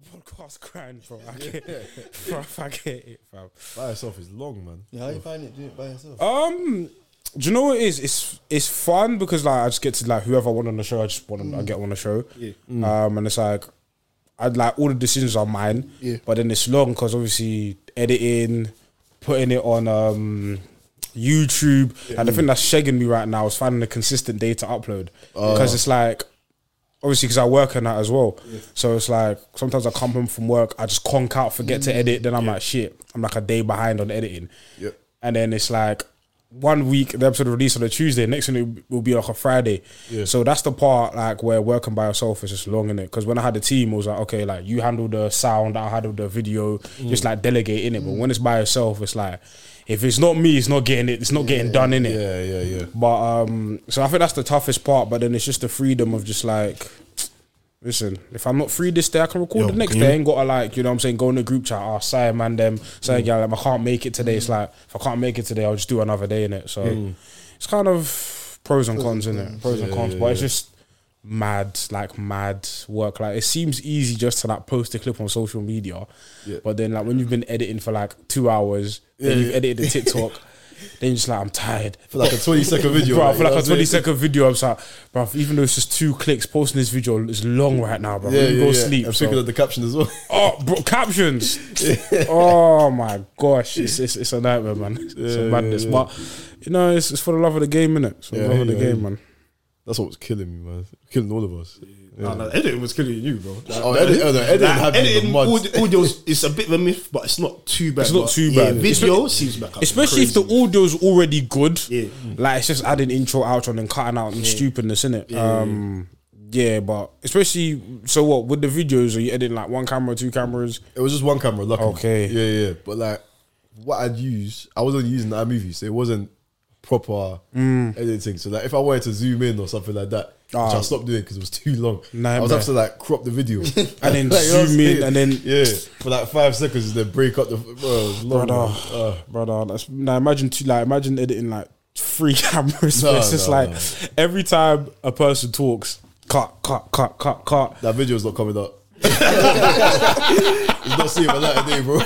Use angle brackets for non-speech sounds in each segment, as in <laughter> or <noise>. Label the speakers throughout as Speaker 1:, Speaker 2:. Speaker 1: podcast crying, bro. I get, bro, I get it, fam.
Speaker 2: By yourself is long, man.
Speaker 3: Yeah, how you find it doing it by yourself?
Speaker 1: Um, do you know what it is? It's it's fun because like I just get to like whoever I want on the show. I just want them, I get on the show.
Speaker 4: Yeah.
Speaker 1: Um, and it's like I like all the decisions are mine.
Speaker 4: Yeah.
Speaker 1: But then it's long because obviously editing, putting it on um. YouTube and the thing that's shagging me right now is finding a consistent day to upload
Speaker 4: Uh.
Speaker 1: because it's like obviously because I work on that as well. So it's like sometimes I come home from work, I just conk out, forget to edit. Then I'm like, shit, I'm like a day behind on editing.
Speaker 2: Yeah.
Speaker 1: And then it's like one week the episode released on a Tuesday, next week it will be like a Friday.
Speaker 2: Yeah.
Speaker 1: So that's the part like where working by yourself is just long in it. Because when I had the team, it was like okay, like you handle the sound, I handle the video,
Speaker 2: Mm.
Speaker 1: just like delegate in it. But when it's by yourself, it's like if it's not me, it's not getting it. It's not getting done in it.
Speaker 2: Yeah, yeah, yeah.
Speaker 1: But um, so I think that's the toughest part. But then it's just the freedom of just like, listen, if I'm not free this day, I can record
Speaker 2: Yo,
Speaker 1: the next
Speaker 2: can
Speaker 1: day. I
Speaker 2: you-
Speaker 1: ain't gotta like, you know, what I'm saying, go in the group chat. Oh, sorry, man, them say
Speaker 2: Mm.
Speaker 1: yeah, like, I can't make it today. It's like if I can't make it today, I'll just do another day in it. So
Speaker 2: Mm.
Speaker 1: it's kind of pros and cons in it, pros and
Speaker 2: Yeah,
Speaker 1: cons.
Speaker 2: yeah,
Speaker 1: but it's just mad, like mad work. Like it seems easy just to like post a clip on social media,
Speaker 2: Yeah.
Speaker 1: but then like when you've been editing for like two hours, then you've edited
Speaker 2: <laughs>
Speaker 1: the TikTok. Then you're just like I'm tired. <laughs>
Speaker 2: For like a 20 second video.
Speaker 1: Bro,
Speaker 2: like,
Speaker 1: for
Speaker 2: you know
Speaker 1: like a
Speaker 2: what I'm
Speaker 1: 20
Speaker 2: saying?
Speaker 1: second video, I'm just like, bro, even though it's just two clicks, posting this video is long right now, bro. Let me go sleep.
Speaker 2: I'm
Speaker 1: so-
Speaker 2: thinking of the caption as well. <laughs>
Speaker 1: Oh, bro, captions. oh my gosh, it's, it's it's a nightmare, man. It's a
Speaker 2: yeah,
Speaker 1: madness,
Speaker 2: yeah.
Speaker 1: but you know, it's, it's for the love of the game, innit? It's for
Speaker 2: Yeah,
Speaker 1: the love of the
Speaker 2: yeah,
Speaker 1: game,
Speaker 2: yeah.
Speaker 1: man.
Speaker 2: That's what was killing me, man. Killing all of us.
Speaker 4: No, no, editing was killing you, bro. Like,
Speaker 2: Oh, edit, oh, no, edit
Speaker 4: like,
Speaker 2: had me in the
Speaker 4: editing
Speaker 2: mud.
Speaker 4: aud- audio's it's a bit of a myth, but it's not too bad.
Speaker 1: It's not
Speaker 4: but
Speaker 1: too
Speaker 4: yeah,
Speaker 1: bad.
Speaker 4: video seems like
Speaker 1: Especially if the audio's already good.
Speaker 4: Yeah.
Speaker 1: Like it's just adding intro, outro, and then cutting out and stupidness, innit? Um yeah, but especially so what with the videos, are you editing like one camera, two cameras?
Speaker 2: It was just one camera, luckily.
Speaker 1: Okay.
Speaker 2: Yeah, yeah. But like, what I'd use, I was only using iMovie, so it wasn't proper editing. So like, if I wanted to zoom in or something like that, which
Speaker 1: Mm. Ah.
Speaker 2: I stopped doing because it was too long, I was
Speaker 1: Nightmare.
Speaker 2: have to like crop the video
Speaker 1: And then
Speaker 2: you know what
Speaker 1: zoom
Speaker 2: I'm
Speaker 1: in
Speaker 2: saying?
Speaker 1: and then-
Speaker 2: yeah, for like five seconds, then break up the. Bro, it was long,
Speaker 1: Brother.
Speaker 2: man.
Speaker 1: <sighs>
Speaker 2: Uh,
Speaker 1: brother. That's now imagine two, like imagine editing like three <laughs> cameras.
Speaker 2: No,
Speaker 1: where it's just
Speaker 2: no,
Speaker 1: like
Speaker 2: no.
Speaker 1: every time a person talks, cut, cut, cut, cut,
Speaker 2: <laughs>
Speaker 1: cut.
Speaker 2: that video's not coming up. it's not seeing my light of day, bro.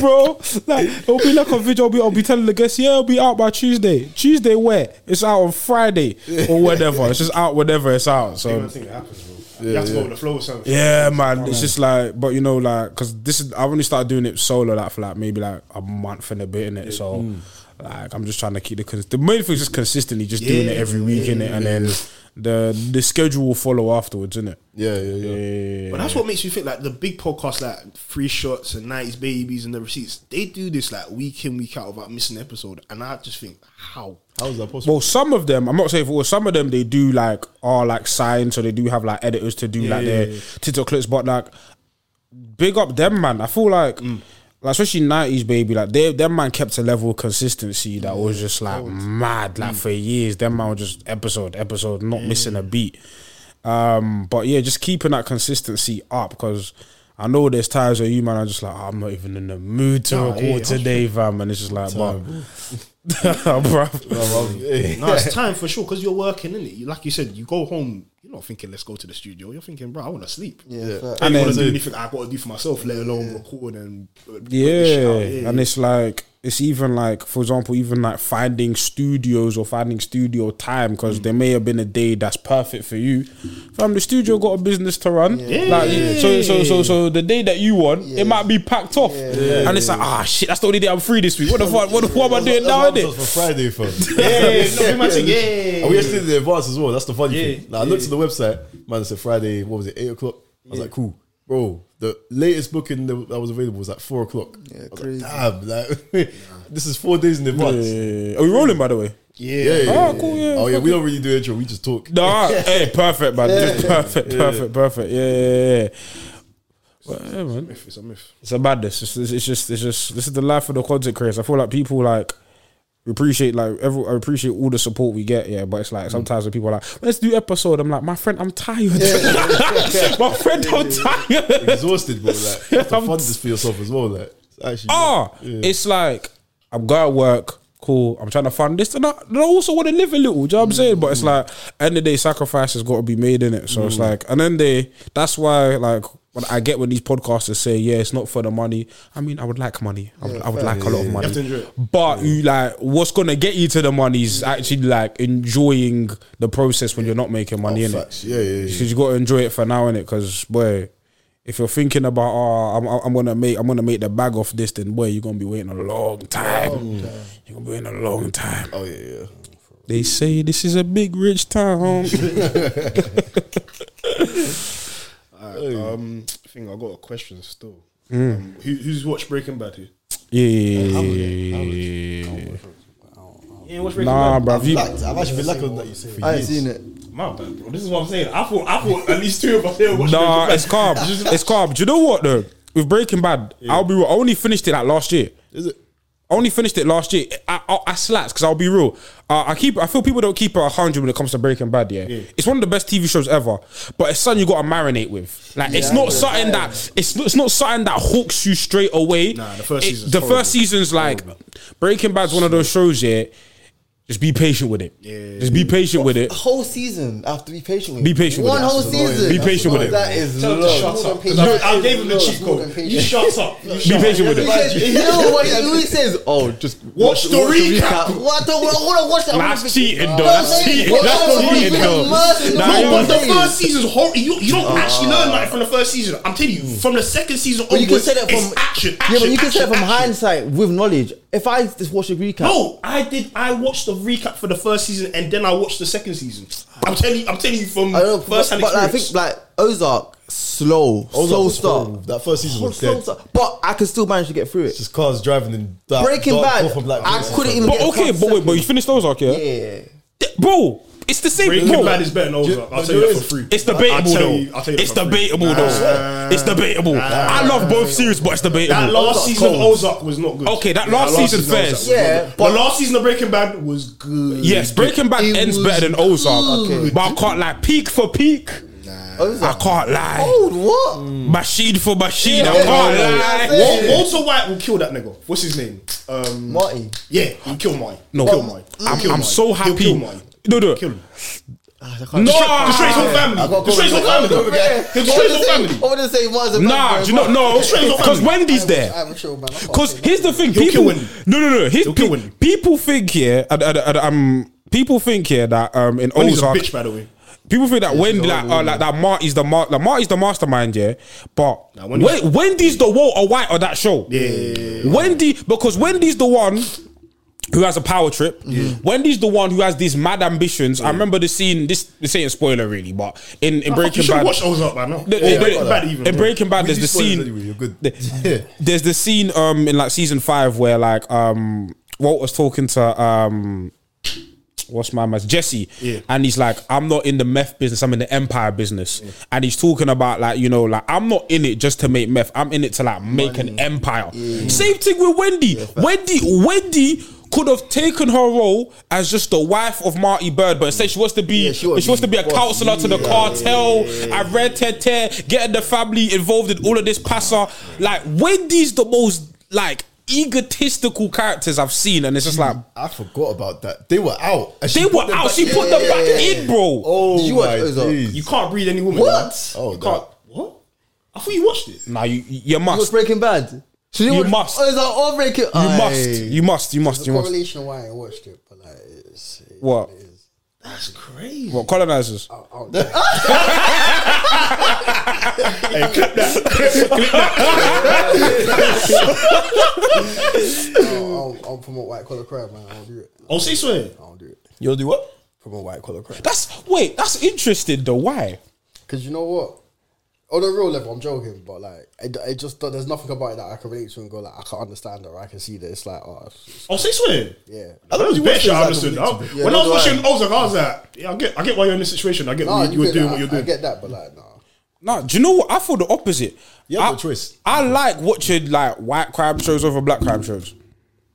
Speaker 2: <laughs>
Speaker 1: Bro, like it'll be like a video. I'll be, I'll be telling the guests, yeah, it'll be out by Tuesday. Tuesday where? It's out on Friday or whatever. It's just out whenever it's out. So
Speaker 4: thing that happens, bro. you have to go with the flow or something.
Speaker 1: Yeah, man. It's just like, but you know, like, cause this is I've only started doing it solo, like for like maybe like a month and a bit in it. So, like, I'm just trying to keep the cons- the main thing is just consistently just doing it every week in it, and then the the schedule will follow afterwards in it.
Speaker 2: Yeah, yeah, yeah.
Speaker 4: But that's what makes you think like the big podcasts like Free Shots and Nineties Babies and the Receipts, they do this like week in, week out without missing an episode. And I just think, how?
Speaker 2: How is that possible?
Speaker 1: Well, some of them, I'm not saying for all, some of them they do like are like signed, so they do have like editors to do like their TikTok clips, but like big up them man. I feel like like especially nineties baby, like they them man kept a level of consistency that was just like mad, like for years. Them man was just episode, episode, not missing a beat. Um, but yeah, just keeping that consistency up because I know there's times where you man are just like, "Oh, I'm not even in the mood to record today, fam, and it's just like, but, <laughs> bruv.
Speaker 4: No, it's time for sure because you're working in it. You, like you said, you go home. You're not thinking, let's go to the studio. You're thinking, bro, I want to sleep.
Speaker 3: Yeah, fact.
Speaker 4: I
Speaker 1: And
Speaker 4: don't want
Speaker 1: then-
Speaker 4: to do anything I got to do for myself, let alone record and uh, put
Speaker 1: yeah.
Speaker 4: this shit out. yeah.
Speaker 1: and it's like it's even like for example even like finding studios or finding studio time because there may have been a day that's perfect for you fam the studio got a business to run like you- so so so so the day that you want it might be packed off and it's like ah shit that's the only day I'm free this week what the fuck what, the- what am I doing
Speaker 2: That's what
Speaker 1: now
Speaker 2: happens
Speaker 1: innit
Speaker 2: for Friday, fam.
Speaker 4: yeah, yeah, no, imagine, yeah, yeah, yeah.
Speaker 2: And we just did the advance as well. That's the funny
Speaker 4: Yeah,
Speaker 2: thing. Like, I looked at the website, man, it said Friday, what was it, 8 o'clock? I was like, cool. Bro, the latest booking that that was available was like 4 o'clock.
Speaker 3: Yeah,
Speaker 2: I was
Speaker 3: crazy.
Speaker 2: Like, <laughs> Damn, like, this is four days in advance. Yeah,
Speaker 1: Yeah. are we rolling by the way
Speaker 2: yeah, yeah.
Speaker 1: Oh, cool, yeah,
Speaker 2: Oh, yeah, we don't really do intro, we just talk.
Speaker 1: Nah, hey, perfect, man. Just perfect, perfect, perfect. Yeah, yeah, yeah. Well, yeah, man.
Speaker 4: Myth, It's a myth.
Speaker 1: It's a madness. It's, it's, it's just, it's just, this is the life of the content creators. I feel like people like appreciate like every, I appreciate all the support we get, yeah. But it's like sometimes when people are like, let's do episode. I'm like, my friend, I'm tired. <laughs> my friend, I'm tired.
Speaker 2: Exhausted, bro. Like, you have to
Speaker 1: I'm
Speaker 2: fund this for yourself as well. Like, it's actually.
Speaker 1: Ah, it's like I'm going to work. Cool. I'm trying to fund this, and I, and I also want to live a little. Do you know what I'm saying? But it's
Speaker 4: Mm.
Speaker 1: like end of the day, sacrifice has got to be made in it. So it's like, and then they. That's why like But I get when these podcasters say, "Yeah, it's not for the money." I mean, I would like money. I would, I would like a lot of money.
Speaker 4: have to enjoy it.
Speaker 1: But you like what's gonna get you to the money is actually like enjoying the process when you're not making money in
Speaker 2: facts.
Speaker 1: it.
Speaker 2: Yeah, yeah, yeah.
Speaker 1: Because you got to enjoy it for now in it. Because boy, if you're thinking about oh, I'm, I'm gonna make I'm gonna make the bag off this, then boy, you're gonna be waiting a long time. You're gonna be waiting a long time.
Speaker 2: Oh yeah, yeah.
Speaker 1: They say this is a big rich town. <laughs>
Speaker 4: Alright, um, I think I got a question still.
Speaker 3: Hmm.
Speaker 4: Um, who, who's watched Breaking Bad? Here?
Speaker 1: yeah.
Speaker 4: Yeah, watch
Speaker 1: Nah, bruv.
Speaker 3: I've,
Speaker 1: You,
Speaker 3: lacked- I've actually been lacking on that. You see,
Speaker 2: For
Speaker 3: I ain't
Speaker 2: years.
Speaker 3: seen it.
Speaker 4: My bad, bro. This is what I'm saying. I thought I thought at least two of us here watched
Speaker 1: Nah,
Speaker 4: Breaking
Speaker 1: it's carb. it's carb. Do you know what though? With Breaking Bad, I'll be real. I only finished it like last year.
Speaker 2: Is it?
Speaker 1: I only finished it last year. I, I, I slats because I'll be real. Uh, I keep. I feel people don't keep it hundred when it comes to Breaking Bad. Yeah? it's one of the best TV shows ever. But it's something you got to marinate with. Like it's not something that it's not, it's not something that hooks you straight away.
Speaker 4: Nah, the first
Speaker 1: It-
Speaker 4: season's
Speaker 1: the
Speaker 4: horrible.
Speaker 1: first season's like Breaking Bad's one of those shows. Yeah, just be patient with it.
Speaker 4: Yeah.
Speaker 1: just be patient with
Speaker 4: <laughs>
Speaker 1: it.
Speaker 3: A whole season. I have to be patient with.
Speaker 1: Be
Speaker 3: it.
Speaker 1: patient with
Speaker 3: One
Speaker 1: it.
Speaker 3: whole
Speaker 1: That's
Speaker 2: annoying.
Speaker 3: season.
Speaker 2: Be
Speaker 1: patient with it.
Speaker 3: That is
Speaker 4: Tell him to
Speaker 3: low.
Speaker 4: shut
Speaker 3: More than
Speaker 4: up.
Speaker 3: patient.
Speaker 4: No,
Speaker 3: That
Speaker 4: I
Speaker 3: is
Speaker 4: gave him the
Speaker 3: low.
Speaker 4: cheat
Speaker 3: It's more
Speaker 4: code.
Speaker 3: than
Speaker 4: You
Speaker 3: patient.
Speaker 4: shut up. You
Speaker 1: Be
Speaker 4: shut up.
Speaker 1: patient with
Speaker 3: He
Speaker 1: it.
Speaker 3: says- You know what he always says? Oh, just
Speaker 4: Watch the recap.
Speaker 3: What? I don't want to watch that.
Speaker 1: Nah, That's cheating though.
Speaker 3: No,
Speaker 1: That's
Speaker 3: mate,
Speaker 1: cheating.
Speaker 3: what
Speaker 1: That's
Speaker 3: else would
Speaker 1: cheating
Speaker 3: you
Speaker 1: though.
Speaker 3: immerse in
Speaker 1: Nah,
Speaker 3: the
Speaker 1: you-
Speaker 4: No, but the
Speaker 3: Please.
Speaker 4: first season's horrible. You, you don't actually learn like from the first season. I'm telling you, from the second season
Speaker 3: Ah. But you can
Speaker 4: onwards,
Speaker 3: say that from
Speaker 4: it's action, action.
Speaker 3: yeah, but you can say that
Speaker 4: action,
Speaker 3: from
Speaker 4: action.
Speaker 3: hindsight with knowledge. If I just watch the recap,
Speaker 4: No, I did. I watched the recap for the first season and then I watched the second season. I'm telling you, I'm telling you from
Speaker 3: I don't know,
Speaker 4: first
Speaker 3: but,
Speaker 4: hand
Speaker 3: but like, I
Speaker 4: experience.
Speaker 3: think like Ozark, slow,
Speaker 2: Ozark
Speaker 3: slow
Speaker 2: was horrible.
Speaker 3: start.
Speaker 2: That first season
Speaker 3: Slow
Speaker 2: was dead.
Speaker 3: start. But I could still manage to get through it.
Speaker 2: Just cars driving in dark,
Speaker 3: Breaking
Speaker 2: dark
Speaker 3: Bad,
Speaker 2: Gulf of Black
Speaker 3: I
Speaker 2: places,
Speaker 3: couldn't
Speaker 2: fam.
Speaker 3: even-
Speaker 1: But
Speaker 3: Yeah,
Speaker 1: okay,
Speaker 3: five
Speaker 1: but wait, but you
Speaker 3: seconds.
Speaker 1: finished Ozark, yeah?
Speaker 3: Yeah.
Speaker 1: Th- Bro, it's the same.
Speaker 4: Breaking
Speaker 1: Bro,
Speaker 4: Bad is better than Ozark. I'll tell you that for free.
Speaker 1: it's
Speaker 4: I'll
Speaker 1: debatable
Speaker 4: tell
Speaker 1: though.
Speaker 4: you- I'll tell you that
Speaker 1: It's
Speaker 4: for free. uh,
Speaker 1: debatable though. It's debatable. I love both series, but it's
Speaker 4: That
Speaker 1: debatable.
Speaker 4: last
Speaker 3: Ozark's
Speaker 4: season of
Speaker 3: cold.
Speaker 4: Ozark was not good.
Speaker 1: Okay, that last season
Speaker 4: of
Speaker 1: fares.
Speaker 4: Ozark was
Speaker 3: Yeah,
Speaker 4: not good.
Speaker 3: but-
Speaker 4: but last season of Breaking Bad was good.
Speaker 1: Yes, Breaking Bad
Speaker 4: It
Speaker 1: ends
Speaker 4: was
Speaker 1: better than Ozark,
Speaker 4: good.
Speaker 1: but I can't like peak for peak. I Mm.
Speaker 3: Ozark.
Speaker 1: can't lie.
Speaker 3: Old what?
Speaker 1: Bashid for Bashid, I
Speaker 3: Oh. Yeah,
Speaker 1: can't
Speaker 3: yeah,
Speaker 1: lie.
Speaker 3: yeah.
Speaker 4: Wal- Walter White will kill that nigga. What's his name? Um,
Speaker 3: Marty.
Speaker 4: yeah, he'll kill Mike.
Speaker 1: No,
Speaker 4: kill Mike.
Speaker 1: I'm,
Speaker 4: Kill
Speaker 1: I'm
Speaker 4: Mike.
Speaker 1: so
Speaker 4: He'll
Speaker 1: happy.
Speaker 4: Kill Mike.
Speaker 1: No, Ah. no.
Speaker 4: Kill him.
Speaker 1: No,
Speaker 4: Destroy his whole family. Destroy his whole family. He'll destroy his whole family.
Speaker 3: I wouldn't say one's a
Speaker 1: Nah, do you not know? Because Wendy's there.
Speaker 3: I'm sure, man. I can't
Speaker 1: Because
Speaker 3: say
Speaker 1: here's the thing,
Speaker 4: He'll
Speaker 1: people.
Speaker 4: kill Wendy.
Speaker 1: No, no, no. Here's
Speaker 4: He'll
Speaker 1: pe-
Speaker 4: kill Wendy.
Speaker 1: people think here. Uh, uh, uh, um, people think here that um in
Speaker 4: He's a
Speaker 1: Ozark,
Speaker 4: bitch, by the way.
Speaker 1: people think that Wendy like, uh, like that Marty's the mar- like, Marty's the mastermind, yeah. But
Speaker 4: Nah, Wendy's-
Speaker 1: Wen- Wendy's the Walter White of that show.
Speaker 4: Yeah.
Speaker 1: Wendy because Wendy's the one who has a power trip. Wendy's the one who has these mad ambitions. I remember the scene. This this ain't spoiler really, but in in
Speaker 4: You
Speaker 1: Breaking
Speaker 4: should
Speaker 1: Bad,
Speaker 4: watch Ozark by now.
Speaker 1: the- the-
Speaker 4: Or Breaking
Speaker 1: the-
Speaker 4: Bad even.
Speaker 1: in
Speaker 4: bro.
Speaker 1: Breaking Bad,
Speaker 2: We
Speaker 1: there's
Speaker 2: do
Speaker 1: the
Speaker 2: spoilers
Speaker 1: scene.
Speaker 2: Anyway, you're good. <laughs>
Speaker 1: The- There's the scene um in like season five where like um Walter's talking to um what's my man's Jesse
Speaker 4: Yeah.
Speaker 1: and he's like I'm not in the meth business I'm in the empire business and he's talking about like you know like I'm not in it just to make meth I'm in it to like make an empire same thing with Wendy Wendy Wendy could have taken her role as just the wife of Marty Bird, but instead she wants to be
Speaker 3: Yeah,
Speaker 1: she
Speaker 3: she
Speaker 1: wants,
Speaker 3: wants
Speaker 1: to be a
Speaker 3: boss.
Speaker 1: counselor to the
Speaker 3: Yeah.
Speaker 1: cartel. I read Tete, getting the family involved in all of this passer. Like Wendy's the most like egotistical characters I've seen, and it's just like
Speaker 2: I forgot about that. They were out. And
Speaker 1: they
Speaker 2: put
Speaker 1: were
Speaker 2: them
Speaker 1: out.
Speaker 2: back
Speaker 1: She
Speaker 2: in.
Speaker 1: put them back in, bro.
Speaker 2: Oh
Speaker 3: Did you
Speaker 2: you
Speaker 3: watch
Speaker 2: my
Speaker 3: Ozark?
Speaker 2: days.
Speaker 4: You can't breed any woman.
Speaker 3: What?
Speaker 4: man.
Speaker 2: Oh,
Speaker 4: You can't. What? I thought you watched it.
Speaker 1: Nah, you you
Speaker 3: it was
Speaker 1: must, you
Speaker 3: Breaking Bad. So
Speaker 1: You
Speaker 3: watch-
Speaker 1: must.
Speaker 3: Oh, is that all Breaking? You
Speaker 1: must, you must, you must, you must.
Speaker 5: correlation why I watched it, but like it's, it,
Speaker 1: What?
Speaker 4: That's crazy.
Speaker 1: What
Speaker 2: <laughs>
Speaker 1: colonizers?
Speaker 5: I don't know.
Speaker 4: Hey, clip that.
Speaker 2: <laughs>
Speaker 5: I don't, I don't Oh, promote white collar crime, man. I don't do it. I
Speaker 4: Oh, say swear.
Speaker 5: don't do it.
Speaker 2: You'll do what?
Speaker 5: Promote white collar crime.
Speaker 1: That's wait, that's interesting though. Why?
Speaker 5: Because you know what? On a real level, I'm joking, but like, it, it just there's nothing about it that I can relate to and go like, I can understand or I can see that it's like, oh, it's- it's-
Speaker 4: Oh, say swear.
Speaker 5: yeah.
Speaker 4: I don't
Speaker 2: you
Speaker 4: know
Speaker 2: watched
Speaker 4: if you
Speaker 2: Ozark
Speaker 4: understood.
Speaker 2: when
Speaker 4: that.
Speaker 2: you-
Speaker 5: Yeah,
Speaker 4: when I was
Speaker 3: no,
Speaker 4: watching
Speaker 3: I-
Speaker 4: Ozark, I was like, yeah, I get, I get why you're in this situation. I get
Speaker 5: Nah,
Speaker 4: what you, you were
Speaker 5: get
Speaker 4: doing,
Speaker 5: that.
Speaker 4: what you're
Speaker 5: I-
Speaker 4: doing.
Speaker 5: I get that, but like, nah.
Speaker 1: No, do you know what? I feel the opposite.
Speaker 2: You have
Speaker 1: I,
Speaker 2: no choice.
Speaker 1: I like watching like white crime shows over black crime shows.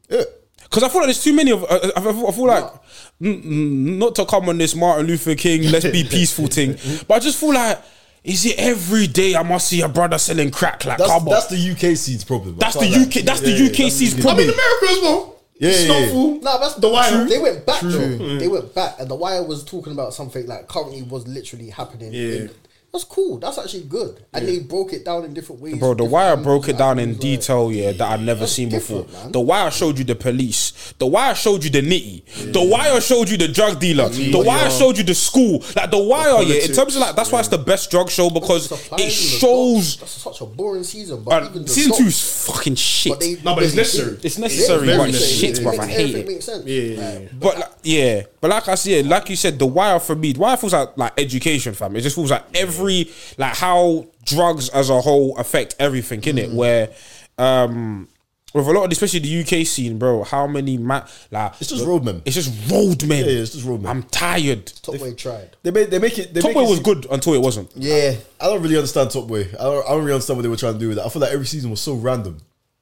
Speaker 2: Yeah.
Speaker 1: Because I feel like there's too many of. uh, I, I, I feel- I feel like n- n- not to come on this Martin Luther King let's
Speaker 2: <laughs>
Speaker 1: be peaceful thing, but I just feel like is it every day I must see a brother selling crack? Like
Speaker 2: That's,
Speaker 1: come on,
Speaker 2: that's the UK scene's problem. I
Speaker 1: that's the
Speaker 2: can't lie.
Speaker 1: UK. That's the
Speaker 2: Yeah, yeah,
Speaker 1: UKC's
Speaker 4: I'm in
Speaker 1: problem.
Speaker 4: America as well.
Speaker 2: Yeah, yeah, yeah.
Speaker 4: Snowfall.
Speaker 5: No, that's
Speaker 4: the wire.
Speaker 5: They went back. Though. They went back, and the wire was talking about something like currently was literally happening.
Speaker 4: Yeah.
Speaker 5: In, That's cool. That's actually good. And they broke it down in different ways.
Speaker 1: Bro, the
Speaker 5: different
Speaker 1: wire
Speaker 5: angles,
Speaker 1: broke it
Speaker 5: like,
Speaker 1: down in
Speaker 5: was like-
Speaker 1: detail, yeah, that I'd never
Speaker 5: That's
Speaker 1: seen before.
Speaker 5: different, man.
Speaker 1: The wire showed you the police. The wire showed you the nitty. The wire showed you the drug dealer. The wire showed you the school. Like the wire, yeah. In
Speaker 4: politics,
Speaker 1: terms of like, that's why it's the best drug show because
Speaker 5: Supplying
Speaker 1: it
Speaker 5: the dots.
Speaker 1: shows.
Speaker 5: That's such a boring season, but
Speaker 1: Uh,
Speaker 5: even the
Speaker 1: season
Speaker 5: dots-
Speaker 1: two is fucking shit.
Speaker 5: But they,
Speaker 4: No, but it's necessary.
Speaker 1: It's necessary,
Speaker 4: very
Speaker 1: but it's
Speaker 4: necessary.
Speaker 1: shit,
Speaker 5: It
Speaker 1: bro.
Speaker 5: makes
Speaker 1: I hate
Speaker 5: everything
Speaker 1: it.
Speaker 5: Makes sense.
Speaker 4: Yeah, yeah, yeah.
Speaker 1: But like, yeah, but like I said, like you said, the wire for me, the wire feels like like education, fam. It just feels like every like how drugs as a whole affect everything, in it. Where um with a lot of especially the UK scene, bro, how many ma- like
Speaker 2: It's just roadmen.
Speaker 1: It's just roadmen.
Speaker 2: Yeah, yeah, it's just roadmen.
Speaker 1: I'm tired.
Speaker 5: Top way tried.
Speaker 2: They make they make it. They
Speaker 1: Top
Speaker 2: make
Speaker 1: Boy
Speaker 2: it
Speaker 1: was
Speaker 2: seem-
Speaker 1: good until it wasn't.
Speaker 3: Yeah.
Speaker 2: I don't really understand Top Boy. I don't. I don't really understand what they were trying to do with that. I feel like every season was so random.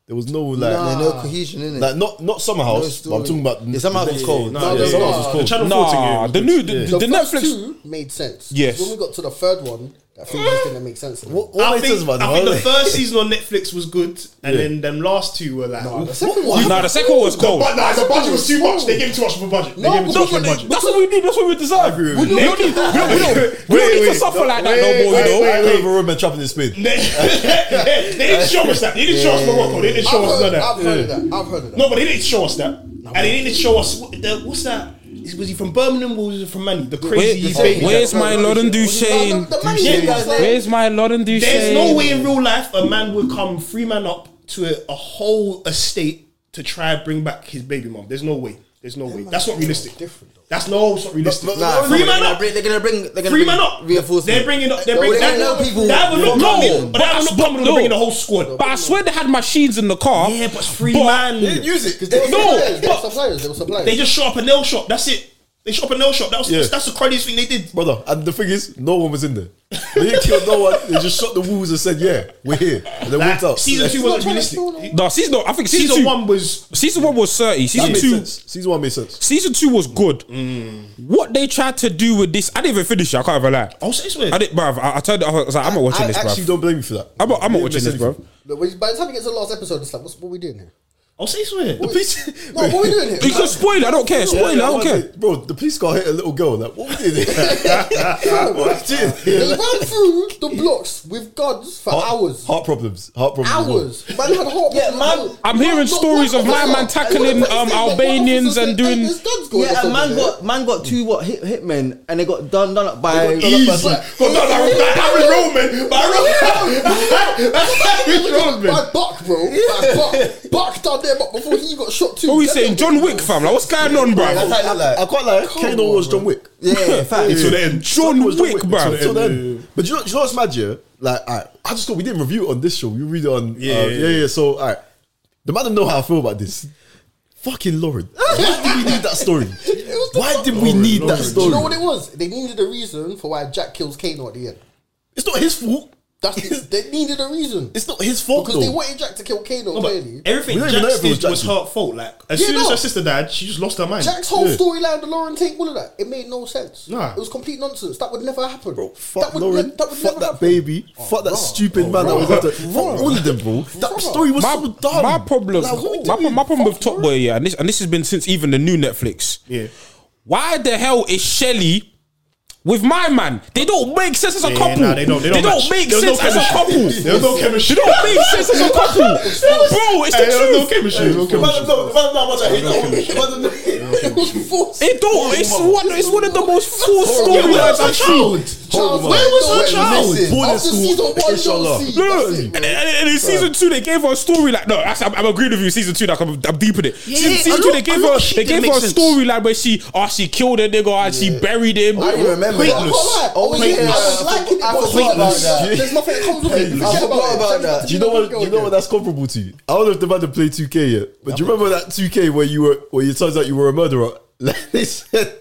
Speaker 2: There was no like.
Speaker 3: There's no
Speaker 5: Ah.
Speaker 3: cohesion in it.
Speaker 2: Like not not summer house.
Speaker 3: No
Speaker 2: but I'm talking about.
Speaker 3: Yeah, Summer House
Speaker 2: the
Speaker 3: was
Speaker 2: next-
Speaker 3: cold.
Speaker 2: No,
Speaker 5: No,
Speaker 2: yeah,
Speaker 5: no,
Speaker 2: summer
Speaker 5: no.
Speaker 2: house was
Speaker 4: The
Speaker 2: cold.
Speaker 4: Channel 4 thing,
Speaker 1: Nah,
Speaker 4: yeah.
Speaker 1: the new the, the,
Speaker 5: The, first
Speaker 1: Netflix.
Speaker 5: two made sense.
Speaker 1: Yes.
Speaker 5: When we got to the third one, that film just didn't make sense. anymore.
Speaker 2: What
Speaker 4: I
Speaker 2: makes
Speaker 4: think,
Speaker 2: sense about
Speaker 4: I
Speaker 2: that?
Speaker 4: think the
Speaker 2: Like-
Speaker 4: first season on Netflix was good, and
Speaker 2: Yeah.
Speaker 4: then them last two were like.
Speaker 5: No,
Speaker 4: oof.
Speaker 5: the second one.
Speaker 1: Nah, the second one was cold.
Speaker 4: but nah, the budget was too much. They gave too much of a budget. They
Speaker 5: No,
Speaker 4: gave too
Speaker 1: No,
Speaker 4: much
Speaker 1: but
Speaker 4: of a
Speaker 1: that's
Speaker 4: budget. <laughs>
Speaker 1: what we need. That's what we deserve.
Speaker 2: agree with
Speaker 1: We
Speaker 2: you.
Speaker 1: don't we don't need we don't- we don't- we
Speaker 2: Wait,
Speaker 1: don't need to
Speaker 2: wait,
Speaker 1: suffer
Speaker 2: no,
Speaker 1: like that no
Speaker 2: wait,
Speaker 1: more.
Speaker 2: wait,
Speaker 1: You know.
Speaker 2: wait, wait, wait, wait, trapping in Spain.
Speaker 4: they <laughs> they didn't show us that. They didn't show us Morocco. They didn't show
Speaker 5: I've
Speaker 4: us
Speaker 5: heard,
Speaker 4: none of
Speaker 5: I've
Speaker 4: that.
Speaker 5: heard of that. I've heard of that.
Speaker 4: No, but they didn't show us that. And they didn't show us what- the- what's that? Is- Was he from Birmingham or was he from Manny? The crazy
Speaker 1: Where-
Speaker 4: baby.
Speaker 1: where's my
Speaker 5: No,
Speaker 1: Lord and
Speaker 5: no,
Speaker 1: Duchesne?
Speaker 5: The, the money thing, guys, like,
Speaker 1: Where's my Lord and Duchesne?
Speaker 4: There's no way in real life a man would come three man up to a, a whole estate to try and bring back his baby mom. There's no way. There's no way. That's not realistic. That's no, it's not realistic.
Speaker 2: but-
Speaker 3: Nah,
Speaker 4: three
Speaker 3: they're
Speaker 4: man
Speaker 3: gonna
Speaker 4: up.
Speaker 3: bring. They're gonna bring. They're gonna
Speaker 4: Three
Speaker 3: bring
Speaker 4: man up.
Speaker 3: Reinforcement.
Speaker 4: They're bringing up. They're
Speaker 3: Well,
Speaker 4: bringing.
Speaker 3: they
Speaker 4: That,
Speaker 3: know people.
Speaker 4: that would look
Speaker 1: No,
Speaker 4: normal. But that would look common. They're
Speaker 1: no.
Speaker 4: bringing the whole squad.
Speaker 1: But I swear they had machines in the car.
Speaker 4: yeah, but it's three
Speaker 1: But-
Speaker 4: man.
Speaker 2: Use it.
Speaker 5: They were
Speaker 1: No,
Speaker 5: suppliers. They were
Speaker 1: but-
Speaker 5: suppliers. They were suppliers.
Speaker 4: They just shot up a nail shop. That's it. They shot up a nail shop. That was,
Speaker 2: Yeah.
Speaker 4: That's the craziest thing they did.
Speaker 2: Brother, and the thing is, no one was in there. They didn't kill no one. They just shot the walls and said, "Yeah, we're here." And they
Speaker 4: Like,
Speaker 2: went out.
Speaker 4: season two wasn't
Speaker 5: Like,
Speaker 4: realistic.
Speaker 5: no, no.
Speaker 1: No, season no, I think season,
Speaker 4: Season
Speaker 1: two.
Speaker 4: one was
Speaker 1: Season one was thirty.
Speaker 2: That
Speaker 1: Season
Speaker 2: made
Speaker 1: two.
Speaker 2: sense. Season one made sense.
Speaker 1: Season two was good. What they tried to do with this, I didn't even finish it. I can't even lie.
Speaker 4: I'll say it's weird.
Speaker 1: I didn't, bruv. I, I turned. it off, I was like, I'm not watching
Speaker 2: I
Speaker 1: this,
Speaker 2: actually
Speaker 1: bruv.
Speaker 2: don't blame you for that.
Speaker 1: I'm not, I'm not
Speaker 2: You
Speaker 1: watching
Speaker 2: didn't
Speaker 1: this,
Speaker 2: miss
Speaker 1: bruv.
Speaker 2: anything.
Speaker 5: Look, when- by the time it gets to the last episode, it's like, what's, what are we
Speaker 1: <laughs>
Speaker 5: doing here?
Speaker 4: I'll say it's weird.
Speaker 5: What- no, <laughs> what are we doing here?
Speaker 1: You
Speaker 5: <laughs>
Speaker 1: can spoil it. I don't care. Spoil it. I don't
Speaker 2: Yeah,
Speaker 1: care.
Speaker 2: Bro, the police car hit a little girl. Like, what we
Speaker 5: <laughs>
Speaker 2: did here? what we did
Speaker 5: They
Speaker 2: here?
Speaker 5: ran
Speaker 2: Like,
Speaker 5: through the blocks with guns for
Speaker 1: Oh,
Speaker 5: hours.
Speaker 2: Heart problems. Heart problems. as well.
Speaker 5: Hours. Man had heart
Speaker 3: Yeah,
Speaker 5: problems.
Speaker 3: man-
Speaker 1: I'm hearing
Speaker 5: Not
Speaker 1: stories
Speaker 5: one
Speaker 1: of my
Speaker 5: officer-
Speaker 1: man
Speaker 5: and
Speaker 1: tackling,
Speaker 5: one
Speaker 1: um,
Speaker 5: police said,
Speaker 1: Albanians
Speaker 5: one officer
Speaker 1: and
Speaker 5: said,
Speaker 1: doing-
Speaker 5: "Hey, there's guns going
Speaker 3: Yeah, and
Speaker 5: on
Speaker 3: man
Speaker 5: over
Speaker 3: got man got two what hit hitmen, and they got done done up by.
Speaker 2: Got done up by some-
Speaker 4: Got
Speaker 3: <laughs>
Speaker 4: done by, by Aaron Roman. By Aaron <laughs>
Speaker 5: there."
Speaker 4: That's Aaron Roman.
Speaker 5: By Buck, bro. By Buck. Buck done them up before he got shot too.
Speaker 1: What are we
Speaker 5: Them
Speaker 1: saying?
Speaker 5: lot-
Speaker 1: John Wick, fam. Like, what's going on, bruv?
Speaker 3: how it look like.
Speaker 2: I quite like Kano was John Wick. <laughs>
Speaker 3: Yeah, facts.
Speaker 4: Until the end.
Speaker 1: John
Speaker 2: Kano was
Speaker 1: Wick, bruv.
Speaker 2: Until
Speaker 4: Yeah,
Speaker 2: then.
Speaker 4: yeah, yeah.
Speaker 2: But you know, you know what's mad, yeah? Like, I, I just thought we didn't review it on this show. We read it on. Yeah,
Speaker 4: Yeah,
Speaker 2: uh,
Speaker 4: yeah,
Speaker 2: yeah, yeah. So, all right. The man don't know how I feel about this. Fucking
Speaker 5: <laughs>
Speaker 2: Lauren. Why did we need that story?
Speaker 5: was the
Speaker 2: Why did we need that
Speaker 5: Do
Speaker 2: story?
Speaker 5: you know what it was? They needed a reason for why Jack kills Kano at the end.
Speaker 2: It's not his fault.
Speaker 5: That's the, they needed a reason
Speaker 2: It's not his fault,
Speaker 5: because they
Speaker 2: though.
Speaker 5: wanted Jack to kill Kano.
Speaker 4: No, but
Speaker 5: clearly,
Speaker 4: everything
Speaker 2: We don't even know
Speaker 4: Jax
Speaker 2: if it was
Speaker 4: did was
Speaker 2: Jackson.
Speaker 4: her fault. Like as
Speaker 5: Yeah,
Speaker 4: soon as
Speaker 5: no.
Speaker 4: her sister died, she just lost her mind.
Speaker 5: Jack's whole
Speaker 2: Yeah.
Speaker 5: storyline, the Lauren Tate, all of that, it made no sense.
Speaker 4: Nah.
Speaker 5: It was complete nonsense. That would never happen.
Speaker 2: Bro, fuck
Speaker 5: that would,
Speaker 2: Lauren,
Speaker 5: ne- that would
Speaker 2: fuck
Speaker 5: never
Speaker 2: that
Speaker 5: happen.
Speaker 2: baby, fuck that stupid
Speaker 4: Oh,
Speaker 2: man that was after fuck all of them, bro. That story was
Speaker 1: my,
Speaker 2: so dumb.
Speaker 1: my problem,
Speaker 2: Like, what we
Speaker 1: my, pro-
Speaker 2: doing?
Speaker 1: my problem with
Speaker 2: Fuck
Speaker 1: Top Boy, yeah, and this and this has been since even the new Netflix.
Speaker 4: Yeah.
Speaker 1: Why the hell is Shelly with my man? They don't make sense as a
Speaker 4: Yeah,
Speaker 1: couple.
Speaker 4: nah, they don't- they don't match.
Speaker 1: make
Speaker 4: There's no
Speaker 1: sense as a
Speaker 4: chemistry.
Speaker 1: couple.
Speaker 2: <laughs>
Speaker 4: There's no chemistry.
Speaker 1: They don't make sense as a couple,
Speaker 4: <laughs>
Speaker 1: bro. It's the
Speaker 4: Hey, there's no
Speaker 1: truth.
Speaker 4: chemistry. There's
Speaker 2: Man, no,
Speaker 4: no chemistry.
Speaker 2: man, no, man, I hate that one. Man, no.
Speaker 5: It was forced.
Speaker 1: It don't. It's one. It's one of the most forced
Speaker 4: Yeah, where's
Speaker 1: storylines
Speaker 4: her
Speaker 1: I've seen.
Speaker 4: child?
Speaker 5: Charles,
Speaker 2: Horrible.
Speaker 5: where
Speaker 4: Where
Speaker 5: was
Speaker 4: was
Speaker 5: her
Speaker 4: her child?
Speaker 5: child?
Speaker 2: Boarding
Speaker 5: After
Speaker 2: school,
Speaker 5: season one, you
Speaker 2: inshallah.
Speaker 5: don't see.
Speaker 1: No,
Speaker 5: That's it,
Speaker 1: and,
Speaker 5: bro.
Speaker 1: and, and in season two they gave her a story like no, that's, I'm, I'm agreeing with you. Season two, like I'm, I'm deep in it. season
Speaker 4: yeah,
Speaker 1: season
Speaker 4: a
Speaker 1: two
Speaker 4: lot-
Speaker 1: they
Speaker 4: a
Speaker 1: gave
Speaker 4: lot
Speaker 1: her
Speaker 4: of shit
Speaker 1: they gave
Speaker 4: didn't
Speaker 1: her a
Speaker 4: make sense.
Speaker 1: story like where she oh she killed a nigga and she buried him. <laughs>
Speaker 3: I remember.
Speaker 5: I
Speaker 3: that.
Speaker 5: can't lie. I was, I
Speaker 3: Pointless.
Speaker 5: was liking it,
Speaker 3: I
Speaker 5: but it's
Speaker 3: forgot
Speaker 5: like,
Speaker 3: about
Speaker 2: that.
Speaker 5: There's nothing that comes with it.
Speaker 2: I
Speaker 5: Forget
Speaker 3: forgot
Speaker 5: about,
Speaker 3: about
Speaker 5: it.
Speaker 3: that.
Speaker 5: Send it
Speaker 2: Do you know
Speaker 5: back
Speaker 2: what?
Speaker 5: to
Speaker 2: Do
Speaker 5: me
Speaker 2: you know what
Speaker 5: again.
Speaker 2: that's comparable to? I don't know if the man that played 2K yet, but do you remember that 2K where you were where you turns out you were a murderer? <laughs> Like they said,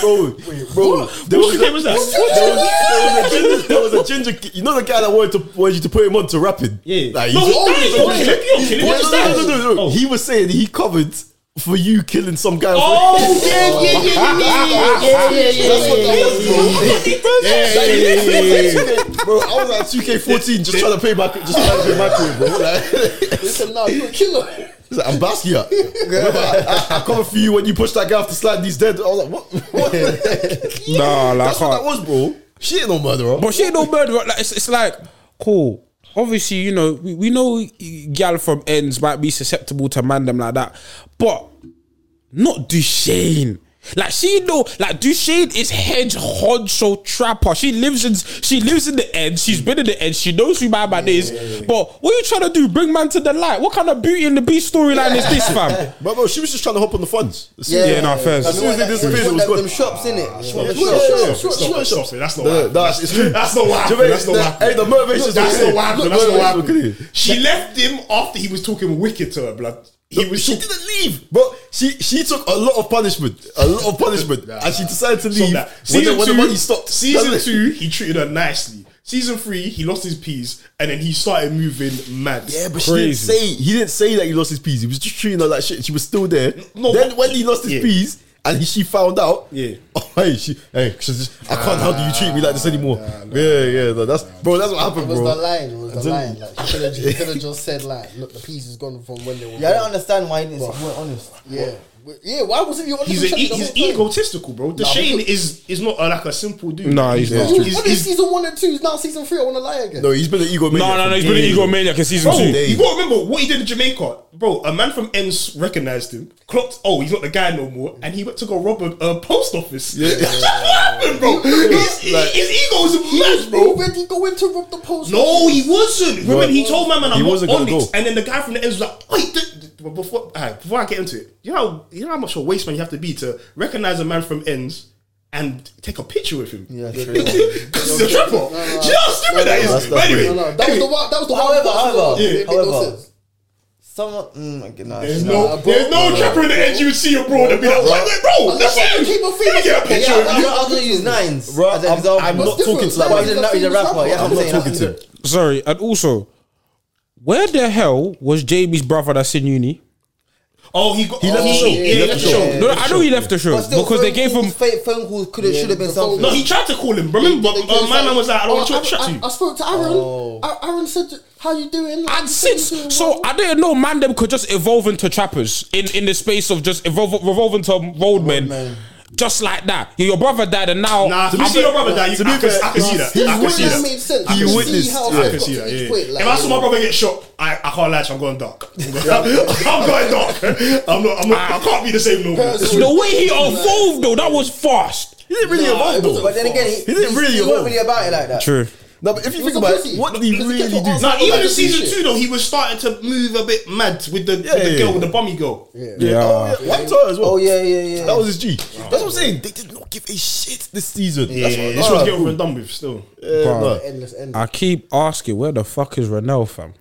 Speaker 2: bro, bro, there
Speaker 4: Which
Speaker 2: was
Speaker 4: game
Speaker 2: a-
Speaker 4: was that?
Speaker 2: there was, there was a ginger, there was a ginger kid- You know the guy that wanted to wanted you to put him on to rapping.
Speaker 4: Yeah.
Speaker 2: like,
Speaker 4: No,
Speaker 2: he
Speaker 4: he
Speaker 2: just-
Speaker 4: died.
Speaker 2: he
Speaker 4: He
Speaker 2: just-
Speaker 4: was killing- he was killing-
Speaker 2: Yeah,
Speaker 4: he was
Speaker 2: no, no,
Speaker 4: dead.
Speaker 2: no, no, no.
Speaker 4: Oh.
Speaker 2: He was saying he covered for you killing some guy.
Speaker 4: Oh yeah, yeah, yeah, yeah, yeah, yeah, yeah, yeah.
Speaker 2: That's what that was, bro.
Speaker 4: Yeah,
Speaker 2: bro, I was at 2K14 just trying to pay back, just trying to pay back to it, bro. Like, <laughs>
Speaker 5: They said, "Nah, you're a killer."
Speaker 2: He's like, I'm Basquiat. I, I, I cover for you when you push that guy off the slide. He's dead. I was like, what? what the heck?
Speaker 1: Nah, like, I
Speaker 2: <laughs> That's what
Speaker 1: can't.
Speaker 2: that was, bro. She ain't no murderer.
Speaker 1: But she ain't no murderer. Like it's, it's like cool. Obviously, you know we, we know gal from ends might be susceptible to mandem like that, but not Duchesne. Like she know, like Duchesne is hedge honcho trapper. She lives in she lives in the end. She's been in the end. She knows who my man is. But what are you trying to do? Bring man to the light. What kind of Beauty and the Beast storyline is this,
Speaker 2: <laughs>
Speaker 1: fam?
Speaker 2: But bro, she was just trying to hop on the funds. As soon-
Speaker 1: Yeah, nah, fair.
Speaker 2: As soon as they disappeared, it was
Speaker 5: Them
Speaker 2: gone.
Speaker 5: shops, innit?
Speaker 2: Yeah,
Speaker 5: Shop-
Speaker 2: sure,
Speaker 5: shop-
Speaker 2: sure,
Speaker 5: shop-
Speaker 2: sure,
Speaker 5: shop-
Speaker 2: sure.
Speaker 5: shop.
Speaker 4: Stop it. That's not
Speaker 2: No,
Speaker 4: what
Speaker 2: that's it's true.
Speaker 4: happened. That's not what happened.
Speaker 2: Jermaine,
Speaker 4: That's not what
Speaker 2: that- Hey,
Speaker 4: happened.
Speaker 2: the motivation's
Speaker 4: That's
Speaker 2: there.
Speaker 4: not what happened.
Speaker 2: Look,
Speaker 4: That's not what
Speaker 2: motivation's
Speaker 4: happened.
Speaker 2: clear.
Speaker 4: She left him after he was talking wicked to her, blood. He was
Speaker 2: she
Speaker 4: talk-
Speaker 2: didn't leave, but she she took a lot of punishment, a lot of punishment, and she decided to
Speaker 4: Stop
Speaker 2: leave
Speaker 4: that.
Speaker 2: when, the,
Speaker 4: Season
Speaker 2: when
Speaker 4: two,
Speaker 2: the money stopped.
Speaker 4: Season
Speaker 2: That's it.
Speaker 4: two, he treated her nicely. Season three, he lost his peas and then he started moving mad.
Speaker 2: Yeah, but she
Speaker 1: Crazy.
Speaker 2: didn't say he didn't say that he lost his peas. He was just treating her like shit. She was still there.
Speaker 4: No,
Speaker 2: then
Speaker 4: but-
Speaker 2: when he lost his
Speaker 4: Yeah.
Speaker 2: peas and he, she found out,
Speaker 4: Yeah.
Speaker 2: <laughs>
Speaker 4: Ah,
Speaker 2: oh, hey, she, hey, she's just, I can't handle you treat me like this anymore. yeah, yeah, no, that's bro, that's what happened,
Speaker 5: Was
Speaker 2: bro.
Speaker 5: the line? Was the
Speaker 2: didn't-
Speaker 5: line? Like she could have just, coulda just said like, look, the piece is gone from when they were.
Speaker 3: Yeah, I don't understand why he didn't weren't honest.
Speaker 5: Yeah, yeah. Why wasn't you?
Speaker 4: He's, a, e- he's egotistical, bro. The Shane is is not a, like a simple dude.
Speaker 1: Nah, he's not.
Speaker 5: You,
Speaker 4: he's-
Speaker 5: what is
Speaker 4: he's-
Speaker 5: season one and two? Now season three. I want to lie again.
Speaker 2: no, he's been an egomaniac.
Speaker 1: No, no, no. He's been an egomaniac in season
Speaker 4: Bro,
Speaker 1: two.
Speaker 2: There
Speaker 4: you
Speaker 2: you
Speaker 4: gotta remember what he did in Jamaica, bro. A man from Ends recognized him, clocked. Oh, he's not the guy no more, and he went to go rob a, a post office.
Speaker 2: Yeah.
Speaker 4: That's <laughs> what happened, bro. His,
Speaker 2: Like-
Speaker 4: his ego is mad, bro.
Speaker 5: Already going to rob the post.
Speaker 4: No, he wasn't. Remember, he told my man
Speaker 2: He
Speaker 4: I'm
Speaker 2: wasn't
Speaker 4: on
Speaker 2: gonna
Speaker 4: it,
Speaker 2: go.
Speaker 4: and then the guy from the ends was like, "Wait, d- d- but before alright, before I get into it, you know, how, you know how much of a waste man you have to be to recognize a man from ends." And take a picture with him. <laughs> Yeah,
Speaker 3: true.
Speaker 4: Because he's a trapper. Do you know how stupid that is?
Speaker 2: that's-
Speaker 4: but anyway,
Speaker 5: no, no. That was the
Speaker 4: anyway,
Speaker 5: one. That was the
Speaker 3: However,
Speaker 5: one.
Speaker 3: however,
Speaker 5: It made no
Speaker 3: however.
Speaker 5: sense.
Speaker 3: Someone, mm, okay, nah,
Speaker 4: there's
Speaker 3: nah.
Speaker 4: no,
Speaker 5: Nah, bro.
Speaker 4: there's no
Speaker 5: Nah.
Speaker 4: trapper in the ends you would see abroad and be like, wait, wait, bro, that's
Speaker 5: Unless
Speaker 4: him.
Speaker 5: you keep a
Speaker 4: Let me get a
Speaker 5: female.
Speaker 4: picture
Speaker 5: Yeah,
Speaker 4: of
Speaker 3: I'm
Speaker 4: you.
Speaker 3: not, I'm gonna use nines.
Speaker 2: Bro,
Speaker 3: as an
Speaker 2: I'm-
Speaker 3: example.
Speaker 2: I'm not
Speaker 5: What's
Speaker 2: talking
Speaker 5: different?
Speaker 2: to that
Speaker 5: Nah,
Speaker 2: man.
Speaker 3: Well, he's
Speaker 5: he's
Speaker 3: a,
Speaker 5: not
Speaker 3: he's a
Speaker 5: famous
Speaker 3: rapper. Yeah, I'm
Speaker 5: rapper.
Speaker 2: I'm
Speaker 3: saying
Speaker 2: not talking to him.
Speaker 1: Sorry, and also, where the hell was JB's brother that's in uni?
Speaker 4: Oh, he got,
Speaker 2: He left the
Speaker 4: oh,
Speaker 2: show.
Speaker 4: Yeah,
Speaker 2: He left the show.
Speaker 1: No, no, I know he left the show
Speaker 3: But still,
Speaker 1: because they
Speaker 3: phone
Speaker 1: gave
Speaker 3: calls,
Speaker 1: him.
Speaker 3: fake phone calls. Could have should have been
Speaker 5: the phone-
Speaker 3: something.
Speaker 4: No, he tried to call him. Remember,
Speaker 5: They- they
Speaker 4: uh, my man was like, I don't want
Speaker 5: oh,
Speaker 4: to chat to
Speaker 5: I,
Speaker 4: you.
Speaker 5: I, I spoke to Aaron.
Speaker 3: Oh.
Speaker 5: A- Aaron said, "How you doing?" Like,
Speaker 1: And since
Speaker 5: "You doing
Speaker 1: so,
Speaker 5: well?"
Speaker 1: I didn't know man them could just evolve into trappers in in the space of just evolve revolve into roadmen, just like that. Your brother died, and now
Speaker 4: Nah, to
Speaker 1: I'm
Speaker 4: see your brother die, you,
Speaker 2: to be
Speaker 4: I, can,
Speaker 2: fair,
Speaker 4: I can see that.
Speaker 5: His
Speaker 4: I can see
Speaker 5: witness
Speaker 4: that.
Speaker 5: made sense.
Speaker 4: I
Speaker 5: You
Speaker 4: can
Speaker 5: witnessed,
Speaker 4: see how
Speaker 5: yeah.
Speaker 4: I can see that. Yeah.
Speaker 5: Quick, like,
Speaker 4: if I saw my
Speaker 5: yeah.
Speaker 4: brother get shot, I, I can't lie, to you, I'm going dark. <laughs> I'm going dark. I'm going dark. I'm not. I'm not. I
Speaker 1: Ah.
Speaker 4: can't be the same no more.
Speaker 5: Personal-
Speaker 1: the way he evolved though, that was fast.
Speaker 2: He didn't really
Speaker 5: Nah,
Speaker 2: evolve
Speaker 5: it
Speaker 2: though.
Speaker 5: wasn't-
Speaker 3: But then again, he,
Speaker 2: He didn't
Speaker 3: he-
Speaker 2: really
Speaker 3: he wasn't
Speaker 2: evolve.
Speaker 3: really about it like that.
Speaker 1: True.
Speaker 2: No, but if you
Speaker 5: was
Speaker 2: think
Speaker 5: a
Speaker 2: about
Speaker 5: pussy.
Speaker 2: it, what did he
Speaker 5: Because he
Speaker 2: really
Speaker 5: kept on
Speaker 2: do?
Speaker 5: asking
Speaker 4: Nah, even in
Speaker 5: Like,
Speaker 4: season
Speaker 5: shit.
Speaker 4: two though, he was starting to move a bit mad with the with the
Speaker 2: yeah,
Speaker 4: girl,
Speaker 2: yeah.
Speaker 4: the bummy girl.
Speaker 1: Yeah.
Speaker 2: Yeah, One time as well.
Speaker 3: Oh yeah, yeah, yeah.
Speaker 2: That was his G. That's what I'm saying. They did not give a shit this season. That's what,
Speaker 4: This was getting done with still.
Speaker 2: Bruh.
Speaker 5: endless, endless.
Speaker 1: I keep asking, where the fuck is Renel, fam?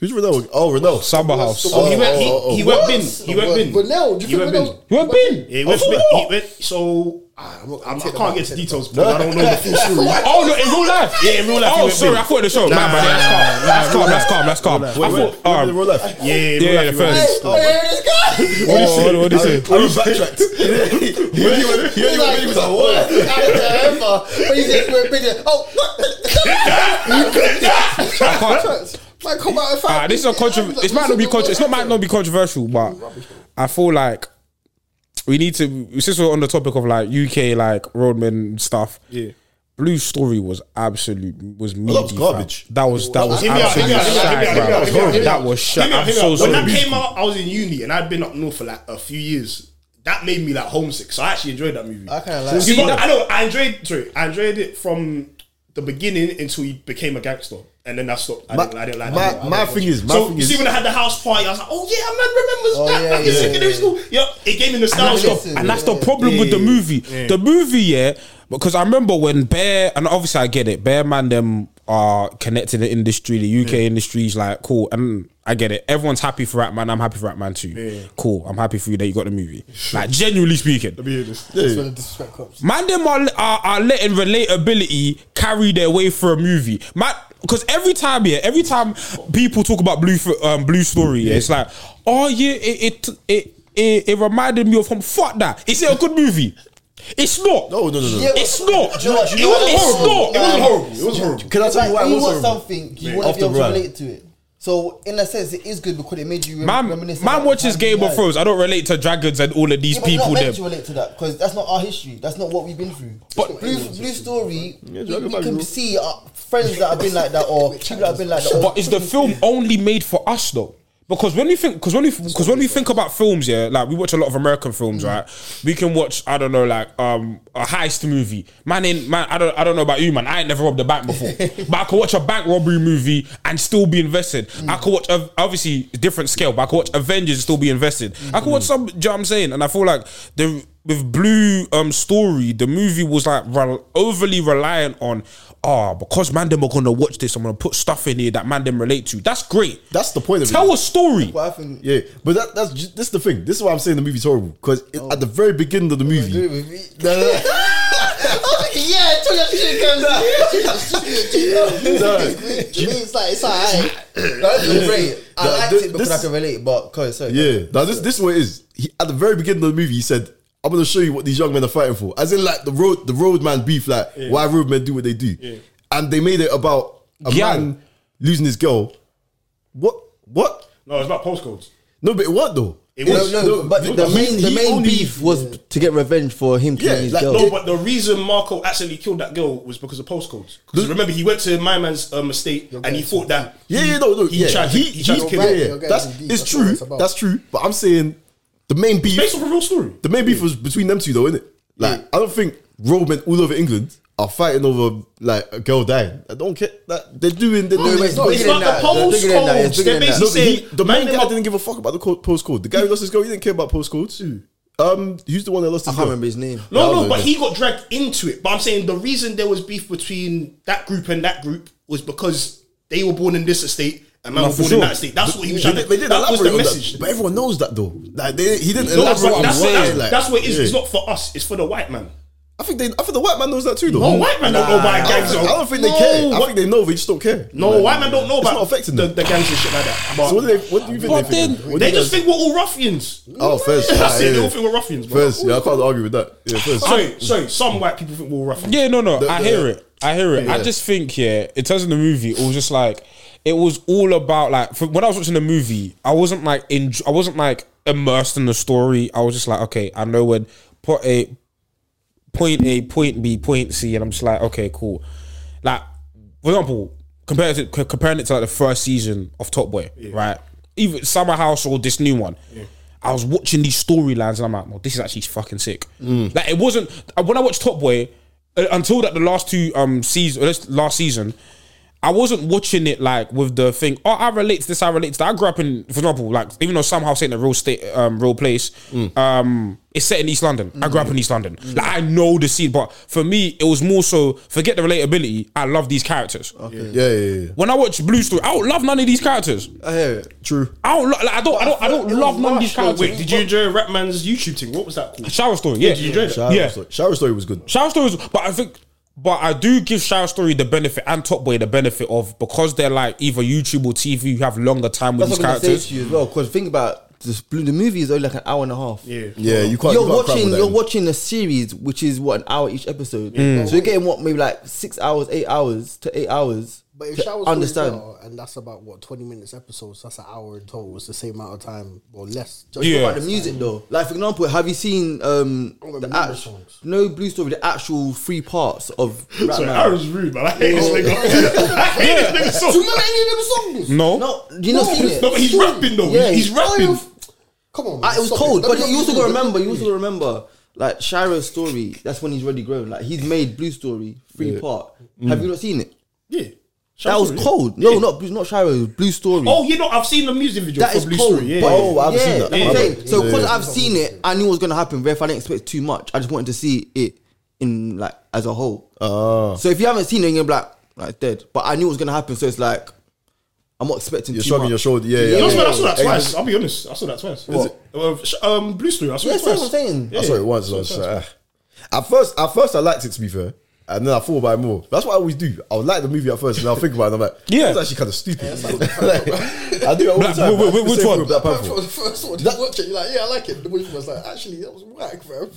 Speaker 2: Who's Ronaldo? Oh, Ronaldo.
Speaker 1: Summer house.
Speaker 4: Oh, he went.
Speaker 2: oh, oh,
Speaker 4: He, he
Speaker 2: oh.
Speaker 4: went
Speaker 5: What?
Speaker 4: bin. He went bin.
Speaker 5: But now, do
Speaker 4: he
Speaker 5: you
Speaker 4: went bin.
Speaker 5: think Ronaldo-
Speaker 1: You have been?
Speaker 4: Yeah, he went bin. He went. So I'm,
Speaker 5: not-
Speaker 4: I'm, I
Speaker 5: I'm taking
Speaker 4: can't
Speaker 5: that.
Speaker 4: get to details. bro. I don't know the full story.
Speaker 1: Oh no, in real life.
Speaker 4: Yeah, in real life, he
Speaker 1: Oh,
Speaker 4: went
Speaker 1: sorry,
Speaker 4: bin.
Speaker 1: I thought the show. Nah,
Speaker 4: Nah,
Speaker 1: man, that's calm. That's calm. That's calm. That's calm. I
Speaker 2: Wait, wait,
Speaker 1: thought. all
Speaker 2: in
Speaker 1: right.
Speaker 2: real life.
Speaker 4: Yeah,
Speaker 1: Yeah,
Speaker 4: yeah,
Speaker 1: the first.
Speaker 5: oh, this guy.
Speaker 1: Oh, What did he say?
Speaker 2: I was <laughs> backtracked. He only went- he only went- he was like, what?
Speaker 5: But you said we're bigger. Oh,
Speaker 1: I can't-
Speaker 5: like come out of
Speaker 1: Ah, this is a controversial. It might not be contro- It's not might not be controversial, but I feel like we need to. Since we're on the topic of like UK like roadman stuff,
Speaker 4: Yeah.
Speaker 1: Blue Story was absolute was meaty.
Speaker 2: was garbage.
Speaker 1: fam. That was that was
Speaker 4: Hear me out, hear
Speaker 1: absolute
Speaker 4: me out, hear me out,
Speaker 1: shite,
Speaker 4: hear me out,
Speaker 1: bro.
Speaker 4: hear me out, hear me
Speaker 1: That
Speaker 4: out.
Speaker 1: was shit.
Speaker 4: Hear me out,
Speaker 1: I'm
Speaker 4: hear me
Speaker 1: so
Speaker 4: out. When that
Speaker 1: sorry.
Speaker 4: came out, I was in uni and I'd been up north for like a few years. That made me like homesick. So I actually enjoyed that movie.
Speaker 3: I kind of like.
Speaker 4: See, but I know I enjoyed. Sorry, I enjoyed it from the beginning until he became a gangster, and then I stopped. I,
Speaker 2: My-
Speaker 4: didn't, I didn't like that.
Speaker 2: My my thing is, my
Speaker 4: so
Speaker 2: thing
Speaker 4: you see,
Speaker 2: is,
Speaker 4: when I had the house party, I was like, "Oh yeah, man, remembers
Speaker 3: Oh,
Speaker 4: that
Speaker 3: yeah,
Speaker 4: back in
Speaker 3: yeah,
Speaker 4: secondary school." Yep, it gave me nostalgia.
Speaker 3: Listen,
Speaker 1: And that's the problem with the movie. The movie, yeah, because I remember when Bear and obviously I get it. Bear man them are connected to the industry. The UK industry is like cool, and I get it. Everyone's happy for Ratman. I'm happy for Ratman too. Cool. I'm happy for you that you got the movie. Like genuinely speaking,
Speaker 2: Yeah.
Speaker 1: Man, them are, are, are letting relatability carry their way for a movie. Man, because every time, yeah, every time people talk about blue F- um, blue story, yeah, it's like, oh yeah, it it, it it it reminded me of him. Fuck that. Is it a good movie? It's not.
Speaker 2: No, no, no, no.
Speaker 3: Yeah,
Speaker 1: It's not.
Speaker 3: Do you know what-
Speaker 1: It
Speaker 3: do you know
Speaker 1: was-
Speaker 3: what-
Speaker 1: it's not.
Speaker 4: It was horrible. It was horrible.
Speaker 2: Can I
Speaker 3: It's
Speaker 2: tell
Speaker 3: like
Speaker 2: you why
Speaker 3: when
Speaker 2: it
Speaker 3: you
Speaker 2: was
Speaker 3: want
Speaker 2: horrible?
Speaker 3: something, you
Speaker 2: Yeah.
Speaker 3: want
Speaker 2: Off
Speaker 3: to
Speaker 2: the
Speaker 3: be able to
Speaker 2: run.
Speaker 3: relate to it. So in a sense, it is good because it made you rem-
Speaker 1: Man,
Speaker 3: reminisce. about
Speaker 1: man
Speaker 3: the
Speaker 1: watches
Speaker 3: time
Speaker 1: Game
Speaker 3: you
Speaker 1: of
Speaker 3: died.
Speaker 1: Thrones. I don't relate to dragons and all of these
Speaker 3: Yeah, but
Speaker 1: people.
Speaker 3: We're not
Speaker 1: Them.
Speaker 3: meant to relate to that because that's not our history. That's not what we've been through. But Blue, Blue Story, we,
Speaker 2: Dragon
Speaker 3: we
Speaker 2: Ball,
Speaker 3: can
Speaker 2: bro.
Speaker 3: see our friends that have been like that
Speaker 4: <laughs>
Speaker 3: or people that have been like that. or-
Speaker 1: But is the film only made for us though? Because when we think, because when we, because when we think about films, yeah, like we watch a lot of American films, right? We can watch, I don't know, like um a heist movie. Man, in man, I don't, I don't know about you, man. I ain't never robbed a bank before, but I could watch a bank robbery movie and still be invested. I could watch, a, obviously, different scale, but I could watch Avengers and still be invested. I could watch some. Do you know what I'm saying? And I feel like the with Blue um Story, the movie was like rel- overly reliant on ah because man them are gonna watch this, I'm gonna put stuff in here that man them relate to. That's great.
Speaker 2: That's the point of it.
Speaker 1: Tell a story.
Speaker 3: But I think
Speaker 2: Yeah, but that, that's ju- this is the thing. This is why I'm saying the movie's horrible because at the very beginning of the <laughs> movie,
Speaker 3: <laughs> No, no, no. yeah, too much shit comes out.
Speaker 4: <laughs>
Speaker 3: It's like it's alright. That's great. I
Speaker 2: Nah,
Speaker 3: liked
Speaker 2: this-
Speaker 3: it because
Speaker 2: this-
Speaker 3: I can relate, but cause sorry,
Speaker 2: yeah. Now this this is what it is. He, at the very beginning of the movie, he said, "I'm going to show you what these young men are fighting for." As in, like the road the roadman beef, like why roadmen do what they do, and they made it about a
Speaker 1: Yeah.
Speaker 2: man losing his girl. What? What?
Speaker 4: No, it's about postcodes.
Speaker 2: No, but what though?
Speaker 4: It
Speaker 3: No,
Speaker 4: was-
Speaker 3: no,
Speaker 2: no,
Speaker 3: but
Speaker 2: no,
Speaker 3: the
Speaker 2: he-
Speaker 3: main, the
Speaker 2: he
Speaker 3: main
Speaker 2: only-
Speaker 3: beef was to get revenge for him killing
Speaker 2: Yeah,
Speaker 3: his
Speaker 2: like,
Speaker 3: girl.
Speaker 4: No, but the reason Marco actually killed that girl was because of postcodes. Because remember, he went to my man's um, estate and he thought that.
Speaker 2: Yeah,
Speaker 4: he-
Speaker 2: yeah, no, no,
Speaker 4: He
Speaker 2: yeah.
Speaker 4: tried to,
Speaker 2: he,
Speaker 4: he tried to
Speaker 2: he-
Speaker 4: kill
Speaker 2: yeah,
Speaker 4: her.
Speaker 2: yeah.
Speaker 3: You're getting
Speaker 2: That's
Speaker 3: deep,
Speaker 2: it's
Speaker 3: that's what
Speaker 2: true.
Speaker 3: it's about.
Speaker 2: That's true. But I'm saying the main beef.
Speaker 4: Based off a real story.
Speaker 2: The main beef was between them two, though, innit? Like, I don't think roadmen all over England are fighting over like a girl dying. I don't care. That they're doing. They're doing.
Speaker 3: no,
Speaker 2: It's
Speaker 3: it's not
Speaker 2: no,
Speaker 4: It's
Speaker 3: bigger
Speaker 4: about the
Speaker 3: than that. It's bigger
Speaker 4: postcodes. They're
Speaker 3: than that. It's bigger than that.
Speaker 4: basically
Speaker 2: but he-
Speaker 4: saying
Speaker 2: the main
Speaker 4: man, them
Speaker 2: guy
Speaker 4: are-
Speaker 2: didn't give a fuck about the co- postcode. The guy who lost his girl, he didn't care about postcodes. Um, who's the one that lost
Speaker 3: I
Speaker 2: his
Speaker 3: can't
Speaker 2: girl?
Speaker 3: remember his name.
Speaker 2: I
Speaker 4: No,
Speaker 2: don't
Speaker 4: no, but
Speaker 2: know.
Speaker 4: he got dragged into it. But I'm saying the reason there was beef between that group and that group was because they were born in this estate and man
Speaker 1: No,
Speaker 4: was
Speaker 1: for
Speaker 4: born in
Speaker 1: sure.
Speaker 4: that estate. That's what he was
Speaker 2: They,
Speaker 4: trying to.
Speaker 2: they didn't
Speaker 4: That was the
Speaker 2: elaborate on
Speaker 4: message.
Speaker 2: that. But everyone knows that though. Like they, he didn't
Speaker 4: No,
Speaker 2: elaborate.
Speaker 4: that's, what,
Speaker 2: on
Speaker 4: that's,
Speaker 2: that,
Speaker 4: what, that's,
Speaker 2: like-
Speaker 4: that's what it is.
Speaker 2: Yeah.
Speaker 4: It's not for us. It's for the white man.
Speaker 2: I think they. I think the white man knows that too, though.
Speaker 4: No, white man don't know about
Speaker 2: I don't
Speaker 4: gangs.
Speaker 2: think- I don't think they
Speaker 4: No,
Speaker 2: care. I
Speaker 4: what-
Speaker 2: think they know. They just don't care.
Speaker 4: No,
Speaker 2: Like,
Speaker 4: white man don't know
Speaker 2: it's
Speaker 4: about
Speaker 2: not affecting
Speaker 4: the,
Speaker 2: them.
Speaker 4: the gangs and shit like that. But
Speaker 2: So what do they? What do you think?
Speaker 1: But
Speaker 2: they
Speaker 1: then-
Speaker 2: think What do
Speaker 4: they
Speaker 2: you
Speaker 4: just
Speaker 2: guys-
Speaker 4: think we're all ruffians.
Speaker 2: Oh,
Speaker 4: <laughs>
Speaker 2: first.
Speaker 4: That's
Speaker 2: yeah,
Speaker 4: it. They
Speaker 2: yeah.
Speaker 4: all think we're ruffians. bro.
Speaker 2: First, yeah, I can't argue with that. Yeah, first.
Speaker 4: Sorry, sorry. Some white people think we're all ruffians.
Speaker 1: Yeah, no, no, I
Speaker 2: the-
Speaker 1: hear it. I hear it. I just think, yeah, in terms of the movie, it was just like it was all about like for, when I was watching the movie, I wasn't like in, I wasn't like immersed in the story. I was just like, okay, I know when put a point A, point B, point C, and I'm just like, okay, cool. Like, for example, compared to c- comparing it to like the first season of Top Boy, right? Even Summer House or this new one. I was watching these storylines and I'm like, well, this is actually fucking sick. Like, it wasn't uh, when I watched Top Boy uh, until that the last two um season, or this last season. I wasn't watching it like with the thing. Oh, I relate to this. I relate to that. I grew up in, for example, like even though somehow it's in a real state, um, real place, um, it's set in East London. I grew up in East London. Like I know the scene, but for me, it was more so forget the relatability. I love these characters.
Speaker 2: Yeah, yeah, yeah. yeah.
Speaker 1: When I watch Blue Story, I don't love none of these characters.
Speaker 3: I hear it.
Speaker 2: True.
Speaker 1: I don't. lo- Like, I don't. I don't. I don't love none of these
Speaker 4: Oh,
Speaker 1: characters.
Speaker 4: wait, did you enjoy Ratman's YouTube thing? What was that called?
Speaker 1: Shower Story? Yeah.
Speaker 4: Did you enjoy that?
Speaker 2: Shower
Speaker 1: Yeah.
Speaker 2: story. Shower story was good.
Speaker 1: Shower stories, but I think, but I do give Shower Story the benefit and Top Boy the benefit of because they're like either YouTube or TV. You have longer time with
Speaker 3: That's
Speaker 1: these
Speaker 3: what I'm gonna
Speaker 1: characters.
Speaker 3: say to you as well. Because think about this, blue- the movie is only like an hour and a half.
Speaker 4: Yeah.
Speaker 2: Yeah, you can't.
Speaker 3: You're
Speaker 2: you can't crap
Speaker 3: watching.
Speaker 2: with that.
Speaker 3: You're watching a series, which is what an hour each episode. So you're getting what maybe like six hours, eight hours to eight hours.
Speaker 5: But if
Speaker 3: to
Speaker 5: showers
Speaker 3: understand.
Speaker 5: understand, and that's about what twenty minutes episodes. That's an hour in total. It's the same amount of time or less. Just
Speaker 1: Yeah.
Speaker 3: About the music though, like for example, have you seen um the
Speaker 5: don't remember
Speaker 3: act-
Speaker 5: songs.
Speaker 3: no blue story? The actual three parts of Rap
Speaker 4: <laughs> Sorry,
Speaker 3: Man.
Speaker 4: Aaron's rude, man. I hate this nigga. I hate this nigga so
Speaker 5: Do you remember any of them songs?
Speaker 1: No,
Speaker 3: No, you not seen it.
Speaker 4: No, but he's rapping though.
Speaker 3: Yeah,
Speaker 4: he's, he's rapping.
Speaker 5: Come on, man,
Speaker 3: Ah, it was
Speaker 5: stop
Speaker 3: cold,
Speaker 5: Let
Speaker 3: but
Speaker 5: me
Speaker 3: you
Speaker 5: not
Speaker 3: also
Speaker 5: be
Speaker 3: gotta
Speaker 5: rude.
Speaker 3: remember. You also gotta remember, like Shiro's story. That's when he's already grown. Like he's made Blue Story three part. Have you not seen it?
Speaker 4: Mm. Yeah.
Speaker 3: That
Speaker 4: Shout
Speaker 3: was
Speaker 4: out to him.
Speaker 3: cold. No, not Blue- not Shiro. Blue Story.
Speaker 4: Oh, you know, I've seen the music video
Speaker 3: that
Speaker 4: for
Speaker 3: is
Speaker 4: Blue
Speaker 3: cold.
Speaker 4: Story. Yeah.
Speaker 3: but-
Speaker 2: Oh, I haven't seen that.
Speaker 3: that's what I'm
Speaker 4: Yeah.
Speaker 3: saying. So
Speaker 2: Yeah.
Speaker 3: because I've seen it, I knew what was gonna happen. Therefore, I didn't expect too much. I just wanted to see it in like as a whole.
Speaker 4: Uh.
Speaker 2: Ah.
Speaker 3: So if you haven't seen it, you're like, like dead. But I knew what was gonna happen. So it's like, I'm not expecting
Speaker 2: You're
Speaker 3: too
Speaker 2: shrugging
Speaker 3: much.
Speaker 2: your shoulder. Yeah, yeah.
Speaker 4: You know,
Speaker 2: yeah.
Speaker 4: man, I saw that
Speaker 2: Hey,
Speaker 4: twice. I'll be honest. I saw that twice.
Speaker 3: What?
Speaker 4: Uh, sh- Um, Blue Story. I saw it
Speaker 3: Yeah, that's what
Speaker 4: twice.
Speaker 3: I'm saying.
Speaker 2: I saw it once. I was just like, ah. at first, at first, I liked it to be fair, and then I thought about it more. That's what I always do. I would like the movie at first, and I'll think about it. and I'm like,
Speaker 1: Yeah.
Speaker 2: it's actually kind of stupid. <laughs> Like, I do it all
Speaker 1: Black-
Speaker 2: the
Speaker 1: wait,
Speaker 2: time.
Speaker 1: wait,
Speaker 2: It's the
Speaker 1: which
Speaker 2: same
Speaker 1: one?
Speaker 2: with Black
Speaker 5: Bro,
Speaker 2: Panther.
Speaker 5: for the first one, just watch it. You're like, yeah, I like it. The movie was like, actually, that was whack, bro.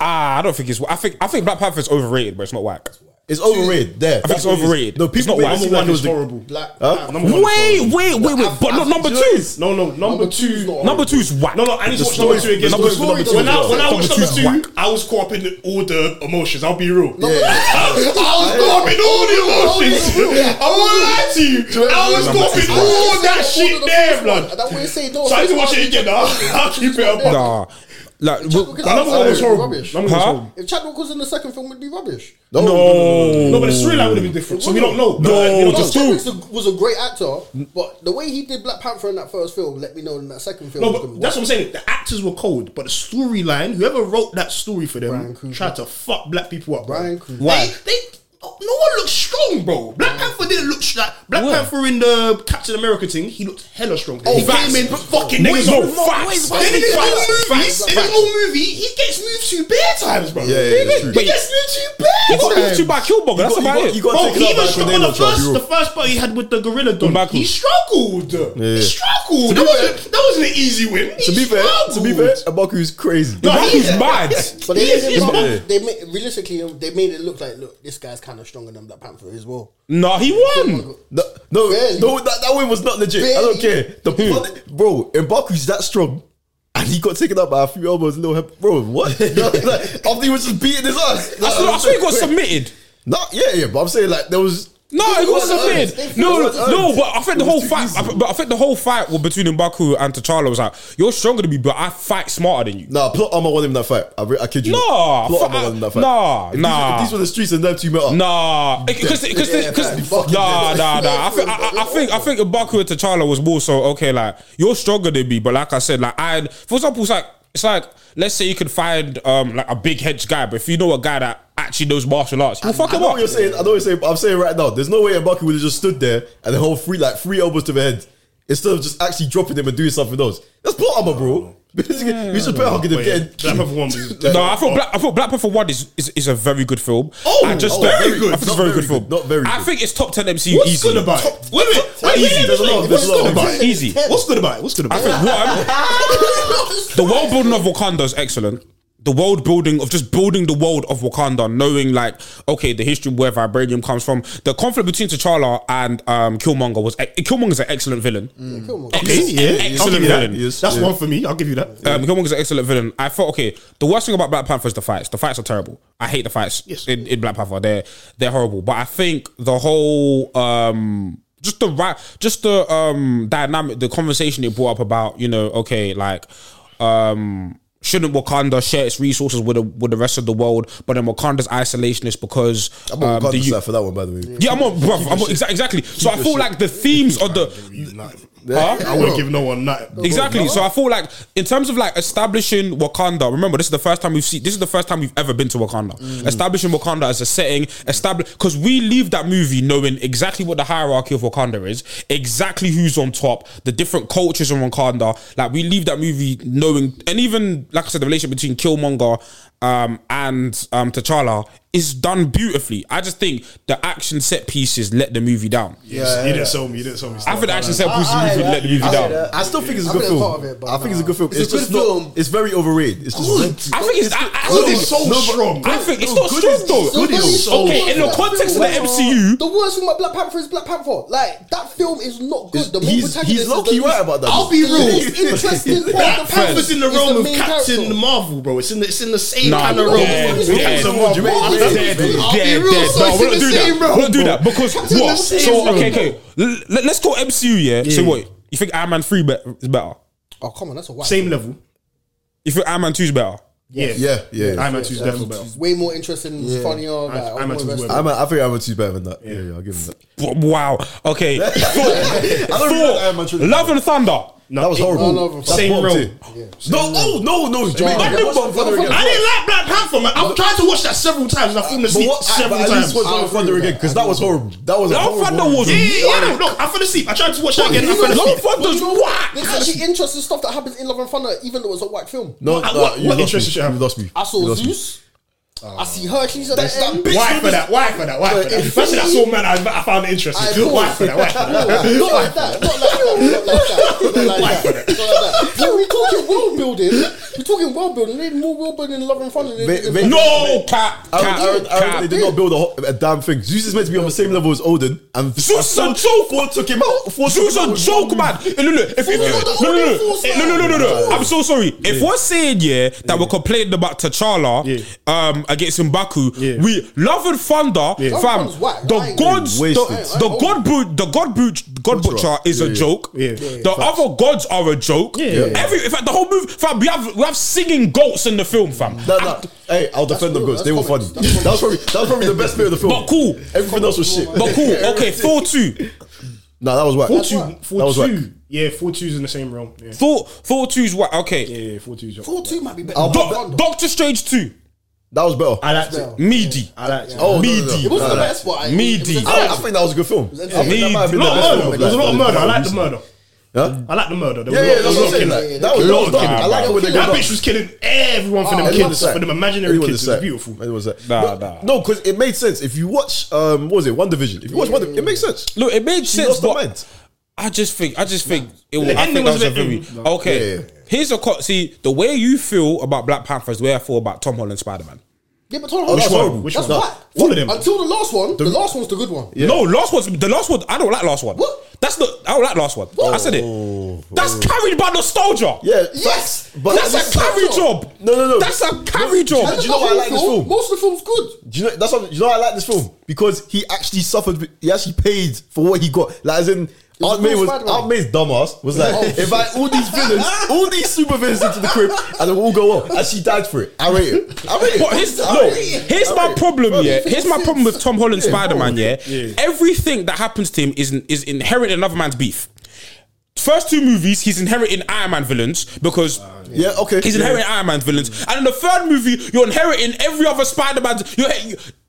Speaker 1: ah, I don't think it's. I think I think Black Panther's overrated, but it's not whack.
Speaker 2: It's overrated. There,
Speaker 1: I think it's overrated.
Speaker 2: No,
Speaker 1: It's not
Speaker 2: people make it
Speaker 1: white.
Speaker 2: seem
Speaker 4: Number
Speaker 2: like it
Speaker 4: one is
Speaker 2: was the-
Speaker 4: horrible.
Speaker 2: Huh?
Speaker 4: Number one is
Speaker 1: Wait,
Speaker 4: horrible.
Speaker 1: wait, wait, wait. But no,
Speaker 2: I think
Speaker 1: number
Speaker 2: you know
Speaker 1: two.
Speaker 2: it's-
Speaker 4: No, no, number, two.
Speaker 1: Number two's whack.
Speaker 4: No, no, I need to watch
Speaker 2: story-
Speaker 4: number two again.
Speaker 2: the
Speaker 4: Number two,
Speaker 2: story
Speaker 4: number two.
Speaker 2: doesn't
Speaker 4: When I,
Speaker 2: work.
Speaker 4: when I watched
Speaker 1: Number
Speaker 4: number
Speaker 1: two's
Speaker 4: two,
Speaker 1: whack.
Speaker 4: I was caught up in all the emotions. I'll be real.
Speaker 2: Yeah, yeah.
Speaker 4: I was caught up in all the emotions. I won't lie to you. I was caught up in all that shit there, blood.
Speaker 5: That way, say no.
Speaker 4: So I need to watch it again. I'll <laughs> I'll keep it up.
Speaker 1: Nah, like w-
Speaker 5: Because
Speaker 4: Number one was horrible.
Speaker 5: Rubbish.
Speaker 4: Number one was
Speaker 1: Huh?
Speaker 4: horrible.
Speaker 5: If Chadwick was in the second film, it'd be rubbish.
Speaker 2: No,
Speaker 4: No, but the storyline would have been different. So we don't
Speaker 1: No,
Speaker 4: know. we don't
Speaker 1: the
Speaker 4: know.
Speaker 1: story-
Speaker 5: Chadwick was a great actor, but the way he did Black Panther in that first film let me know in that second film.
Speaker 4: No,
Speaker 5: was gonna
Speaker 4: but
Speaker 5: be
Speaker 4: that's
Speaker 5: worse.
Speaker 4: what I'm saying. The actors were cold, but the storyline, whoever wrote that story for them,
Speaker 5: Brian Cooper.
Speaker 4: tried to fuck black people up.
Speaker 5: Brian
Speaker 4: bro.
Speaker 5: Cooper.
Speaker 1: Why?
Speaker 4: They, they, no one looked strong, bro. Black Panther didn't look sh- like Black
Speaker 1: Why?
Speaker 4: Panther in the Captain America thing. He looked hella strong. he
Speaker 1: facts.
Speaker 4: came in fucking
Speaker 1: Wait,
Speaker 4: niggas
Speaker 1: no,
Speaker 4: on
Speaker 1: no, wait,
Speaker 4: facts.
Speaker 1: wait,
Speaker 4: Then in his
Speaker 1: facts,
Speaker 4: whole movie,
Speaker 1: facts,
Speaker 4: in his
Speaker 1: facts.
Speaker 4: whole movie, he gets moved to bare times, bro.
Speaker 2: Yeah, yeah,
Speaker 4: he,
Speaker 2: that's
Speaker 4: gets-
Speaker 2: true.
Speaker 4: he gets moved to
Speaker 1: he
Speaker 4: bare
Speaker 1: got
Speaker 4: times.
Speaker 1: moved to by Killmonger. That's about
Speaker 2: You got- you got-
Speaker 1: it.
Speaker 2: you got
Speaker 4: Bro,
Speaker 2: taken
Speaker 4: he
Speaker 2: out by
Speaker 4: was struck on the
Speaker 2: Grenada, Charles,
Speaker 4: first,
Speaker 2: you're
Speaker 4: the
Speaker 2: wrong.
Speaker 4: first part he had with the gorilla done.
Speaker 1: Mbaku.
Speaker 4: He struggled.
Speaker 2: yeah.
Speaker 4: He struggled. That
Speaker 2: be
Speaker 4: wasn't, that wasn't an easy win. He
Speaker 2: To be fair, to be fair, Abaku's crazy.
Speaker 4: No,
Speaker 1: Mbaku's
Speaker 4: he's-
Speaker 1: mad.
Speaker 5: But they
Speaker 4: He's-
Speaker 5: made,
Speaker 4: he's
Speaker 5: it,
Speaker 2: mad.
Speaker 5: they made realistically they made it look like look this guy's kind of stronger than Black Panther as well.
Speaker 1: No, he won.
Speaker 2: No, no,
Speaker 5: Barely.
Speaker 2: no that, that win was not legit. I don't care. The
Speaker 1: Hmm.
Speaker 2: plot, bro, Mbaku's that strong. And he got taken out by a few elbows, little help. Bro, what?
Speaker 1: <laughs>
Speaker 2: like, after he was just beating his ass.
Speaker 1: I swear, I swear he got submitted.
Speaker 2: No, yeah, yeah, but I'm saying like there was.
Speaker 1: No, it was
Speaker 2: wasn't earned.
Speaker 1: submitted. No,
Speaker 2: It
Speaker 1: no,
Speaker 2: wasn't
Speaker 1: no,
Speaker 2: earned.
Speaker 1: but I think the
Speaker 2: It was
Speaker 1: whole
Speaker 2: too
Speaker 1: fight,
Speaker 2: easy.
Speaker 1: I, but I think the whole fight was between Mbaku and T'Challa was like, you're stronger than me, but I fight smarter than you.
Speaker 2: Nah, plot armor won him that fight. I, re- I kid you.
Speaker 1: Nah,
Speaker 2: not. plot
Speaker 1: fuck-
Speaker 2: armor won him that fight.
Speaker 1: nah,
Speaker 2: if these-
Speaker 1: nah.
Speaker 2: if these were the streets and them two met up.
Speaker 1: Nah, because
Speaker 2: Yeah, man,
Speaker 1: because
Speaker 2: fucking
Speaker 1: nah
Speaker 2: dead.
Speaker 1: nah nah. I think I, I- I think I think Mbaku and T'Challa was more so okay. Like you're stronger than me, but like I said, like I for example, it's like it's like let's say you could find um like a big hedge guy, but if you know a guy that actually knows martial arts, you'll fuck
Speaker 2: I
Speaker 1: him
Speaker 2: know
Speaker 1: up.
Speaker 2: what you're saying. I know what you're saying. But I'm saying right now, there's no way Mbaku would have just stood there and the whole three like three elbows to the head instead of just actually dropping him and doing something else. That's plot armor, bro. Basically, <laughs> we should put hugging him
Speaker 4: But yeah,
Speaker 2: again. <laughs>
Speaker 4: Black Panther one was-
Speaker 1: No, I thought
Speaker 4: Oh,
Speaker 1: Black, I thought Black Panther One is, is is a very good film.
Speaker 4: Oh,
Speaker 1: I just
Speaker 2: oh,
Speaker 1: don't-
Speaker 2: very good.
Speaker 1: I think it's a
Speaker 2: Not
Speaker 1: very
Speaker 2: very
Speaker 1: good film.
Speaker 2: good, not very
Speaker 1: I
Speaker 2: good.
Speaker 1: think it's top ten MCU
Speaker 4: What's
Speaker 1: easy.
Speaker 4: good about it? Wait, wait, wait,
Speaker 2: easy.
Speaker 4: wait,
Speaker 2: There's a
Speaker 4: wait,
Speaker 2: lot of-
Speaker 4: wait,
Speaker 2: there's
Speaker 4: What's
Speaker 2: a lot
Speaker 4: good
Speaker 2: of
Speaker 4: about it?
Speaker 1: Easy.
Speaker 4: What's good about it? What's good
Speaker 1: I
Speaker 4: about
Speaker 1: think
Speaker 4: it?
Speaker 1: what- the world building of Wakanda is excellent. The world building of just building the world of Wakanda, knowing like okay the history where vibranium comes from. The conflict between T'Challa and um, Killmonger was Killmonger is an excellent villain.
Speaker 5: Killmonger.
Speaker 4: Okay,
Speaker 1: Ex-
Speaker 4: yeah, I'll give
Speaker 1: excellent
Speaker 4: you that.
Speaker 1: villain.
Speaker 4: That's one for me. I'll give you that.
Speaker 1: Um, Killmonger's an excellent villain. I thought, okay, the worst thing about Black Panther is the fights. The fights are terrible. I hate the fights
Speaker 4: Yes.
Speaker 1: in, in Black Panther. They're they're horrible. But I think the whole um just the right just the um dynamic the conversation it brought up about, you know, okay, like um Shouldn't Wakanda share its resources with the, with the rest of the world? But then Wakanda's isolationist because
Speaker 2: I'm on
Speaker 1: um, the
Speaker 2: Wakanda's
Speaker 1: U-
Speaker 2: side for that one, by the way.
Speaker 1: yeah, I'm on, bruv, I'm on exa- exactly. So I feel like the themes of the Huh?
Speaker 4: I wouldn't give no one that.
Speaker 1: Exactly. So I feel like in terms of like establishing Wakanda, remember this is the first time we've seen this is the first time we've ever been to Wakanda. Establishing Wakanda as a setting, establish because we leave that movie knowing exactly what the hierarchy of Wakanda is, exactly who's on top, the different cultures in Wakanda. Like we leave that movie knowing and even like I said, the relationship between Killmonger um, and um, T'Challa is done beautifully. I just think the action set pieces let the movie down.
Speaker 4: Yeah, you didn't sell me. You didn't sell me.
Speaker 1: I think the action set pieces
Speaker 2: I- I-
Speaker 1: movie let the movie down.
Speaker 2: I still think it's a
Speaker 5: I
Speaker 2: good
Speaker 5: think it's
Speaker 2: film.
Speaker 5: part of it, but
Speaker 2: I think it's a
Speaker 5: nah.
Speaker 2: good film.
Speaker 5: It's a
Speaker 2: It's just
Speaker 5: good film.
Speaker 2: not. It's very overrated. It's just.
Speaker 1: I think it's. I, I
Speaker 4: Good
Speaker 1: think
Speaker 4: is so
Speaker 1: no, but-
Speaker 4: strong.
Speaker 1: I think it's
Speaker 2: No,
Speaker 1: not
Speaker 2: good
Speaker 1: strong
Speaker 2: is-
Speaker 1: though.
Speaker 2: good
Speaker 5: is
Speaker 4: so
Speaker 1: okay, in the
Speaker 5: strong.
Speaker 1: context of the
Speaker 5: Wow.
Speaker 1: MCU,
Speaker 5: The worst thing about Black Panther is Black Panther. Like that film is not good. The main
Speaker 2: He's
Speaker 5: protagonist
Speaker 2: he's
Speaker 5: is the
Speaker 2: low key
Speaker 5: least-
Speaker 2: right about that.
Speaker 4: I'll be real.
Speaker 5: It's interesting. part
Speaker 4: Black
Speaker 5: of the film
Speaker 4: Panther's in the
Speaker 5: is
Speaker 4: realm of
Speaker 5: main
Speaker 4: Captain
Speaker 5: character.
Speaker 4: Marvel, bro. It's in the it's in the same
Speaker 1: Nah,
Speaker 4: kind of
Speaker 1: yeah,
Speaker 4: realm.
Speaker 1: yeah,
Speaker 4: as
Speaker 1: yeah.
Speaker 4: Captain Marvel.
Speaker 2: Yeah,
Speaker 4: I'll be
Speaker 2: yeah,
Speaker 4: real,
Speaker 2: yeah,
Speaker 4: I'll be
Speaker 1: dead,
Speaker 4: real,
Speaker 1: dead.
Speaker 4: so
Speaker 1: No,
Speaker 4: it's
Speaker 1: we don't
Speaker 4: in the
Speaker 1: do
Speaker 4: same
Speaker 1: that.
Speaker 4: realm,
Speaker 1: We don't do
Speaker 4: bro.
Speaker 1: that because
Speaker 4: Captain
Speaker 1: what?
Speaker 4: Marvel.
Speaker 1: So
Speaker 4: Same
Speaker 1: okay,
Speaker 4: realm.
Speaker 1: okay. L- let- let's go MCU. Yeah. So what? You think Iron Man three be- is better?
Speaker 5: Oh come on, that's a white.
Speaker 4: Same level.
Speaker 1: You think Iron Man two is better?
Speaker 4: Yeah,
Speaker 2: Yeah, yeah.
Speaker 4: Iron Man 2 is definitely better.
Speaker 5: Way more interesting, funnier. Like, all
Speaker 4: I'm
Speaker 5: the
Speaker 4: at
Speaker 5: rest
Speaker 4: his
Speaker 5: of
Speaker 4: word.
Speaker 2: I'm a, I think I'm a two better than that. Yeah, yeah, I'll give him that.
Speaker 1: W- Wow. Okay. Thor,
Speaker 2: <laughs> I don't really like Iron Man
Speaker 1: Thor,
Speaker 2: trilogy.
Speaker 1: Love and Thunder.
Speaker 2: That was horrible.
Speaker 5: No, no, no.
Speaker 2: That's
Speaker 4: Same
Speaker 2: bottom
Speaker 4: row.
Speaker 2: tier. No, oh, no, no. Jimmy,
Speaker 5: row.
Speaker 2: that was
Speaker 5: That's
Speaker 2: Thunder
Speaker 5: what-
Speaker 2: again.
Speaker 4: I didn't like Black Panther, man. I've tried to watch that several times and I've fallen
Speaker 2: But
Speaker 4: asleep
Speaker 2: what? I,
Speaker 4: several
Speaker 2: but at
Speaker 4: times.
Speaker 2: least watch Love and Thunder again because that was horrible. That was a
Speaker 1: Love and
Speaker 2: horrible.
Speaker 1: Thunder was.
Speaker 4: Yeah, yeah, yeah,
Speaker 1: whack.
Speaker 4: no, no, I fell asleep. I tried to watch that again. I fell
Speaker 1: Love and
Speaker 4: asleep.
Speaker 1: Thunder's
Speaker 5: There's
Speaker 1: whack.
Speaker 5: actually interesting stuff that happens in Love and Thunder, even though it's a whack film.
Speaker 2: No,
Speaker 4: What-
Speaker 2: no,
Speaker 4: what-
Speaker 2: you
Speaker 4: what
Speaker 2: lost me.
Speaker 4: interest did you have?
Speaker 2: You lost me.
Speaker 5: I
Speaker 2: You
Speaker 5: saw
Speaker 2: lost me.
Speaker 5: Zeus. I see Hercules at
Speaker 2: That's
Speaker 5: the
Speaker 2: that
Speaker 5: end.
Speaker 2: bitch who
Speaker 4: Why for
Speaker 2: just-
Speaker 4: that? Why for that? Why for that?
Speaker 5: But
Speaker 4: If I said I saw man, I, I found it interesting.
Speaker 5: I know.
Speaker 4: Why for that? Why for
Speaker 5: No, not
Speaker 4: that?
Speaker 5: like that. Not like that. Not like that. Not like that. Not like that. When we talking world building, we fucking world building. They need more world building in Love and Thunder. than
Speaker 2: They-
Speaker 5: they did
Speaker 2: they-
Speaker 5: in-
Speaker 1: No cap,
Speaker 2: Aaron,
Speaker 1: cap,
Speaker 2: Aaron, Aaron,
Speaker 1: cap.
Speaker 2: they did not build a, ho- a damn thing. Zeus is meant to be on the same level as Odin, and
Speaker 1: Zeus is a
Speaker 2: and
Speaker 1: joke.
Speaker 2: Thor took him out. Thor took
Speaker 1: Zeus
Speaker 2: him out
Speaker 1: a
Speaker 2: with
Speaker 1: joke,
Speaker 2: one
Speaker 1: man. Eh, No, no, if, if, if, no, no, no, no, no, no, no, no, no. I'm so sorry. If we're saying yeah that we're complaining about T'Challa um, against Mbaku,
Speaker 4: Yeah.
Speaker 1: we love and thunder,
Speaker 5: and
Speaker 1: fam.
Speaker 5: Thunder's whack. I
Speaker 1: The
Speaker 5: ain't
Speaker 1: gods, the,
Speaker 2: wasted.
Speaker 1: the god boot, the god boot, god butcher is a joke.
Speaker 4: Yeah.
Speaker 1: The other gods are a joke. Every, in fact, the whole movie, fam. We have we have singing goats in the film, fam.
Speaker 4: Mm.
Speaker 2: No, no. Hey, I'll defend them
Speaker 5: cool,
Speaker 2: goats.
Speaker 5: that's
Speaker 2: They were funny.
Speaker 5: comics,
Speaker 2: That was probably that was probably the best bit of the film.
Speaker 1: But cool.
Speaker 2: Everything else was shit.
Speaker 1: But cool.
Speaker 4: <laughs>
Speaker 1: Okay, four two.
Speaker 2: Nah, that was whack.
Speaker 4: Four two,
Speaker 2: That
Speaker 4: four
Speaker 2: was whack.
Speaker 4: two. Yeah, four twos in the same realm. Yeah,
Speaker 1: Thor, Thor two's what? Okay.
Speaker 4: yeah, yeah four twos. yeah.
Speaker 5: Thor two might be better.
Speaker 2: I'll-
Speaker 5: than Love
Speaker 1: Doc-
Speaker 5: and Thunder.
Speaker 1: Doctor Strange two.
Speaker 2: That was better.
Speaker 4: I liked it.
Speaker 1: Meaty.
Speaker 4: I liked it.
Speaker 2: Oh, no, no, no.
Speaker 1: Meaty.
Speaker 5: It wasn't
Speaker 2: Nah,
Speaker 5: the
Speaker 2: nah.
Speaker 5: best, but I-
Speaker 1: Meaty.
Speaker 5: it
Speaker 2: I,
Speaker 5: was
Speaker 2: I
Speaker 5: entertaining.
Speaker 2: think that was a good film. I think that
Speaker 1: Meaty.
Speaker 2: might have
Speaker 4: A
Speaker 2: been the
Speaker 4: lot
Speaker 2: best
Speaker 4: of
Speaker 2: film.
Speaker 4: murder. There was a lot of murder. I liked the murder.
Speaker 2: Huh?
Speaker 4: I liked the murder. There was
Speaker 2: Yeah,
Speaker 4: a
Speaker 2: yeah,
Speaker 4: lot-
Speaker 2: that's
Speaker 4: there
Speaker 2: what
Speaker 4: was
Speaker 2: I'm
Speaker 4: a lot
Speaker 2: saying. like, That
Speaker 4: of killing.
Speaker 2: was that was
Speaker 4: Lot of
Speaker 2: dumb. I
Speaker 1: killing.
Speaker 2: like it when they
Speaker 4: That
Speaker 2: got
Speaker 4: bitch was killing everyone for
Speaker 2: Ah,
Speaker 4: them
Speaker 2: everyone
Speaker 4: kids,
Speaker 2: was
Speaker 4: for them
Speaker 2: sacked.
Speaker 4: imaginary
Speaker 2: Everyone was
Speaker 4: kids. It was
Speaker 2: sacked.
Speaker 4: beautiful.
Speaker 2: Everyone was sacked.
Speaker 1: Nah,
Speaker 2: But-
Speaker 1: nah.
Speaker 2: No, because it made sense. If you watch, um, what was it, One Division? If you watch One, Div- it makes sense.
Speaker 1: Look, it made
Speaker 2: She
Speaker 1: sense,
Speaker 2: lost her
Speaker 1: but
Speaker 2: mind.
Speaker 1: I just think, I just think it was.
Speaker 4: The
Speaker 1: I
Speaker 4: ending
Speaker 1: think that was
Speaker 4: was
Speaker 1: a
Speaker 4: a bit,
Speaker 1: very
Speaker 4: mm, no.
Speaker 1: okay.
Speaker 2: Yeah, yeah.
Speaker 1: Here's a cut. See, the way you feel about Black Panther is the way I feel about Tom Holland Spider Man.
Speaker 5: Yeah, but Tom Holland.
Speaker 2: that's
Speaker 5: one?
Speaker 2: horrible.
Speaker 4: Which
Speaker 5: That's
Speaker 4: one?
Speaker 5: whack.
Speaker 4: All of them.
Speaker 5: Until the last one, the, last one's the good one.
Speaker 1: No, last one's the last one. I don't like last one.
Speaker 5: What?
Speaker 1: That's the I don't like last one. I said it. That's carried by nostalgia.
Speaker 2: Oh, Yeah,
Speaker 5: Yes,
Speaker 2: facts. But
Speaker 1: that's a carry
Speaker 5: nostalgia.
Speaker 1: job.
Speaker 2: No, no, no.
Speaker 1: That's a carry
Speaker 2: Do
Speaker 1: job.
Speaker 2: you know why I like this film?
Speaker 5: Most of the film's good.
Speaker 2: Do you know that's what, do you know why I like this film because he actually suffered. He actually paid for what he got. Like as in. Aunt
Speaker 5: a
Speaker 2: May
Speaker 5: cool
Speaker 2: was
Speaker 5: Spider-Man.
Speaker 2: Aunt May's dumbass was like,
Speaker 5: Oh,
Speaker 2: invite all these villains, all these super villains into the crib, and they will all go up. And she died for it. I rate it. I rate it.
Speaker 1: But here's,
Speaker 2: I
Speaker 1: no,
Speaker 2: rate it.
Speaker 1: here's
Speaker 2: I
Speaker 1: my
Speaker 2: rate it.
Speaker 1: problem, yeah. Here's my
Speaker 5: it's-
Speaker 1: problem with Tom Holland
Speaker 2: yeah,
Speaker 1: Spider Man, yeah.
Speaker 4: Yeah.
Speaker 1: Everything that happens to him is, is inherent in another man's beef. First two movies, he's inheriting Iron Man villains because
Speaker 2: Yeah, okay.
Speaker 1: He's
Speaker 2: yeah.
Speaker 1: inheriting Iron Man's villains, and in the third movie, you're inheriting every other Spider Man's. You're